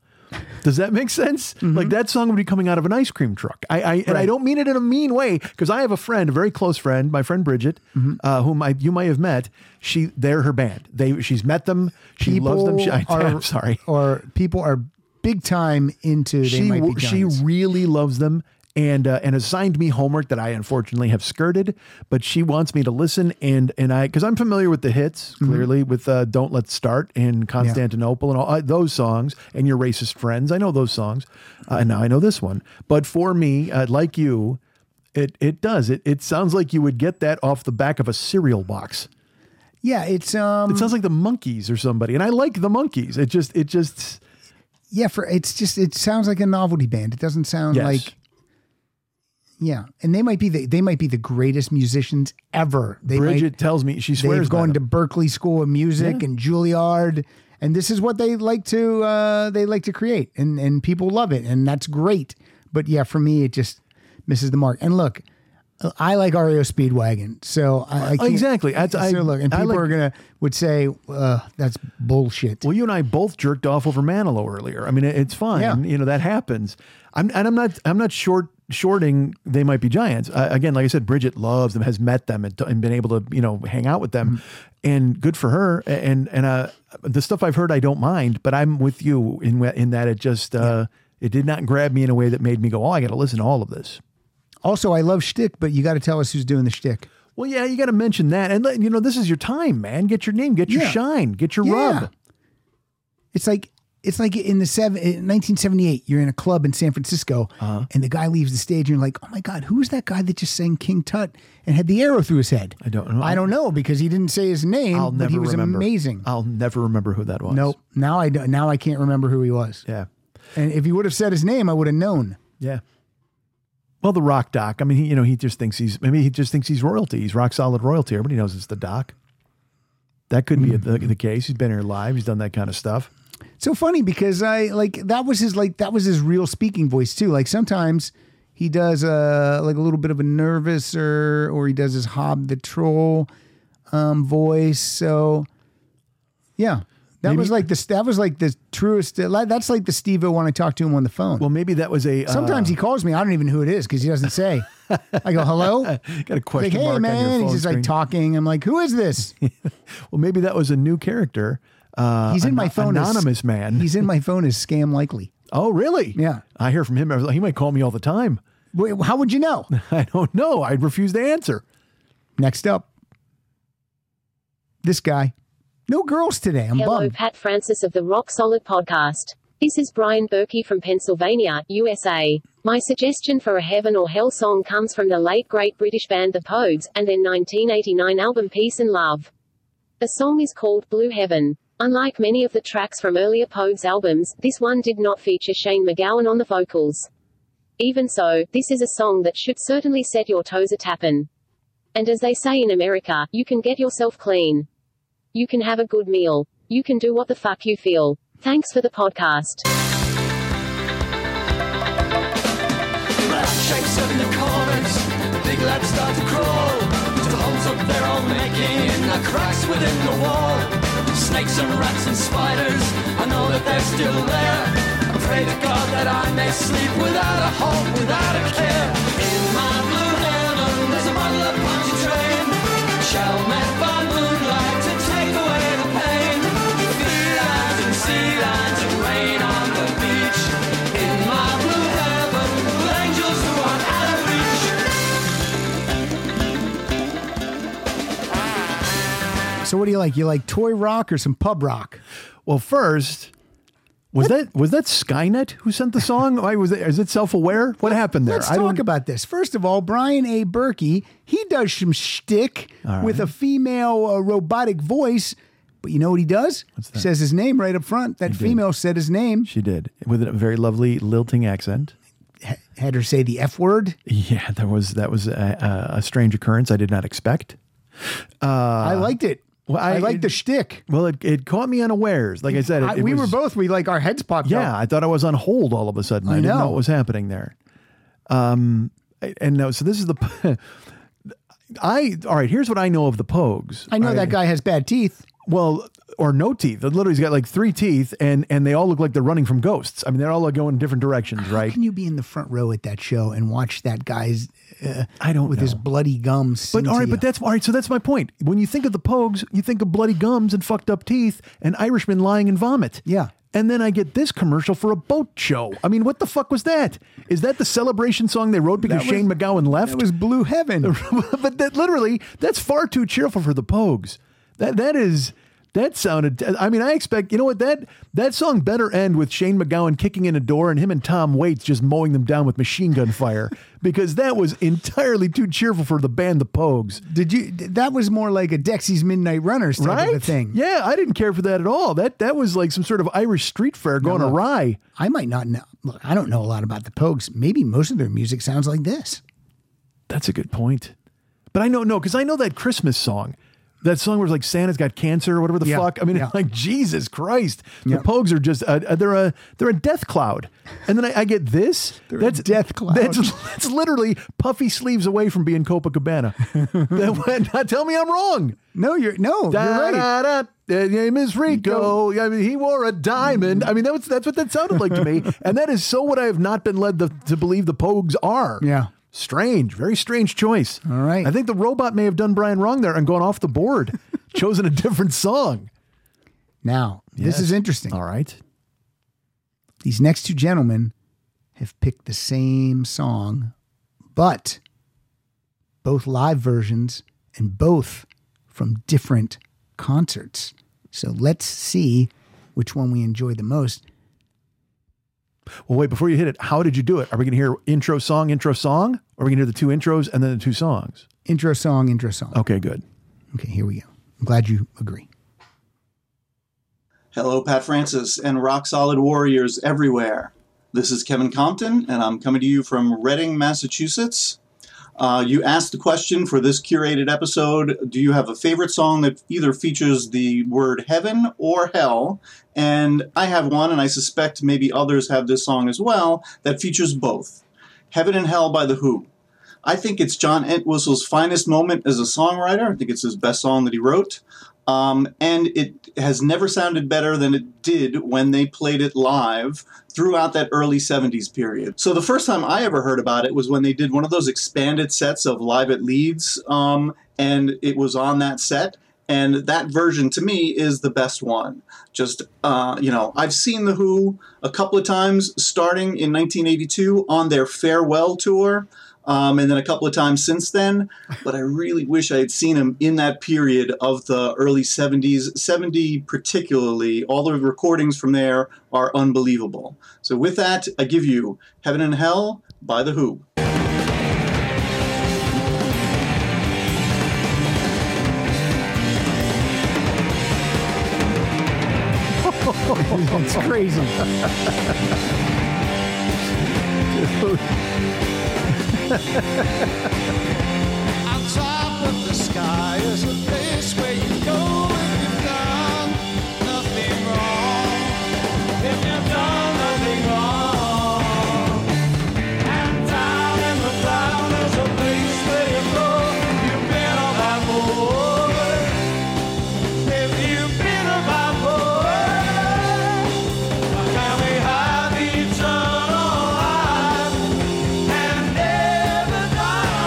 Speaker 3: Does that make sense? Like that song would be coming out of an ice cream truck. I, I and I
Speaker 2: Mm-hmm. Right.
Speaker 3: don't mean it in a mean way because I have a friend, a very close friend, my friend Bridget,
Speaker 2: Mm-hmm.
Speaker 3: uh, whom I you might have met. She they're her band. They she's met them. She loves them. She, I, am sorry.
Speaker 2: Or people are big time into. They
Speaker 3: she
Speaker 2: might
Speaker 3: w-
Speaker 2: be
Speaker 3: she
Speaker 2: Giants.
Speaker 3: really loves them and uh, and assigned me homework that I unfortunately have skirted, but she wants me to listen and and I because I'm familiar with the hits
Speaker 2: Mhm.
Speaker 3: clearly with uh, "Don't Let's Start" and "Constantinople" and all uh, those songs and "Your Racist Friends." I know those songs, uh, and now I know this one. But for me, uh, like you, it it does it it sounds like you would get that off the back of a cereal box.
Speaker 2: Yeah, it's um.
Speaker 3: It sounds like the monkeys or somebody, and I like the monkeys. It just it just
Speaker 2: yeah, for it's just it sounds like a novelty band. It doesn't sound
Speaker 3: Yes.
Speaker 2: like yeah, and they might be the, they might be the greatest musicians ever. They
Speaker 3: Bridget
Speaker 2: might,
Speaker 3: tells me she swears
Speaker 2: they've
Speaker 3: by
Speaker 2: gone
Speaker 3: them.
Speaker 2: to Berkeley School of Music
Speaker 3: Yeah.
Speaker 2: and Juilliard, and this is what they like to uh, they like to create, and and people love it, and that's great. But yeah, for me, it just misses the mark. And look, I like REO Speedwagon, so I, I can't,
Speaker 3: Exactly. I-
Speaker 2: so
Speaker 3: I-
Speaker 2: look, and
Speaker 3: I
Speaker 2: people
Speaker 3: like-
Speaker 2: are gonna would say uh, that's bullshit.
Speaker 3: Well, you and I both jerked off over Manilow earlier. I mean, it- it's fine.
Speaker 2: Yeah.
Speaker 3: You know that happens. I'm and I'm not I'm not short shorting. They might be giants. Uh, again, like I said, Bridget loves them, has met them, and, and been able to you know hang out with
Speaker 2: Mm-hmm.
Speaker 3: them, and good for her. A- And and uh, the stuff I've heard, I don't mind. But I'm with you in wh- in that it just uh, it did not grab me in a way that made me go, oh, I got to listen to all of this.
Speaker 2: Also, I love shtick, but you got to tell us who's doing the shtick.
Speaker 3: Well, yeah, you got to mention that, and let, you know this is your time, man. Get your name, get your
Speaker 2: Yeah.
Speaker 3: shine, get your
Speaker 2: Yeah.
Speaker 3: rub.
Speaker 2: It's like it's like in the seven, in 1978, you're in a club in San Francisco,
Speaker 3: Uh-huh.
Speaker 2: and the guy leaves the stage, and you're like, "Oh my God, who's that guy that just sang King Tut and had the arrow through his head?" I
Speaker 3: don't know.
Speaker 2: I don't know because he didn't say his name,
Speaker 3: I'll
Speaker 2: but
Speaker 3: never
Speaker 2: he was
Speaker 3: remember.
Speaker 2: amazing.
Speaker 3: I'll never remember who that was.
Speaker 2: Nope. Now I don't- now I can't remember who he was.
Speaker 3: Yeah.
Speaker 2: And if he would have said his name, I would have known.
Speaker 3: Yeah. Well, the rock doc. I mean, he, you know, he just thinks he's maybe he just thinks he's royalty. He's rock solid royalty. Everybody knows it's the doc. That could be
Speaker 2: Hmm.
Speaker 3: the, the case. He's been here live. He's done that kind of stuff.
Speaker 2: so funny because I like that was his like that was his real speaking voice too. Like sometimes he does uh like a little bit of a nervous or or he does his Hob the Troll um voice. So yeah. That
Speaker 3: Maybe-
Speaker 2: was like this. That was like the truest. like, That's like the Steve O when I talk to him on the phone. Well,
Speaker 3: maybe that was a. uh,
Speaker 2: Sometimes he calls me. I don't even know who it is because he doesn't say. I go, "Hello."
Speaker 3: Got a question
Speaker 2: He's like, hey,
Speaker 3: mark on your
Speaker 2: man.
Speaker 3: phone
Speaker 2: He's just
Speaker 3: screen.
Speaker 2: like talking. I'm like, "Who is this?"
Speaker 3: Well, maybe that was a new character. Uh,
Speaker 2: He's in
Speaker 3: an-
Speaker 2: my phone as-
Speaker 3: Anonymous man.
Speaker 2: He's in my phone as scam likely.
Speaker 3: Oh, really?
Speaker 2: Yeah.
Speaker 3: I hear from him. every- He might call me all the time.
Speaker 2: Wait, how would you know?
Speaker 3: I don't know. I refuse to answer.
Speaker 2: Next up, this guy. No girls today. I'm
Speaker 27: Hello,
Speaker 2: bummed.
Speaker 27: Pat Francis of the Rock Solid Podcast. This is Brian Berkey from Pennsylvania, USA. My suggestion for a heaven or hell song comes from the late great British band The Pogues, and their 1989 album Peace and Love. The song is called Blue Heaven. Unlike many of the tracks from earlier Pogues albums, this one did not feature Shane McGowan on the vocals. Even so, this is a song that should certainly set your toes a tappin'. And as they say in America, you can get yourself clean. You can have a good meal. You can do what the fuck you feel. Thanks for the podcast.
Speaker 6: Black shapes in the corners, the big lads start to crawl. To holes up they're all making in the cracks within the wall. Snakes and rats and spiders, I know that they're still there. I pray to God that I may sleep without a hope, without a care. In my blue heaven, there's a bottle of punchy train. Shall met by moonlight to take away the pain. Felines and sea lions and rain on the beach. In my blue heaven, with angels who are out of reach.
Speaker 2: So what do you like? You like toy rock or some pub rock?
Speaker 3: Well, first, was that was that Skynet who sent the song? Why was it, is it self aware? What happened there?
Speaker 2: Let's talk about this. First of all, Brian A. Berkey, he does some shtick
Speaker 3: All right.
Speaker 2: with a female uh, robotic voice, but you know what he does? Says his name right up front. That female said his name.
Speaker 3: She did with a very lovely lilting accent.
Speaker 2: Had her say the f word.
Speaker 3: Yeah, that was that was a, a, a strange occurrence I did not expect. Uh, I
Speaker 2: liked it.
Speaker 3: Well, I,
Speaker 2: I liked the
Speaker 3: shtick. Well, it, it caught me unawares. Like I said, it,
Speaker 2: I-
Speaker 3: it
Speaker 2: we
Speaker 3: was-
Speaker 2: were both. We like our heads popped
Speaker 3: Yeah,
Speaker 2: up.
Speaker 3: I thought I was on hold all of a sudden. I,
Speaker 2: I
Speaker 3: didn't know
Speaker 2: know.
Speaker 3: what was happening there. Um, I- and no, so this is the I all right. Here's what I know of the Pogues.
Speaker 2: I know that guy has bad teeth.
Speaker 3: Well, or no teeth. Literally, he's got like three teeth, and and they all look like they're running from ghosts. I mean, they're all like going in different directions, right?
Speaker 2: Can you be in the front row at that show and watch that guy's? Uh,
Speaker 3: I don't
Speaker 2: with his bloody gums.
Speaker 3: But all right, but that's all right. So that's my point. When you think of the Pogues, you think of bloody gums and fucked up teeth and Irishmen lying in vomit.
Speaker 2: Yeah.
Speaker 3: And then I get this commercial for a boat show. I mean, what the fuck was that? Is that the celebration song they wrote because
Speaker 2: That was-
Speaker 3: Shane McGowan left?
Speaker 2: that was Blue Heaven.
Speaker 3: but that literally, that's far too cheerful for the Pogues. That that is that sounded. I mean, I expect you know what that that song better end with Shane McGowan kicking in a door and him and Tom Waits just mowing them down with machine gun fire because that was entirely too cheerful for the band the Pogues.
Speaker 2: Did you? That was more like a Dexy's Midnight Runners type
Speaker 3: right?
Speaker 2: of a thing.
Speaker 3: Yeah, I didn't care for that at all. That that was like some sort of Irish street fair going
Speaker 2: look,
Speaker 3: awry.
Speaker 2: I might not know. Look, I don't know a lot about the Pogues. Maybe most of their music sounds like this.
Speaker 3: That's a good point. But I know no, because I know that Christmas song. That song where it's like Santa's got cancer or whatever the
Speaker 2: Yeah,
Speaker 3: fuck. I mean,
Speaker 2: yeah.
Speaker 3: like Jesus Christ, the Pogues are just uh, uh, they're a they're a death cloud. And then I, I get this. that's
Speaker 2: death cloud.
Speaker 3: That's that's literally puffy sleeves away from being Copacabana. that, went- now tell me I'm wrong.
Speaker 2: No, you're no,
Speaker 3: Da,
Speaker 2: you're right.
Speaker 3: da, da. The name is Rico. I mean, he wore a diamond. I mean, that was, that's what that sounded like to me. And that is so what I have not been led the, to believe the Pogues are.
Speaker 2: Yeah.
Speaker 3: Strange, very strange choice. All right. I think the robot may have done Brian wrong there and gone off the board, chosen a different song.
Speaker 2: Now, this
Speaker 3: Yes.
Speaker 2: is interesting.
Speaker 3: All right.
Speaker 2: These next two gentlemen have picked the same song, but both live versions and both from different concerts. So let's see which one we enjoy the most.
Speaker 3: Well, wait, before you hit it, how did you do it? Are we going to hear intro song, intro song? Or are we going to hear the two intros and then the two songs?
Speaker 2: Intro song, intro song.
Speaker 3: Okay, good.
Speaker 2: Okay, here we go. I'm glad you agree.
Speaker 10: Hello, Pat Francis and rock solid warriors everywhere. This is Kevin Compton, and I'm coming to you from Reading, Massachusetts. Uh, you asked the question for this curated episode Do you have a favorite song that either features the word heaven or hell? And I have one, and I suspect maybe others have this song as well, that features both Heaven and Hell by The Who. I think it's John Entwistle's finest moment as a songwriter. I think it's his best song that he wrote. Um, and it has never sounded better than it did when they played it live throughout that early 70s period. So the first time I ever heard about it was when they did one of those expanded sets of Live at Leeds, um, and it was on that set. And that version to me is the best one. Just, uh, you know, I've seen The Who a couple of times starting in 1982 on their farewell tour um, and then a couple of times since then. But I really wish I had seen him in that period of the early 70s. 70 particularly, all the recordings from there are unbelievable. So with that, I give you Heaven and Hell by The Who.
Speaker 2: it's crazy.
Speaker 8: On top of the sky is a place where you go if you've done nothing wrong. If you've done nothing wrong. And down in the town is a place where you go if you've been a bad boy. If you've been a bad boy, how can we have eternal life and never die?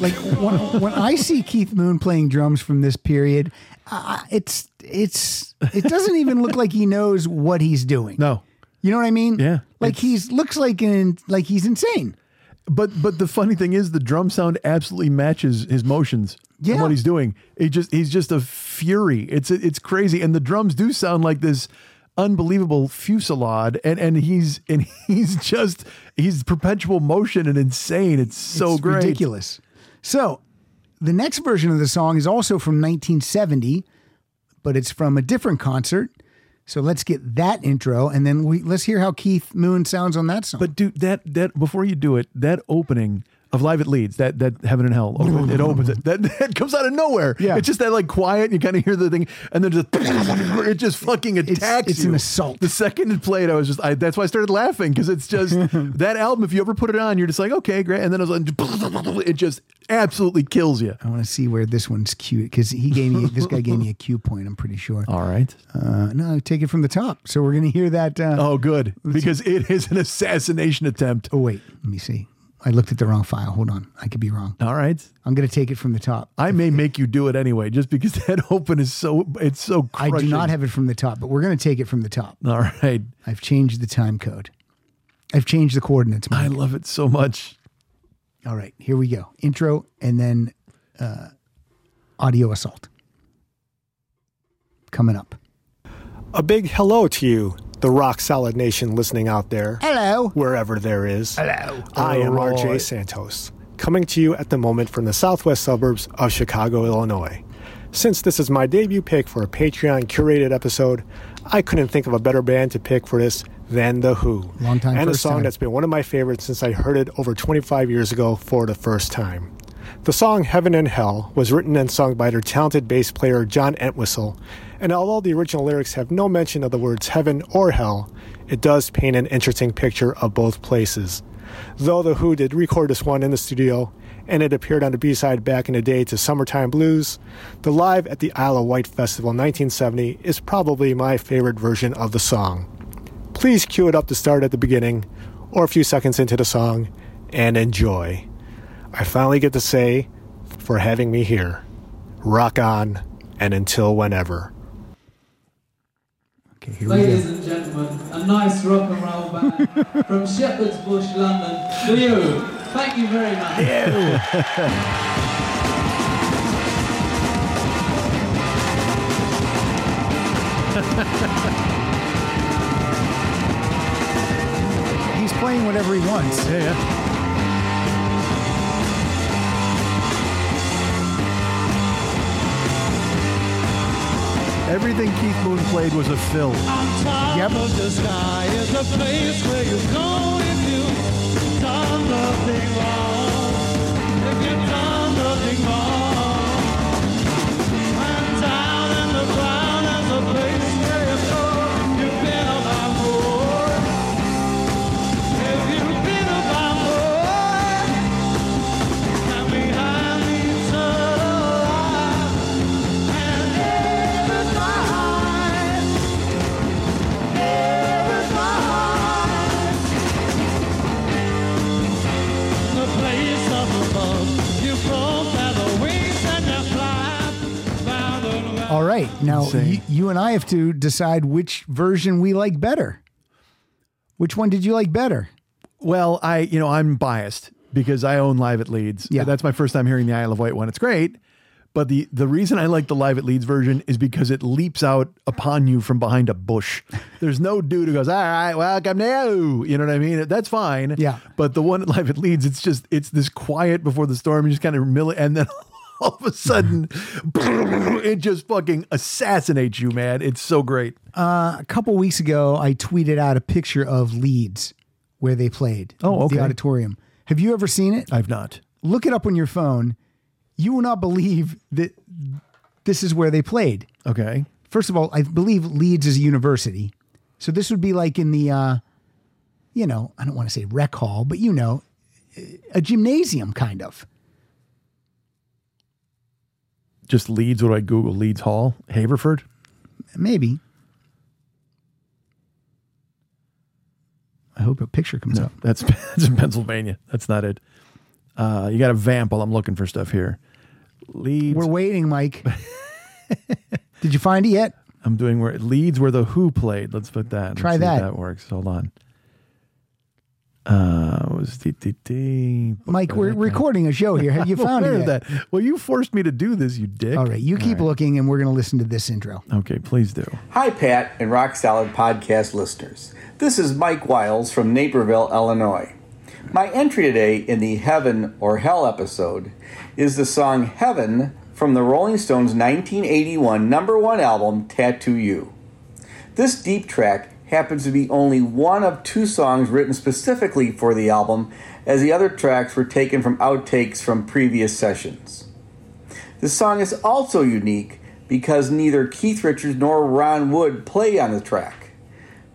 Speaker 2: Like when, when I see Keith Moon playing drums from this period, uh, it's it's it doesn't even look like he knows what he's doing.
Speaker 3: No.
Speaker 2: You know what I mean?
Speaker 3: Yeah.
Speaker 2: Like he's looks like in like he's insane.
Speaker 3: But but the funny thing is the drum sound absolutely matches his motions and
Speaker 2: Yeah.
Speaker 3: what he's doing. He just he's just a fury. It's it's crazy. And the drums do sound like this unbelievable fusilade and and he's and he's just he's perpetual motion and insane. It's so
Speaker 2: It's
Speaker 3: great.
Speaker 2: ridiculous. So, the next version of the song is also from 1970, but it's from a different concert. So let's get that intro, and then we let's hear how Keith Moon sounds on that song.
Speaker 3: But dude, that that before you do it, that opening of Live at Leeds, that that Heaven and Hell, open, it opens it. That, that comes out of nowhere. Yeah. It's just that like quiet, you kind of hear the thing, and then just it just fucking attacks
Speaker 2: it's
Speaker 3: you.
Speaker 2: an assault.
Speaker 3: The second it played, I was just I, that's why I started laughing because it's just that album. If you ever put it on, you're just like okay, great, and then I was like it just absolutely kills you.
Speaker 2: I want to see where this one's cute because he gave me this guy gave me a cue point. I'm pretty sure.
Speaker 3: All right.
Speaker 2: Uh, no, take it from the top. So we're gonna hear that. Uh,
Speaker 3: oh, good because it is an assassination attempt.
Speaker 2: Oh wait, let me see. I looked at the wrong file. Hold on, I could be wrong.
Speaker 3: All right.
Speaker 2: I'm gonna take it from the top.
Speaker 3: I may make you do it anyway, just because that open is so it's so. Crushing.
Speaker 2: I do not have it from the top, but we're gonna take it from the top.
Speaker 3: All right.
Speaker 2: I've changed the time code. I've changed the coordinates. Mike.
Speaker 3: I love it so much.
Speaker 2: All right, here we go. Intro and then uh, audio assault coming up.
Speaker 28: A big hello to you, the Rock Solid Nation listening out there.
Speaker 2: Hello.
Speaker 28: Wherever there is.
Speaker 2: Hello.
Speaker 28: I am
Speaker 2: Alright.
Speaker 28: RJ Santos, coming to you at the moment from the southwest suburbs of Chicago, Illinois. Since this is my debut pick for a Patreon curated episode, I couldn't think of a better band to pick for this than The Who.
Speaker 2: Long time
Speaker 28: And a
Speaker 2: first
Speaker 28: song
Speaker 2: time.
Speaker 28: that's been one of my favorites since I heard it over 25 years ago for the first time. The song Heaven and Hell was written and sung by their talented bass player John Entwistle, and although the original lyrics have no mention of the words heaven or hell, it does paint an interesting picture of both places. Though The Who did record this one in the studio, and it appeared on the B side back in the day to Summertime Blues, the live at the Isle of Wight Festival in 1970 is probably my favorite version of the song. Please cue it up to start at the beginning, or a few seconds into the song, and enjoy. I finally get to say, for having me here. Rock on, and until whenever.
Speaker 2: Okay, here
Speaker 12: Ladies and gentlemen, a nice rock and roll band from Shepherd's Bush, London. To you. Thank you very much.
Speaker 2: He's playing whatever he wants. Yeah,
Speaker 3: Everything Keith Moon played was a fill.
Speaker 6: Top of the sky is the place where you go if you done nothing wrong. If you've done nothing wrong. And down in the ground is the place where you go if you've been about more. If you've been about more. And behind these other eyes. And everybody.
Speaker 2: All right, now
Speaker 3: Insane.
Speaker 2: you, you and I have to decide which version we like better. Which one did you like better?
Speaker 3: Well, I you know I'm biased because I own Live at Leeds. Yeah, that's my first time hearing the Isle of Wight one. It's great, but the the reason I like the Live at Leeds version is because it leaps out upon you from behind a bush. There's no dude who goes, "All right, welcome now." You know what I mean? That's fine.
Speaker 2: Yeah.
Speaker 3: But the one at Live at Leeds, it's just it's this quiet before the storm. You just kind of mill and then. All of a sudden, it just fucking assassinates you, man. It's so great.
Speaker 2: Uh, a couple weeks ago, I tweeted out a picture of Leeds where they played.
Speaker 3: Oh, okay.
Speaker 2: The auditorium. Have you ever seen it?
Speaker 3: I've not.
Speaker 2: Look it up on your phone. You will not believe that this is where they played.
Speaker 3: Okay.
Speaker 2: First of all, I believe Leeds is a university. So this would be like in the, uh, you know, I don't want to say rec hall, but you know, a gymnasium kind of.
Speaker 3: Just Leeds. What do I Google? Leeds Hall, Haverford.
Speaker 2: Maybe. I hope a picture comes
Speaker 3: no,
Speaker 2: up.
Speaker 3: That's that's in Pennsylvania. That's not it. Uh, you got a vamp while I'm looking for stuff here. Leeds.
Speaker 2: We're waiting, Mike. Did you find it yet?
Speaker 3: I'm doing where Leeds where the Who played. Let's put that. Let's
Speaker 2: Try
Speaker 3: see if
Speaker 2: that.
Speaker 3: that works. Hold on. Uh, what was DDD?
Speaker 2: Mike, we're recording a show here. Have you
Speaker 3: I'm
Speaker 2: found
Speaker 3: aware
Speaker 2: it
Speaker 3: of
Speaker 2: yet?
Speaker 3: that? Well, you forced me to do this, you dick.
Speaker 2: All right, you keep looking, and we're going to listen to this intro.
Speaker 3: Okay, please do.
Speaker 13: Hi, Pat and Rock Solid Podcast listeners. This is Mike Wiles from Naperville, Illinois. My entry today in the Heaven or Hell episode is the song Heaven from the Rolling Stones' 1981 number one album, Tattoo You. This deep track happens to be only one of two songs written specifically for the album as the other tracks were taken from outtakes from previous sessions. The song is also unique because neither Keith Richards nor Ron Wood play on the track.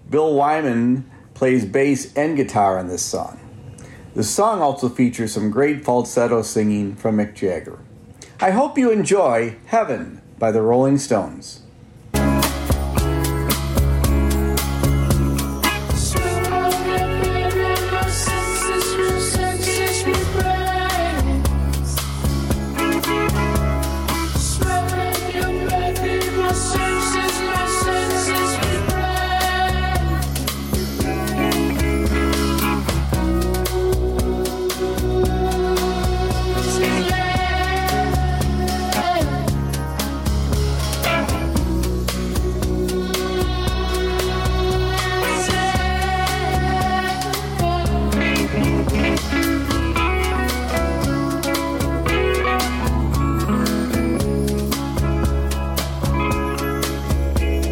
Speaker 13: Bill Wyman plays bass and guitar on this song. The song also features some great falsetto singing from Mick Jagger. I hope you enjoy Heaven by the Rolling Stones.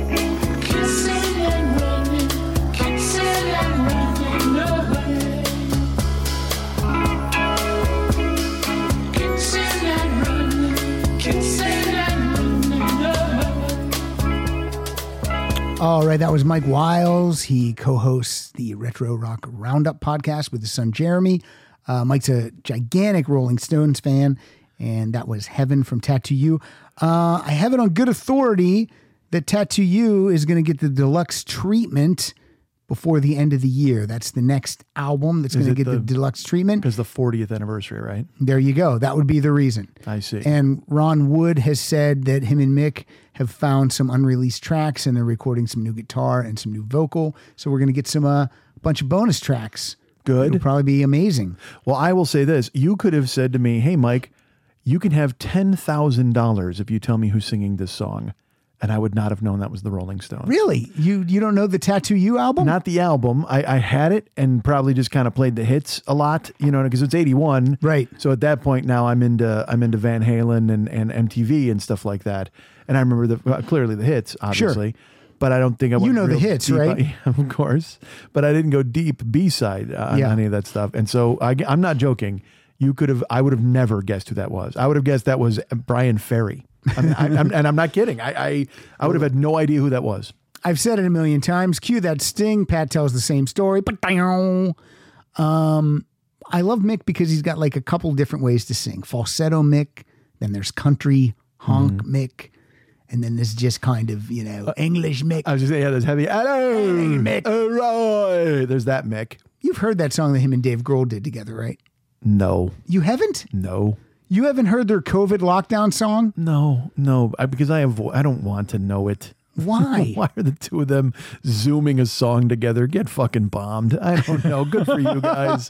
Speaker 6: Kissing and running, kissing and running away. Kissing and running, kissing and running away.
Speaker 2: All right, that was Mike Wiles. He co hosts the Retro Rock Roundup podcast with his son Jeremy. Uh, Mike's a gigantic Rolling Stones fan, and that was Heaven from Tattoo You. Uh, I have it on good authority that Tattoo You is going to get the deluxe treatment before the end of the year. That's the next album that's
Speaker 3: Is
Speaker 2: going to
Speaker 3: it
Speaker 2: get the,
Speaker 3: the-
Speaker 2: deluxe treatment.
Speaker 3: Because the 40th anniversary, right?
Speaker 2: There you go. That would be the reason.
Speaker 3: I see.
Speaker 2: And Ron Wood has said that him and Mick have found some unreleased tracks and they're recording some new guitar and some new vocal. So we're going to get some uh, bunch of bonus tracks.
Speaker 3: Good.
Speaker 2: It'll probably be amazing.
Speaker 3: Well, I will say this. You could have said to me, hey, Mike, you can have $10,000 if you tell me who's singing this song. And I would not have known that was the Rolling Stones.
Speaker 2: Really? You you don't know the Tattoo You album?
Speaker 3: Not the album. I, I had it and probably just kind of played the hits a lot, you know, because it's 81.
Speaker 2: Right.
Speaker 3: So at that point now I'm into I'm into Van Halen and, and MTV and stuff like that. And I remember the well, clearly the hits, obviously. But I don't think I
Speaker 2: You
Speaker 3: went
Speaker 2: know the
Speaker 3: real
Speaker 2: hits,
Speaker 3: deep
Speaker 2: right?
Speaker 3: on- of course. But I didn't go deep B side on
Speaker 2: Yeah.
Speaker 3: any of that stuff. And so I, am not joking. You could have, I would have never guessed who that was. I would have guessed that was Brian Ferry. I mean, I, I'm, and I'm not kidding. I, I, I would have had no idea who that was.
Speaker 2: I've said it a million times. Cue that sting. Pat tells the same story. But um, I love Mick because he's got like a couple different ways to sing falsetto Mick, then there's country honk
Speaker 3: Mm-hmm.
Speaker 2: Mick, and then there's just kind of, you know, Oh, English Mick.
Speaker 3: I was just saying, yeah, there's heavy. Hello,
Speaker 2: Mick.
Speaker 3: All right. There's that Mick.
Speaker 2: You've heard that song that him and Dave Grohl did together, right?
Speaker 3: No,
Speaker 2: You haven't?
Speaker 3: no,
Speaker 2: You haven't heard their COVID lockdown song?
Speaker 3: no, no. I, because I avo- I don't want to know it.
Speaker 2: Why?
Speaker 3: Why are the two of them zooming a song together? Get fucking bombed. I don't know. Good for you guys.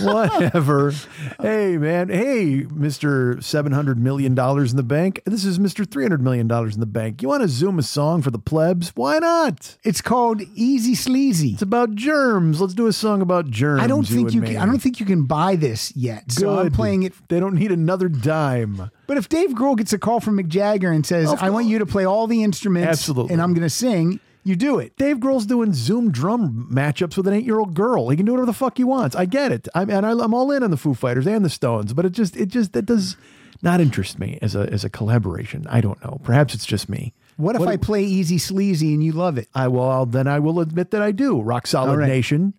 Speaker 3: Whatever. Hey, man. Hey, Mr. $700 million in the bank. This is Mr. $300 million in the bank. You want to zoom a song for the plebs? Why not?
Speaker 2: It's called Easy Sleazy. It's
Speaker 3: about germs. Let's do a song about germs.
Speaker 2: I don't
Speaker 3: you
Speaker 2: think
Speaker 3: and
Speaker 2: you
Speaker 3: me.
Speaker 2: can, I don't think you can buy this yet. So I'm
Speaker 3: Good.
Speaker 2: playing it.
Speaker 3: They don't need another dime.
Speaker 2: But if Dave Grohl gets a call from Mick Jagger and says, "I want you to play all the instruments
Speaker 3: Absolutely.
Speaker 2: and I'm going to sing," you do it.
Speaker 3: Dave Grohl's doing Zoom drum matchups with an eight-year-old girl. He can do whatever the fuck he wants. I get it. I'm and I, I'm all in on the Foo Fighters and the Stones, but it just it just that does not interest me as a as a collaboration. I don't know. Perhaps it's just me.
Speaker 2: What if I play Easy Sleazy and you love it?
Speaker 3: I will. Then I will admit that I do. Rock Solid
Speaker 2: All right.
Speaker 3: Nation.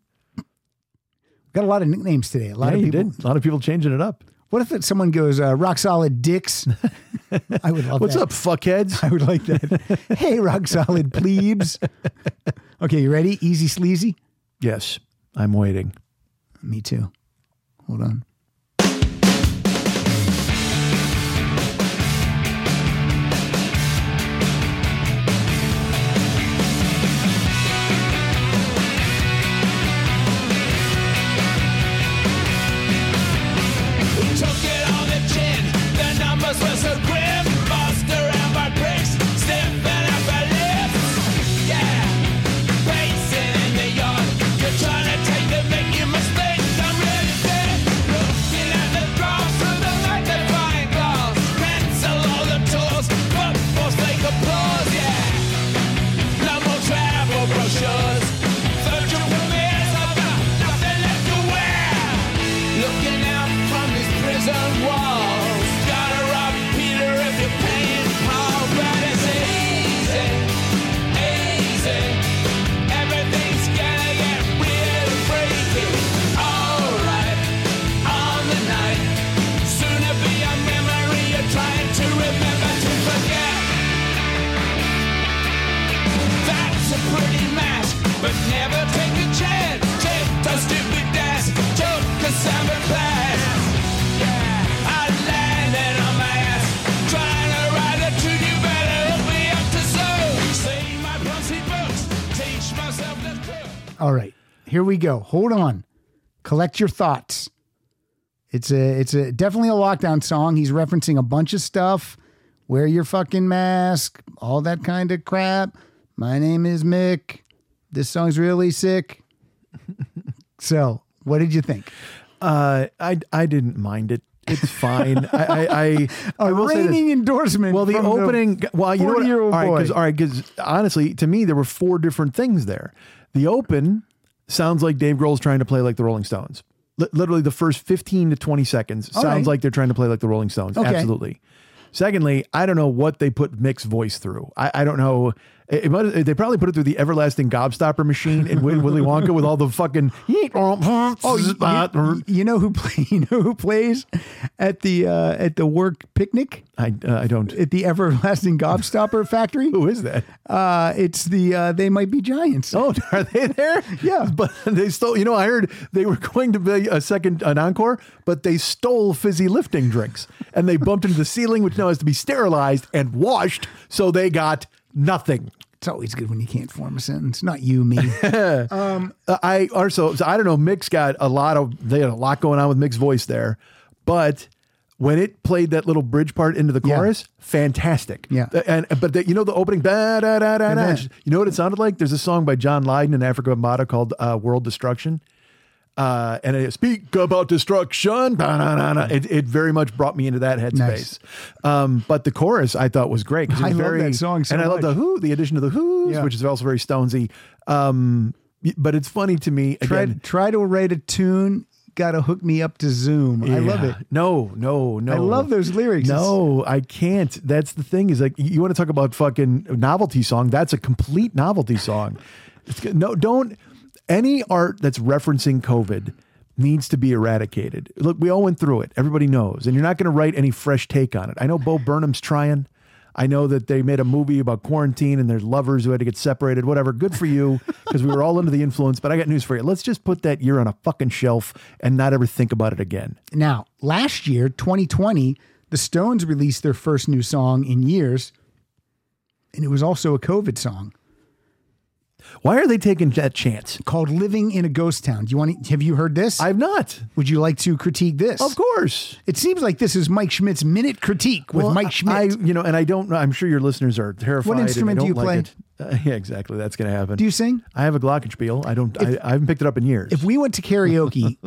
Speaker 2: Got a lot of nicknames today. A lot
Speaker 3: Yeah,
Speaker 2: of
Speaker 3: you
Speaker 2: people.
Speaker 3: did. A lot of people changing it up.
Speaker 2: What if it, someone goes uh, rock solid dicks? I would love
Speaker 3: What's
Speaker 2: that.
Speaker 3: up, fuckheads?
Speaker 2: I would like that. hey, rock solid plebes. Okay, you ready? Easy sleazy.
Speaker 3: Yes, I'm waiting.
Speaker 2: Me too. Hold on.
Speaker 6: We took it on the chin. The numbers were so grim. Monster out my bricks, sniffing out my lips. Yeah, racing in the yard. You're trying to take the making mistakes. I'm ready to go.
Speaker 2: All right, here we go. Hold on, collect your thoughts. It's a it's a definitely a lockdown song. He's referencing a bunch of stuff. Wear your fucking mask, all that kind of crap. My name is Mick. This song's really sick. so, what did you think?
Speaker 3: Uh, I I didn't mind it. It's fine. I I, I,
Speaker 2: A
Speaker 3: I will say this.
Speaker 2: reigning endorsement.
Speaker 3: Well, the
Speaker 2: from
Speaker 3: opening. well, you know what? All
Speaker 2: 40-year-old
Speaker 3: right,
Speaker 2: boy.
Speaker 3: because all right, 'cause honestly, to me, there were four different things there. The open sounds like Dave Grohl's trying to play like the Rolling Stones. Li- literally, the first fifteen to twenty seconds
Speaker 2: All
Speaker 3: sounds
Speaker 2: right.
Speaker 3: like they're trying to play like the Rolling Stones.
Speaker 2: Okay.
Speaker 3: Absolutely. Secondly, I don't know what they put Mick's voice through. I, I don't know. It, it might- they probably put it through the everlasting gobstopper machine in Wi- Willy Wonka with all the fucking.
Speaker 2: Oh, you, you- you know who play, you know who plays at the uh, at the work picnic?
Speaker 3: I uh, I don't
Speaker 2: at the everlasting gobstopper factory.
Speaker 3: who is that?
Speaker 2: Uh, it's the uh, they might be giants.
Speaker 3: Oh, are they there?
Speaker 2: yeah,
Speaker 3: but they stole. You know, I heard they were going to be a second an encore, but they stole fizzy lifting drinks and they bumped into the ceiling, which now has to be sterilized and washed. So they got nothing.
Speaker 2: It's always good when you can't form a sentence. Not you, me.
Speaker 3: um, I also so I don't know. Mick's got a lot of they had a lot going on with Mick's voice there, but when it played that little bridge part into the chorus, fantastic.
Speaker 2: Yeah.
Speaker 3: Uh, and but the, you know the opening da da da da
Speaker 2: And
Speaker 3: da.
Speaker 2: then-
Speaker 3: You know what it sounded like? There's a song by John Lydon and Africa Bambaataa called uh, "World Destruction." Uh, and it, speak about destruction. da, da, da, da. It, it very much brought me into that headspace. Um, but the chorus I thought was great. 'cause it
Speaker 2: I
Speaker 3: was
Speaker 2: love
Speaker 3: very-
Speaker 2: that song so
Speaker 3: and I
Speaker 2: much.
Speaker 3: love the Who, the addition of the Who's,
Speaker 2: Yeah.
Speaker 3: which is also very Stonesy. Um, y- but it's funny to me
Speaker 2: try
Speaker 3: again.
Speaker 2: try to write a tune. Got to hook me up to Zoom. I love
Speaker 3: Yeah.
Speaker 2: it.
Speaker 3: No, no, no.
Speaker 2: I love those lyrics.
Speaker 3: No, I can't. That's the thing is like y- you want to talk about fucking novelty song. That's a complete novelty song. It's, good. no, don't. Any art that's referencing COVID needs to be eradicated. Look, we all went through it. Everybody knows, and you're not going to write any fresh take on it. I know Bo Burnham's trying. I know that they made a movie about quarantine and there's lovers who had to get separated, whatever. Good for you because we were all under the influence. But I got news for you. Let's just put that year on a fucking shelf and not ever think about it again.
Speaker 2: Now, last year, 2020, the Stones released their first new song in years, and it was also a COVID song.
Speaker 3: Why are they taking that chance?
Speaker 2: Called "Living in a Ghost Town." Do you want? To, have you heard this? I've
Speaker 3: not.
Speaker 2: Would you like to critique this? Of
Speaker 3: course.
Speaker 2: It seems like this is Mike Schmidt's minute critique with
Speaker 3: Well,
Speaker 2: Mike
Speaker 3: I-
Speaker 2: Schmidt.
Speaker 3: I, you know, and I don't know. I'm sure your listeners are terrified. and they
Speaker 2: instrument do
Speaker 3: don't
Speaker 2: you
Speaker 3: like
Speaker 2: play?
Speaker 3: it. Uh, yeah, exactly. That's going to happen.
Speaker 2: Do you sing?
Speaker 3: I have a glockenspiel. I don't. I, I haven't picked it up in years.
Speaker 2: if we went to karaoke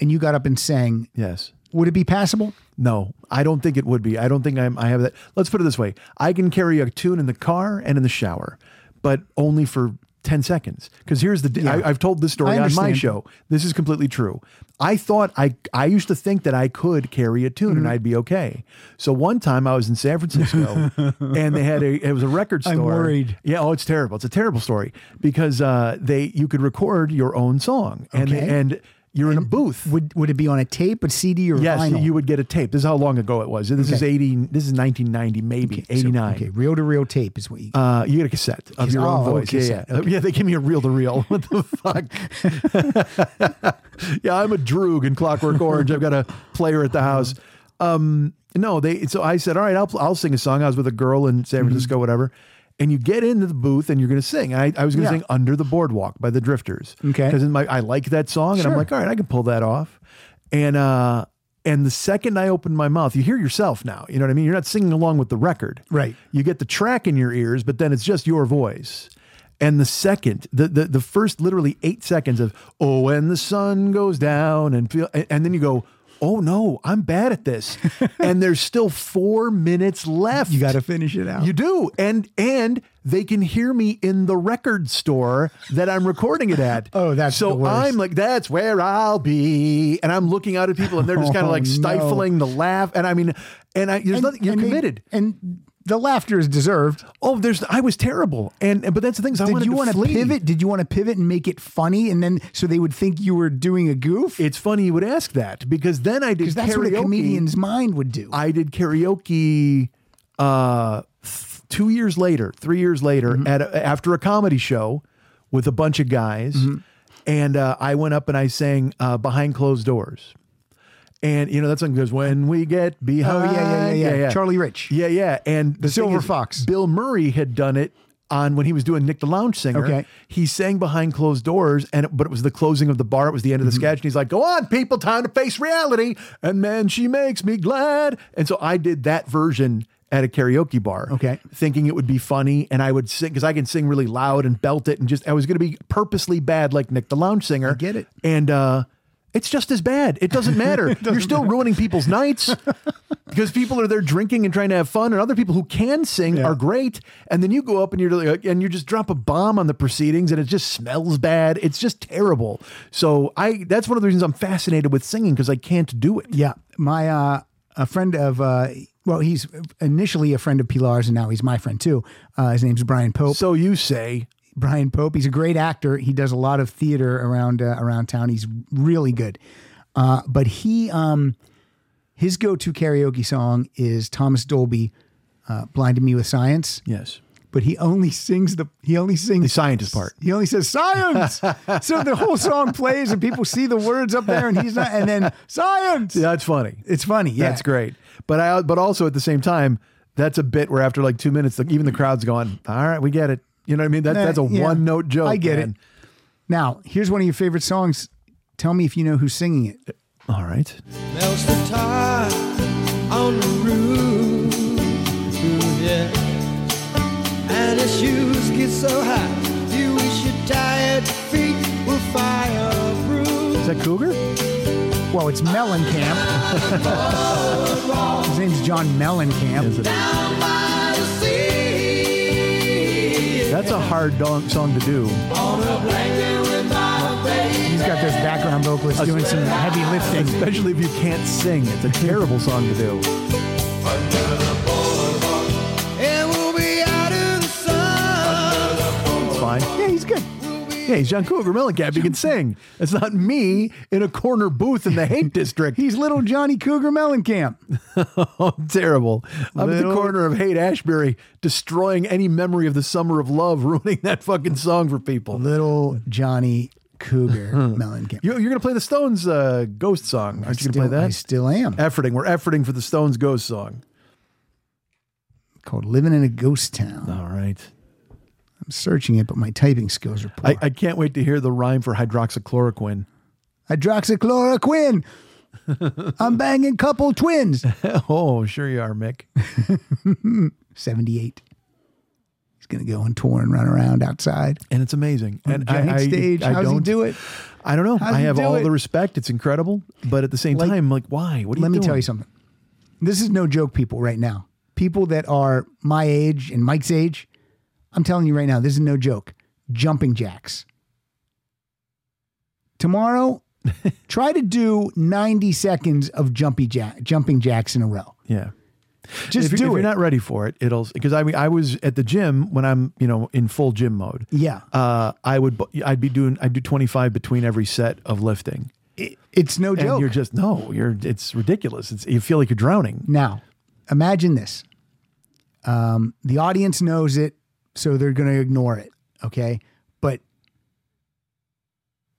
Speaker 2: and you got up and sang,
Speaker 3: yes,
Speaker 2: would it be passable?
Speaker 3: No, I don't think it would be. I don't think I'm. I have that. Let's put it this way: I can carry a tune in the car and in the shower, but only for. 10 seconds because here's the
Speaker 2: Yeah.
Speaker 3: I, i've told this story on
Speaker 2: I
Speaker 3: my
Speaker 2: understand.
Speaker 3: show this is completely true i thought i i used to think that i could carry a tune
Speaker 2: Mm-hmm.
Speaker 3: and i'd be okay so one time i was in san francisco and they had a it was a record store
Speaker 2: I'm worried.
Speaker 3: yeah, oh, it's terrible. It's a terrible story because uh, they you could record your own song and
Speaker 2: Okay.
Speaker 3: and you're in a booth.
Speaker 2: Would would it be on a tape, a CD, or
Speaker 3: yes?
Speaker 2: vinyl?
Speaker 3: You would get a tape. This is how long ago it was. This is
Speaker 2: Okay.
Speaker 3: eighty. This is nineteen ninety, maybe eighty nine.
Speaker 2: okay, reel to reel tape is what you.
Speaker 3: Uh, you get a cassette of your
Speaker 2: Oh,
Speaker 3: own
Speaker 2: oh,
Speaker 3: voice. Yeah, yeah.
Speaker 2: cassette. Okay.
Speaker 3: yeah, they give me a reel to reel. What the fuck? yeah, I'm a droog in Clockwork Orange. I've got a player at the house. Um, no, they. So I said, all right, I'll pl- I'll sing a song. I was with a girl in San Francisco, whatever. And you get into the booth and you're going to sing. And I, I was going
Speaker 2: Yeah.
Speaker 3: to sing "Under the Boardwalk" by the Drifters.
Speaker 2: Okay.
Speaker 3: because my I like that song, and I'm
Speaker 2: Sure.
Speaker 3: like, all right, I can pull that off. And uh, and the second I open my mouth, you hear yourself now. You know what I mean? You're not singing along with the record.
Speaker 2: Right.
Speaker 3: You get the track in your ears, but then it's just your voice. And the second, the the, the first literally eight seconds of oh, when the sun goes down and feel, and, and then you go, oh no, I'm bad at this, and there's still four minutes left. You got
Speaker 2: to finish it out.
Speaker 3: You do, and and they can hear me in the record store that I'm recording it at. oh, that's so
Speaker 2: the worst.
Speaker 3: I'm like, that's where I'll be, and I'm looking out at people, and they're just kind of
Speaker 2: Oh,
Speaker 3: like
Speaker 2: no.
Speaker 3: stifling the laugh, and I mean, and I, there's
Speaker 2: And-
Speaker 3: nothing. You're
Speaker 2: and they-
Speaker 3: committed,
Speaker 2: and the laughter is deserved.
Speaker 3: Oh, there's. I was terrible, and but that's the thing. is I
Speaker 2: Did
Speaker 3: wanted
Speaker 2: you
Speaker 3: to
Speaker 2: want to
Speaker 3: flee.
Speaker 2: pivot? Did you want to pivot and make it funny, and then so they would think you were doing a goof?
Speaker 3: It's funny you would ask that because then I did.
Speaker 2: because that's what a
Speaker 3: karaoke.
Speaker 2: comedian's mind would do.
Speaker 3: I did karaoke uh, th- two years later, three years later,
Speaker 2: Mm-hmm.
Speaker 3: at a, after a comedy show with a bunch of guys,
Speaker 2: Mm-hmm.
Speaker 3: and uh, I went up and I sang uh, "Behind Closed Doors." And you know that song goes when we get
Speaker 2: Oh,
Speaker 3: behind.
Speaker 2: yeah, yeah, yeah. Charlie Rich.
Speaker 3: Yeah, yeah. And the thing
Speaker 2: Silver
Speaker 3: is,
Speaker 2: Fox.
Speaker 3: Bill Murray had done it on when he was doing Nick the Lounge Singer.
Speaker 2: Okay.
Speaker 3: He sang behind closed doors, and but it was the closing of the bar. It was the end of the
Speaker 2: Mm-hmm.
Speaker 3: sketch, and he's like, "Go on, people, time to face reality." And man, she makes me glad. And so I did that version at a karaoke bar. Okay. Thinking it would be funny and I would sing because I can sing really loud and belt it and just I was gonna be purposely bad like Nick the Lounge Singer. get it. And uh it's just as bad. It doesn't matter.
Speaker 2: It doesn't
Speaker 3: You're still ruining people's nights because people are there drinking and trying to have fun, and other people who can sing are great. And then you go up and you're like, and you just drop a bomb on the proceedings, and it just smells bad. It's just terrible. So I that's one of the reasons I'm fascinated with singing because I can't do it.
Speaker 2: Yeah, my uh, a friend of uh, well, he's initially a friend of Pilar's, and now he's my friend too. Uh, his name's Brian Pope.
Speaker 3: So you say
Speaker 2: Brian Pope? He's a great actor. He does a lot of theater around uh, around town. He's really good. Uh, but he um, his go to karaoke song is Thomas Dolby, uh, "Blinded Me with Science."
Speaker 3: Yes.
Speaker 2: But he only sings the he only sings the
Speaker 3: scientist part.
Speaker 2: He only says science. so the whole song plays and people see the words up there and he's not and then science.
Speaker 3: Yeah, that's funny.
Speaker 2: It's funny. Yeah.
Speaker 3: That's great. But I but also at the same time, that's a bit where after like two minutes, like, even the crowd's going, "All right, we get it." You know what I mean? That,
Speaker 2: Eh,
Speaker 3: that's a
Speaker 2: yeah.
Speaker 3: one note joke.
Speaker 2: I get
Speaker 3: man.
Speaker 2: it. Now, here's one of your favorite songs. Tell me if you know who's singing it.
Speaker 3: All right.
Speaker 6: Melts the tar on the roof, yeah. And his shoes get so high, you wish your tired feet were fireproof.
Speaker 3: Is that Cougar?
Speaker 2: Well, it's Mellencamp. His name's John Mellencamp.
Speaker 6: Down by the sea,
Speaker 3: That's a hard dong- song to do.
Speaker 6: on a blanket with my face.
Speaker 2: He's got those background vocalists doing some heavy lifting.
Speaker 3: Especially if you can't sing. It's a terrible song to do.
Speaker 6: And we'll be out in the sun.
Speaker 3: It's fine. Yeah, he's good. Yeah, he's John Cougar Mellencamp. He can sing. It's not me in a corner booth in the hate district.
Speaker 2: he's little Johnny Cougar Mellencamp.
Speaker 3: oh, terrible. I'm at the
Speaker 2: Little-
Speaker 3: corner of Haight Ashbury, destroying any memory of the summer of love, ruining that fucking song for people.
Speaker 2: Little Johnny Cougar Mellencamp.
Speaker 3: You, you're going to play the Stones uh, Ghost song. Aren't you going to play that? I
Speaker 2: still am.
Speaker 3: Efforting. We're efforting for the Stones Ghost song.
Speaker 2: Called Living in a Ghost Town.
Speaker 3: All right.
Speaker 2: I'm searching it, but my typing skills are poor.
Speaker 3: I, I can't wait to hear the rhyme for hydroxychloroquine.
Speaker 2: Hydroxychloroquine. I'm banging couple twins.
Speaker 3: oh, sure you are, Mick.
Speaker 2: 78. Hmm, He's going to go on tour and run around outside.
Speaker 3: And it's amazing.
Speaker 2: On
Speaker 3: and
Speaker 2: the giant stage. How's he do it?
Speaker 3: I don't know.
Speaker 2: How's
Speaker 3: I
Speaker 2: he
Speaker 3: have
Speaker 2: do
Speaker 3: all
Speaker 2: it?
Speaker 3: the respect. It's incredible. But at the same time, like, why? What are
Speaker 2: Let
Speaker 3: you
Speaker 2: me tell
Speaker 3: doing?
Speaker 2: you something. This is no joke, people, right now. People that are my age and Mike's age, I'm telling you right now, this is no joke. Jumping jacks. Tomorrow, try to do 90 seconds of jumpy jack, jumping jacks in a row.
Speaker 3: Yeah.
Speaker 2: Just
Speaker 3: if you're, if
Speaker 2: do it.
Speaker 3: you're not ready for it, it'll because I mean I was at the gym when I'm you know in full gym mode.
Speaker 2: Yeah.
Speaker 3: Uh, I would bu- I'd be doing I'd do 25 between every set of lifting.
Speaker 2: it's no
Speaker 3: And
Speaker 2: joke.
Speaker 3: you're just no, you're it's ridiculous. It's you feel like you're drowning.
Speaker 2: Now, imagine this. Um, the audience knows it, so they're going to ignore it. Okay. But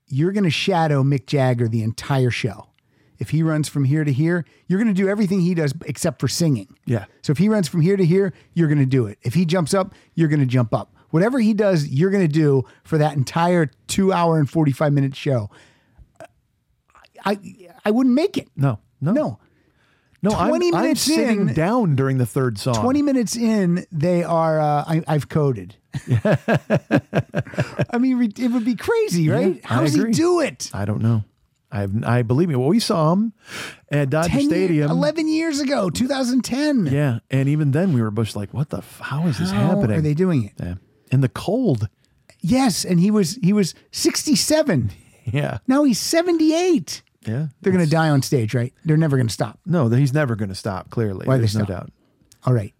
Speaker 2: you're going to shadow Mick Jagger the entire show. If he runs from here to here, you're going to do everything he does except for singing.
Speaker 3: Yeah.
Speaker 2: So if he runs from here to here, you're going to do it. If he jumps up, you're going to jump up. Whatever he does, you're going to do for that entire two hour and 45 minute show. I, I wouldn't make it.
Speaker 3: No, no,
Speaker 2: no.
Speaker 3: No, I'm-
Speaker 2: 20
Speaker 3: I'm,
Speaker 2: minutes
Speaker 3: sitting
Speaker 2: in-
Speaker 3: down during the third song.
Speaker 2: 20 minutes in, they are, uh, I, I've coded. I mean, re- it would be crazy, right?
Speaker 3: Yeah, I
Speaker 2: How does he
Speaker 3: agree.
Speaker 2: do it?
Speaker 3: I don't know. I I believe me. Well, we saw him at Dodger
Speaker 2: 10 year-
Speaker 3: Stadium.
Speaker 2: 11 years ago, 2010.
Speaker 3: Yeah, and even then we were both like, "What the? F- how is this
Speaker 2: How
Speaker 3: happening?
Speaker 2: are they doing it?
Speaker 3: Yeah. In the cold.
Speaker 2: Yes, and he was he was 67.
Speaker 3: Yeah,
Speaker 2: Now he's 78.
Speaker 3: yeah.
Speaker 2: They're going to die on stage, right? They're never going to stop.
Speaker 3: No, he's never going to stop. Clearly,
Speaker 2: Why they
Speaker 3: there's no
Speaker 2: stop?
Speaker 3: doubt.
Speaker 2: All right.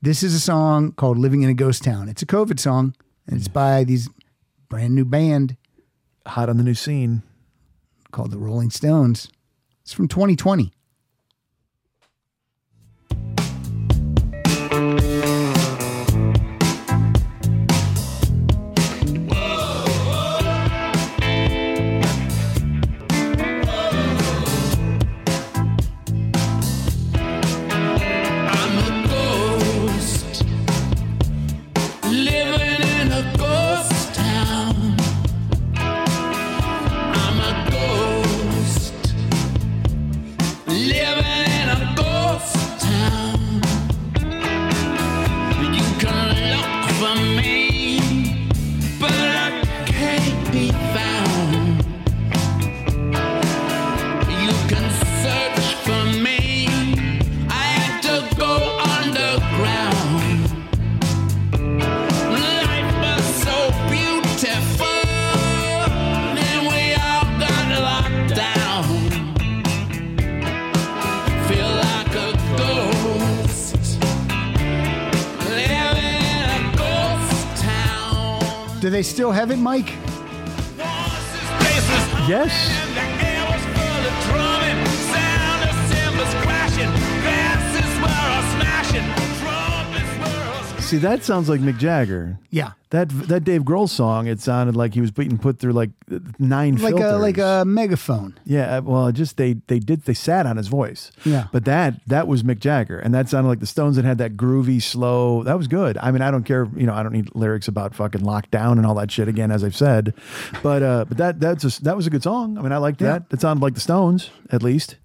Speaker 2: This is a song called Living in a Ghost Town. It's a COVID song, and it's by these brand new band.
Speaker 3: Mm. Hot on the new scene.
Speaker 2: Called the Rolling Stones. It's from 2020.
Speaker 6: I'm a ghost living in
Speaker 2: Do they still have it, Mike?
Speaker 3: Yes. See, that sounds like Mick Jagger.
Speaker 2: Yeah.
Speaker 3: That that Dave Grohl song, it sounded like he was being put through like nine
Speaker 2: Like
Speaker 3: filters.
Speaker 2: a like a megaphone.
Speaker 3: yeah, uh, well, it just they they did they sat on his voice.
Speaker 2: Yeah.
Speaker 3: But that that was Mick Jagger, and that sounded like the Stones that had that groovy, slow. That was good. I mean, I don't care. You know, I don't need lyrics about fucking lockdown and all that shit again, as I've said. But uh, but that that's a, that was a good song. I mean, I liked
Speaker 2: Yeah.
Speaker 3: that. It sounded like the Stones, at least.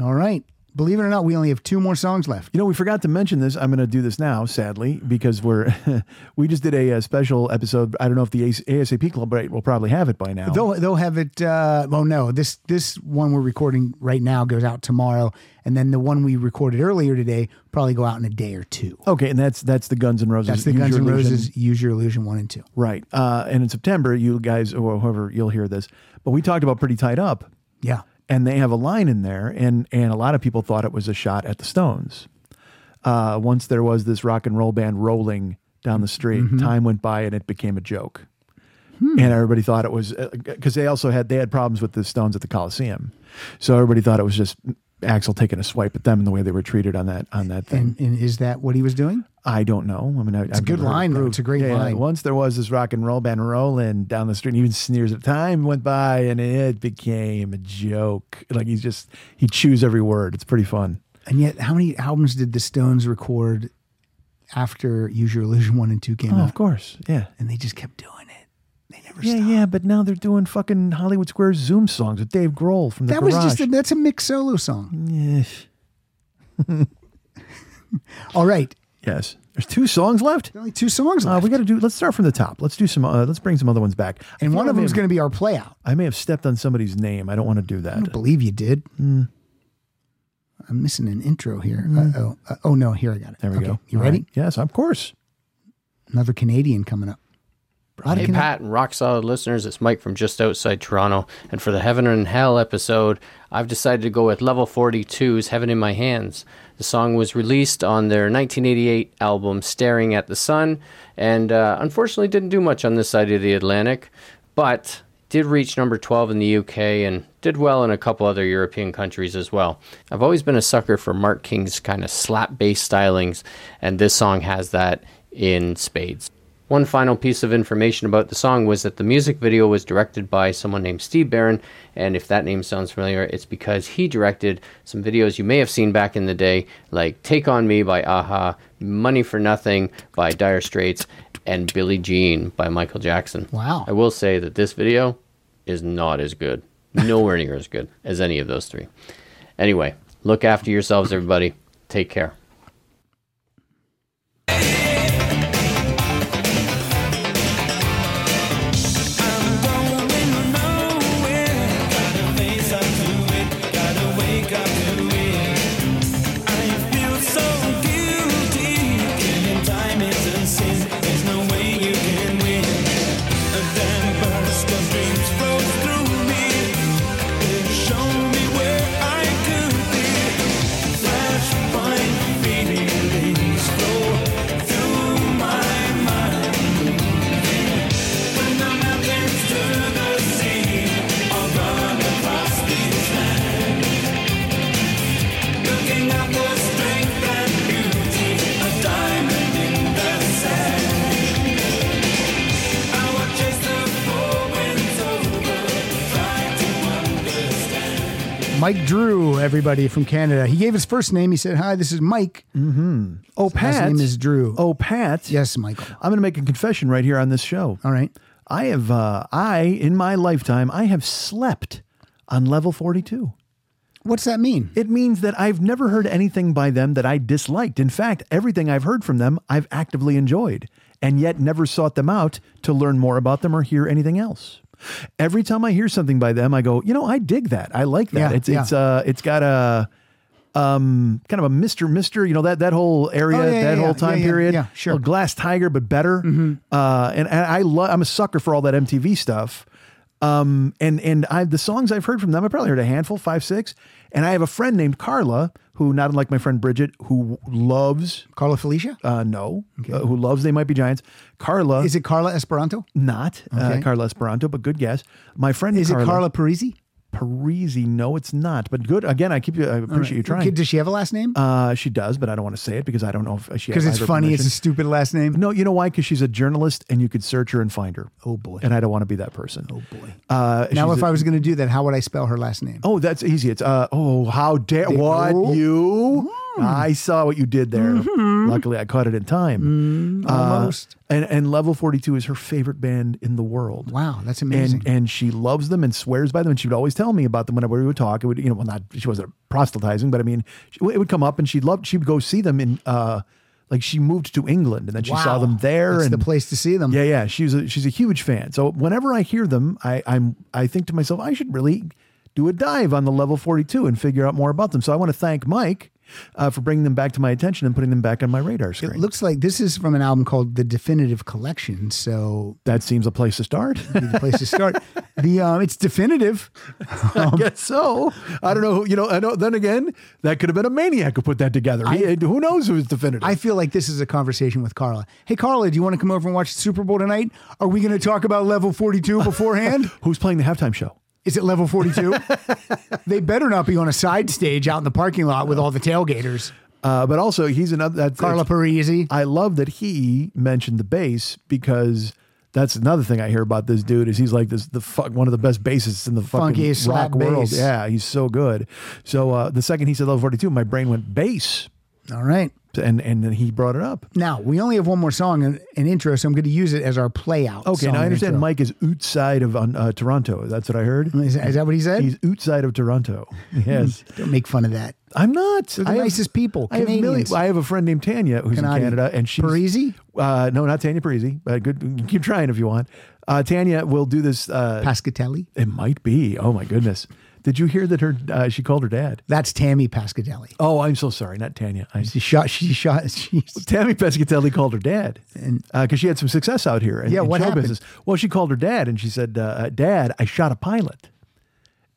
Speaker 2: All right. Believe it or not, we only have two more songs left.
Speaker 3: You know, we forgot to mention this. I'm going to do this now, sadly, because we're we just did a, uh special episode. I don't know if the AS- ASAP Club right, will probably have it by now.
Speaker 2: They'll they'll have it. Uh, well, no, this this one we're recording right now goes out tomorrow, and then the one we recorded earlier today probably go out in a day or two.
Speaker 3: Okay, and that's that's the Guns N' Roses.
Speaker 2: That's the
Speaker 3: Use
Speaker 2: Guns
Speaker 3: Your
Speaker 2: N'
Speaker 3: Illusion.
Speaker 2: Roses Use Your Illusion one and two.
Speaker 3: right? Uh, and in September, you guys or whoever you'll hear this, but we talked about pretty tied up,
Speaker 2: Yeah.
Speaker 3: and they have a line in there, and and a lot of people thought it was a shot at the Stones. Uh, once there was this rock and roll band rolling down the street,
Speaker 2: Mm-hmm.
Speaker 14: Mhm.
Speaker 3: time went by, and it became a joke.
Speaker 2: Hmm.
Speaker 3: and everybody thought it was because they also had they had problems with the Stones at the Coliseum, so everybody thought it was just Axel taking a swipe at them and the way they were treated on that on that thing.
Speaker 2: And, and is that what he was doing?
Speaker 3: I don't know. I mean, I,
Speaker 2: It's a good line, though. It's a great line.
Speaker 3: Once there was this rock and roll band rolling down the street, and even sneers of time went by, and it became a joke. Like he's just he chews every word. It's pretty fun.
Speaker 2: And yet, how many albums did the Stones record after Use Your Illusion one and two came
Speaker 3: Oh,
Speaker 2: out?
Speaker 3: of course, yeah.
Speaker 2: And they just kept doing it. They
Speaker 3: never. Yeah, yeah. But now they're doing fucking Hollywood Square Zoom songs with Dave Grohl from the
Speaker 2: that was
Speaker 3: Garage.
Speaker 2: just a, that's a mixed solo song. All right.
Speaker 3: Yes. There's two songs left.
Speaker 2: Only two songs
Speaker 3: left. Uh, we got to do. Let's start from the top. Let's do some. Uh, let's bring some other ones back.
Speaker 2: And one of them's going to be our play out.
Speaker 3: I may have stepped on somebody's name. I don't want to do that. I don't
Speaker 2: believe you did. I'm missing an intro here.
Speaker 3: Mm.
Speaker 2: Uh oh. Uh, oh no, here I got it.
Speaker 3: There we
Speaker 2: Okay,
Speaker 3: go.
Speaker 2: You
Speaker 3: All
Speaker 2: ready?
Speaker 3: right. Yes, of course.
Speaker 2: Another Canadian coming up. A lot of
Speaker 15: Hey,
Speaker 2: Cana-
Speaker 15: Pat and rock solid listeners, it's Mike from just outside Toronto. And for the Heaven and Hell episode, I've decided to go with Level 42's Heaven in My Hands. The song was released on their 1988 album Staring at the Sun, and uh, unfortunately didn't do much on this side of the Atlantic, but did reach number 12 in the UK and did well in a couple other European countries as well. I've always been a sucker for Mark King's kind of slap bass stylings, and this song has that in spades. One final piece of information about the song was that the music video was directed by someone named Steve Barron, and if that name sounds familiar, it's because he directed some videos you may have seen back in the day, like Take On Me by Aha, Money for Nothing by Dire Straits, and Billie Jean by Michael Jackson.
Speaker 2: Wow.
Speaker 15: I will say that this video is not as good, nowhere near as good as any of those three. Anyway, look after yourselves, everybody. Take care.
Speaker 6: Looking at the strength and beauty, a diamond in the sand. I watch as the four winds over, try to understand.
Speaker 2: Mike Drew, everybody from Canada. He gave his first name. He said, "Hi, this is Mike." Mm-hmm.
Speaker 3: Oh,
Speaker 2: His
Speaker 3: Pat.
Speaker 2: name is Drew.
Speaker 3: Oh, Pat.
Speaker 2: Yes, Michael.
Speaker 3: I'm going to make a confession right here on this show.
Speaker 2: All right.
Speaker 3: I have, uh, I, in my lifetime, I have slept on level 42.
Speaker 2: What's that mean?
Speaker 3: It means that I've never heard anything by them that I disliked. In fact, everything I've heard from them, I've actively enjoyed and yet never sought them out to learn more about them or hear anything else. Every time I hear something by them, I go, you know, I dig that. I like that.
Speaker 15: Yeah,
Speaker 3: it's
Speaker 15: yeah.
Speaker 3: it's uh it's got a um kind of a Mr. Mister, you know, that that whole area,
Speaker 15: Oh, yeah,
Speaker 3: that
Speaker 15: yeah,
Speaker 3: whole
Speaker 15: yeah.
Speaker 3: time
Speaker 15: Yeah, yeah,
Speaker 3: period.
Speaker 15: yeah,
Speaker 3: sure.
Speaker 2: Mm-hmm.
Speaker 3: glass tiger, but better. Uh and, and I love I'm a sucker for all that MTV stuff. Um, and and I the songs I've heard from them, I probably heard a handful, five, six. And I have a friend named Carla, who not unlike my friend Bridget, who loves
Speaker 2: Carla Felicia.
Speaker 3: Uh, no, uh, who loves They Might Be Giants. Carla
Speaker 2: is it Carla Esperanto?
Speaker 3: Not uh,
Speaker 2: Okay.
Speaker 3: Carla Esperanto, but good guess. My friend
Speaker 2: Is it Carla
Speaker 3: Parisi? Parisi? No, it's not. But good again. I keep. I appreciate you trying.
Speaker 2: Does she have a last name?
Speaker 3: Uh, she does, but I don't want to say it because I don't know if she has
Speaker 2: Because it's
Speaker 3: either
Speaker 2: funny. It's a
Speaker 3: permission.
Speaker 2: stupid last name.
Speaker 3: No, you know why? Because she's a journalist, and you could search her and find her. Oh boy! And I don't want to be that person. Oh boy! Uh,
Speaker 2: now, if
Speaker 3: I
Speaker 2: I was going to do that, how would I spell her last name?
Speaker 3: oh, that's easy. It's uh, oh, how dare
Speaker 2: Dick-
Speaker 3: what
Speaker 2: Oh.
Speaker 3: you?
Speaker 2: Hmm.
Speaker 3: I saw what you did there.
Speaker 2: Mm-hmm.
Speaker 3: Luckily, I caught it in time.
Speaker 6: Mm-hmm.
Speaker 3: Uh,
Speaker 2: almost.
Speaker 3: and and Level Forty Two is her favorite band in the world.
Speaker 2: Wow, that's amazing.
Speaker 3: And and she loves them and swears by them. And she would always tell me about them whenever we would talk. It would, you know, well, not she wasn't proselytizing, but I mean, she, it would come up and she loved. She would go see them in. uh like she moved to England and then she saw
Speaker 2: Wow.
Speaker 3: them there.
Speaker 2: That's
Speaker 3: and
Speaker 2: the place to see them.
Speaker 3: Yeah, yeah. She's a, she's a huge fan. So whenever I hear them, I I'm I think to myself I should really do a dive on the level 42 and figure out more about them. So I want to thank Mike uh, for bringing them back to my attention and putting them back on my radar screen.
Speaker 2: It looks like this is from an album called The Definitive Collection. So
Speaker 3: that seems a place to start.
Speaker 2: Be the place to start. the um, it's definitive. Um,
Speaker 3: I guess so. I don't know. Who, you know. I know. Then again, that could have been a maniac who put that together. He- who knows who's definitive?
Speaker 2: I feel like this is a conversation with Carla. Hey, Carla, do you want to come over and watch the Super Bowl tonight? Are we going to talk about Level Forty Two beforehand?
Speaker 3: Who's playing the halftime show?
Speaker 2: Is it Level Forty Two? they better not be on a side stage out in the parking lot with all the tailgaters.
Speaker 3: Uh, but also, he's another that's
Speaker 2: Carla Parisi.
Speaker 3: I love that he mentioned the bass because that's another thing I hear about this dude is he's like this the fuck one of the best bassists in the fucking
Speaker 2: Funkiest slap
Speaker 3: rock world.
Speaker 2: bass.
Speaker 3: Yeah, he's so good. So uh, the second he said level forty two, my brain went bass,
Speaker 2: All right.
Speaker 3: and and then he brought it up.
Speaker 2: Now we only have one more song and an intro, so I'm going to use it as our play out.
Speaker 3: Okay, now I understand. Mike is outside of uh, Toronto. That's what I heard.
Speaker 2: Is, is that what he said?
Speaker 3: He's outside of Toronto. Yes.
Speaker 2: Don't make fun of that.
Speaker 3: I'm not.
Speaker 2: Hmm. They're the
Speaker 3: I have-
Speaker 2: nicest people.
Speaker 3: I have,
Speaker 2: Canadians.
Speaker 3: millions- I have a friend named Tanya who's
Speaker 2: Canadi.
Speaker 3: in Canada, and she's
Speaker 2: Parisi?
Speaker 3: Uh, no, not Tanya Parisi. Uh, good, keep trying if you want. Uh, Tanya will do this. Uh,
Speaker 2: Pascatelli.
Speaker 3: It might be. Oh my goodness! Did you hear that her? Uh, she called her dad.
Speaker 2: That's Tammy Pascadelli.
Speaker 3: Oh, I'm so sorry, not Tanya. I,
Speaker 2: she shot. She shot. She, uh,
Speaker 3: Tammy Pescatelli called her dad because she had some success out here. In,
Speaker 2: Yeah,
Speaker 3: in
Speaker 2: what
Speaker 3: show
Speaker 2: happened?
Speaker 3: Business. Well, she called her dad and she said, uh, "Dad, I shot a pilot,"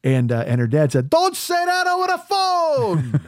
Speaker 3: and uh, and her dad said, "Don't say that over the phone."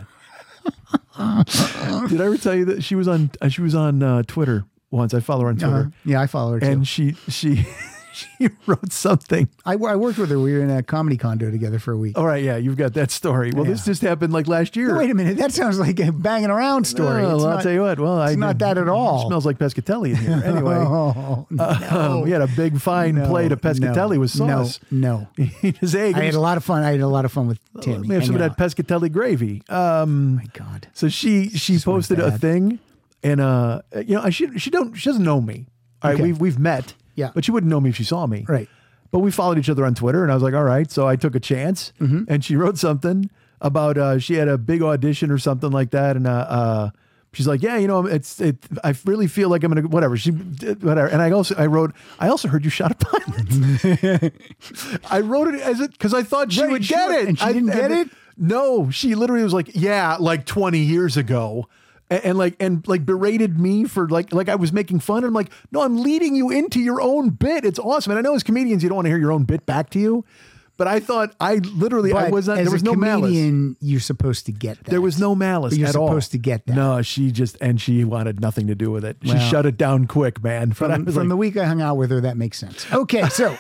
Speaker 3: Did I ever tell you that she was on uh, she was on uh, Twitter once? I follow her on Twitter.
Speaker 2: Uh-huh. Yeah, I follow her too.
Speaker 3: And she she she wrote something.
Speaker 2: I, I worked with her. We were in a comedy condo together for a week.
Speaker 3: All right, yeah, you've got that story. Well, this just happened like last year.
Speaker 2: Wait a minute. That sounds like a banging around story.
Speaker 3: Well,
Speaker 2: It's
Speaker 3: I'll
Speaker 2: not-
Speaker 3: tell you what. Well,
Speaker 2: it's
Speaker 3: I
Speaker 2: not that at all.
Speaker 3: Smells like pescatelli in here. Anyway,
Speaker 2: Oh,
Speaker 3: Um, he had a big fine
Speaker 2: no,
Speaker 3: plate of pescatelli
Speaker 2: no,
Speaker 3: with sauce.
Speaker 2: No, no.
Speaker 3: He just, hey,
Speaker 2: I had a lot of fun. I had a lot of fun with uh, Tammy.
Speaker 3: Let me have some of
Speaker 2: hanging
Speaker 3: Oh, that pescatelli gravy. Um, my
Speaker 2: Oh God.
Speaker 3: So she she posted a
Speaker 2: bad.
Speaker 3: thing, and uh, you know, I- she she don't she doesn't know me. All right,
Speaker 2: Okay.
Speaker 3: we've we've met.
Speaker 2: Yeah.
Speaker 3: but she wouldn't know me if she saw me.
Speaker 2: Right.
Speaker 3: But we followed each other on Twitter, and I was like, all right. So I took a chance,
Speaker 2: Mm-hmm.
Speaker 3: and she wrote something about uh, she had a big audition or something like that, and uh, uh, she's like, yeah, you know, it's it. I really feel like I'm gonna whatever. She whatever, and I also I wrote. I also heard you shot a pilot. I wrote it as it because I thought she
Speaker 2: Right,
Speaker 3: would
Speaker 2: she
Speaker 3: get
Speaker 2: would-
Speaker 3: it,
Speaker 2: and she
Speaker 3: I-
Speaker 2: didn't get it?
Speaker 3: No, she literally was like, yeah, like 20 years ago. A- And, like and like berated me for like like I was making fun. I'm like, no, I'm leading you into your own bit. It's awesome. And I know as comedians, you don't want to hear your own bit back to you. But I thought I literally I
Speaker 2: But
Speaker 3: was not
Speaker 2: as
Speaker 3: there was
Speaker 2: a
Speaker 3: no malice.
Speaker 2: comedian, You're supposed to get that.
Speaker 3: There was no malice
Speaker 2: But you're
Speaker 3: at all.
Speaker 2: supposed to get that.
Speaker 3: No, she just and she wanted nothing to do with it.
Speaker 2: Well,
Speaker 3: she shut it down quick, man. But I
Speaker 2: From,
Speaker 3: was
Speaker 2: from
Speaker 3: like,
Speaker 2: the week I hung out with her, that makes sense. Okay, so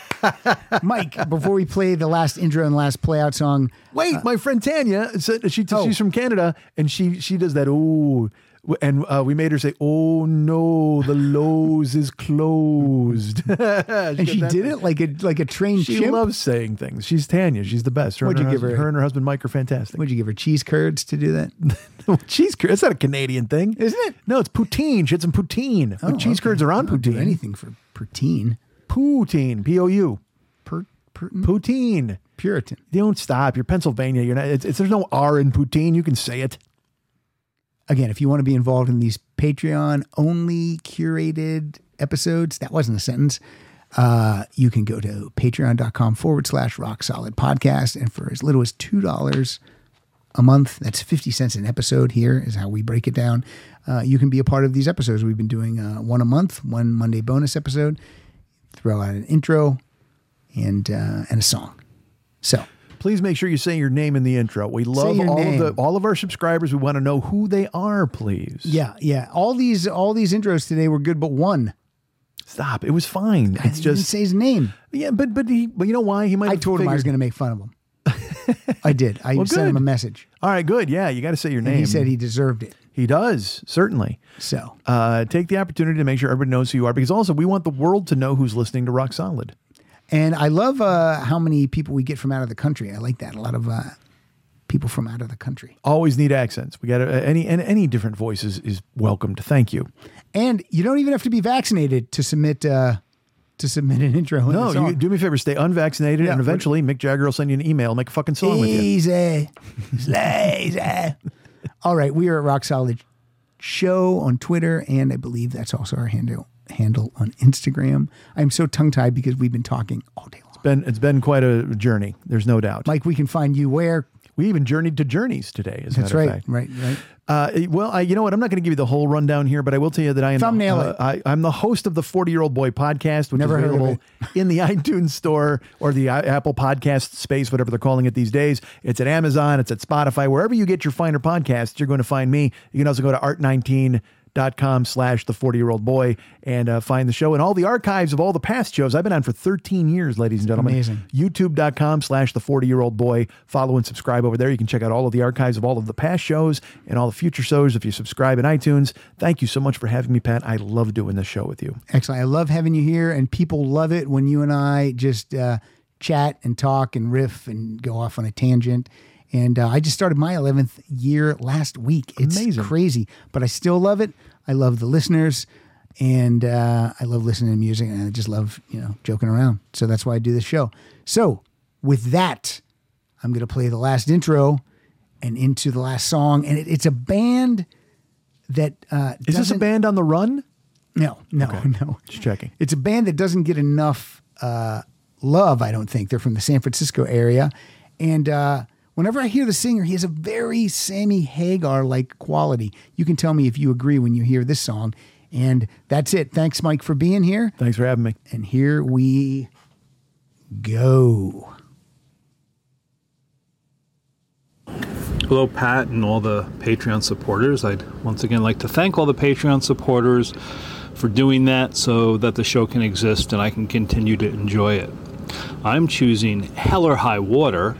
Speaker 2: Mike, before we play the last intro and last playout song, Uh, Oh.
Speaker 3: Wait, my friend Tanya said she she's from Canada and she she does that oh and uh, we made her say oh no the Lowe's is closed
Speaker 2: and she did it like a like a trained
Speaker 3: she
Speaker 2: chimp.
Speaker 3: loves saying things she's Tanya she's the best her
Speaker 2: What'd
Speaker 3: and
Speaker 2: you
Speaker 3: her
Speaker 2: give
Speaker 3: husband,
Speaker 2: her?
Speaker 3: her and her husband Mike are fantastic
Speaker 2: Would you give her cheese curds to do that?
Speaker 3: cheese curds that's not a Canadian thing isn't it no it's poutine she had some poutine
Speaker 2: Oh,
Speaker 3: cheese
Speaker 2: okay.
Speaker 3: curds are on
Speaker 2: I'll do
Speaker 3: poutine
Speaker 2: anything for poutine
Speaker 3: poutine p o u
Speaker 2: Per, mm.
Speaker 3: poutine
Speaker 2: Puritan
Speaker 3: don't stop you're Pennsylvania you're not it's, it's, there's no r in poutine you can say it
Speaker 2: again, if you want to be involved in these Patreon only curated episodes, that wasn't a sentence. Uh, you can go to patreon.com forward slash rock solid podcast. And for as little as $2 a month, that's 50 cents an episode here, is how we break it down. Uh, you can be a part of these episodes. We've been doing uh, one a month, one Monday bonus episode, throw out an intro, and uh, and a song. So
Speaker 3: Please make sure you say your name in the intro. We love
Speaker 2: your
Speaker 3: all
Speaker 2: name.
Speaker 3: of the all of our subscribers. We want to know who they are, please.
Speaker 2: yeah, Uh, yeah. All these all these intros today were good, but one.
Speaker 3: Stop. It was fine. It's
Speaker 2: just say his name.
Speaker 3: Yeah, but but he but you know why he might.
Speaker 2: I told him I was going to make fun of him. I did. I
Speaker 3: Well,
Speaker 2: sent him a
Speaker 3: good.
Speaker 2: message.
Speaker 3: All right, good. Yeah, you got to say your
Speaker 2: And
Speaker 3: name.
Speaker 2: he said he deserved it.
Speaker 3: He does certainly.
Speaker 2: So
Speaker 3: uh, take the opportunity to make sure everybody knows who you are, because also we want the world to know who's listening to Rock Solid.
Speaker 2: And I love uh, how many people we get from out of the country. I like that. A lot of uh, people from out of the country.
Speaker 3: Always need accents. We got to any and any different voices is welcomed. Thank you.
Speaker 2: And you don't even have to be vaccinated to submit uh, to submit an intro. and
Speaker 3: No,
Speaker 2: a song.
Speaker 3: you do me a favor. Stay unvaccinated,
Speaker 2: Yeah,
Speaker 3: and
Speaker 2: but-
Speaker 3: eventually Mick Jagger will send you an email, make a fucking song with you.
Speaker 2: Easy. It's lazy. All right, we are at Rock Solid Show on Twitter, and I believe that's also our handle handle on Instagram. I'm so tongue tied because we've been talking all day long.
Speaker 3: It's been it's been quite a journey. There's no doubt.
Speaker 2: Mike, we can find you where
Speaker 3: we even journeyed to Journeys today. As a
Speaker 2: That's
Speaker 3: matter of
Speaker 2: right,
Speaker 3: fact.
Speaker 2: right, right.
Speaker 3: Uh, well, I, you know what? I'm not going to give you the whole rundown here, but I will tell you that I am
Speaker 2: Thumbnail
Speaker 3: uh,
Speaker 2: it.
Speaker 3: I, I'm the host of the 40 Year Old Boy podcast, which
Speaker 2: Never
Speaker 3: is
Speaker 2: heard of
Speaker 3: available in the iTunes store or the I- Apple Podcast space, whatever they're calling it these days. It's at Amazon, it's at Spotify, wherever you get your finer podcasts, you're going to find me. You can also go to art19. Dot com slash the 40 year old boy and uh, find the show and all the archives of all the past shows. I've been on for 13 years, ladies and gentlemen.
Speaker 2: Amazing.
Speaker 3: YouTube.com slash the 40 year old boy. Follow and subscribe over there. You can check out all of the archives of all of the past shows and all the future shows if you subscribe in iTunes. Thank you so much for having me, Pat. I love doing this show with you.
Speaker 2: Excellent. I love having you here, and people love it when you and I just uh, chat and talk and riff and go off on a tangent. And uh, I just started my 11th year last week. It's
Speaker 3: Amazing.
Speaker 2: crazy, but I still love it. I love the listeners, and uh, I love listening to music, and I just love you know joking around. So that's why I do this show. So with that, I'm gonna play the last intro and into the last song, and it, it's a band that uh,
Speaker 3: Is this a
Speaker 2: doesn't-
Speaker 3: band on the run?
Speaker 2: No, no, no.
Speaker 3: Just checking.
Speaker 2: It's a band that doesn't get enough uh, love, I don't think. They're from the San Francisco area. And uh, whenever I hear the singer, he has a very Sammy Hagar like quality. You can tell me if you agree when you hear this song. And that's it. Thanks, Mike, for being here.
Speaker 3: Thanks for having me.
Speaker 2: And here we go.
Speaker 29: Hello, Pat, and all the Patreon supporters. I'd once again like to thank all the Patreon supporters for doing that so that the show can exist and I can continue to enjoy it. I'm choosing Hell or High Water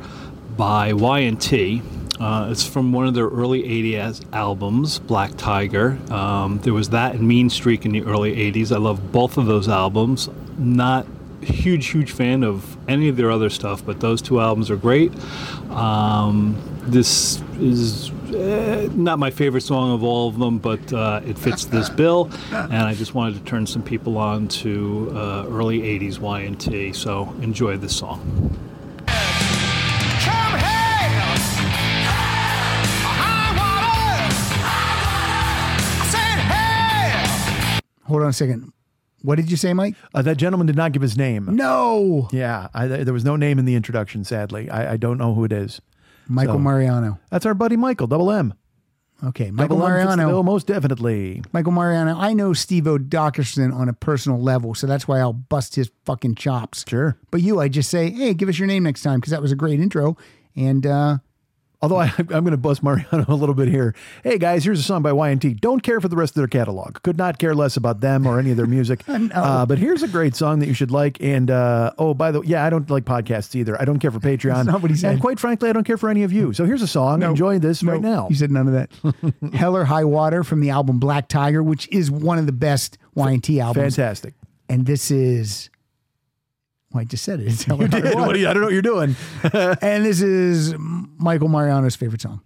Speaker 29: by Y&T. Uh, it's from one of their early 80s albums, Black Tiger. Um, there was that and Mean Streak in the early 80s. I love both of those albums. Not huge, huge fan of any of their other stuff, but those two albums are great. Um, this is eh, not my favorite song of all of them, but uh, it fits this bill, and I just wanted to turn some people on to uh, early 80s Y&T, so enjoy this song.
Speaker 6: Come hell, high water. I said hell.
Speaker 2: Hold on a second. What did you say, Mike?
Speaker 3: Uh, that gentleman did not give his name.
Speaker 2: No.
Speaker 3: Yeah, I, there was no name in the introduction, sadly. I, I don't know who it is.
Speaker 2: Michael Mariano.
Speaker 3: That's our buddy Michael, double M.
Speaker 2: Okay, Michael
Speaker 3: Double M fits the
Speaker 2: Mariano.
Speaker 3: bill, most definitely.
Speaker 2: Michael Mariano, I know Steve O'Dockerson on a personal level, so that's why I'll bust his fucking chops.
Speaker 3: Sure.
Speaker 2: But you, I just say, hey, give us your name next time because that was a great intro. And uh,
Speaker 3: Although I, I'm going to bust Mariano a little bit here. Hey guys, here's a song by Y&T. Don't care for the rest of their catalog. Could not care less about them or any of their music. uh, but here's a great song that you should like. And uh, oh, by the way, yeah, I don't like podcasts either. I don't care for Patreon.
Speaker 2: not what he said.
Speaker 3: And quite frankly, I don't care for any of you. So here's a song. Enjoy this right now.
Speaker 2: you said none of that. Hell or High Water from the album Black Tiger, which is one of the best Y&T albums.
Speaker 3: Fantastic.
Speaker 2: And this is, well, I just said it. It's Hell or
Speaker 3: You
Speaker 2: High
Speaker 3: did.
Speaker 2: Water.
Speaker 3: What do you- I don't know what you're doing.
Speaker 2: and this is Michael Mariano's favorite song.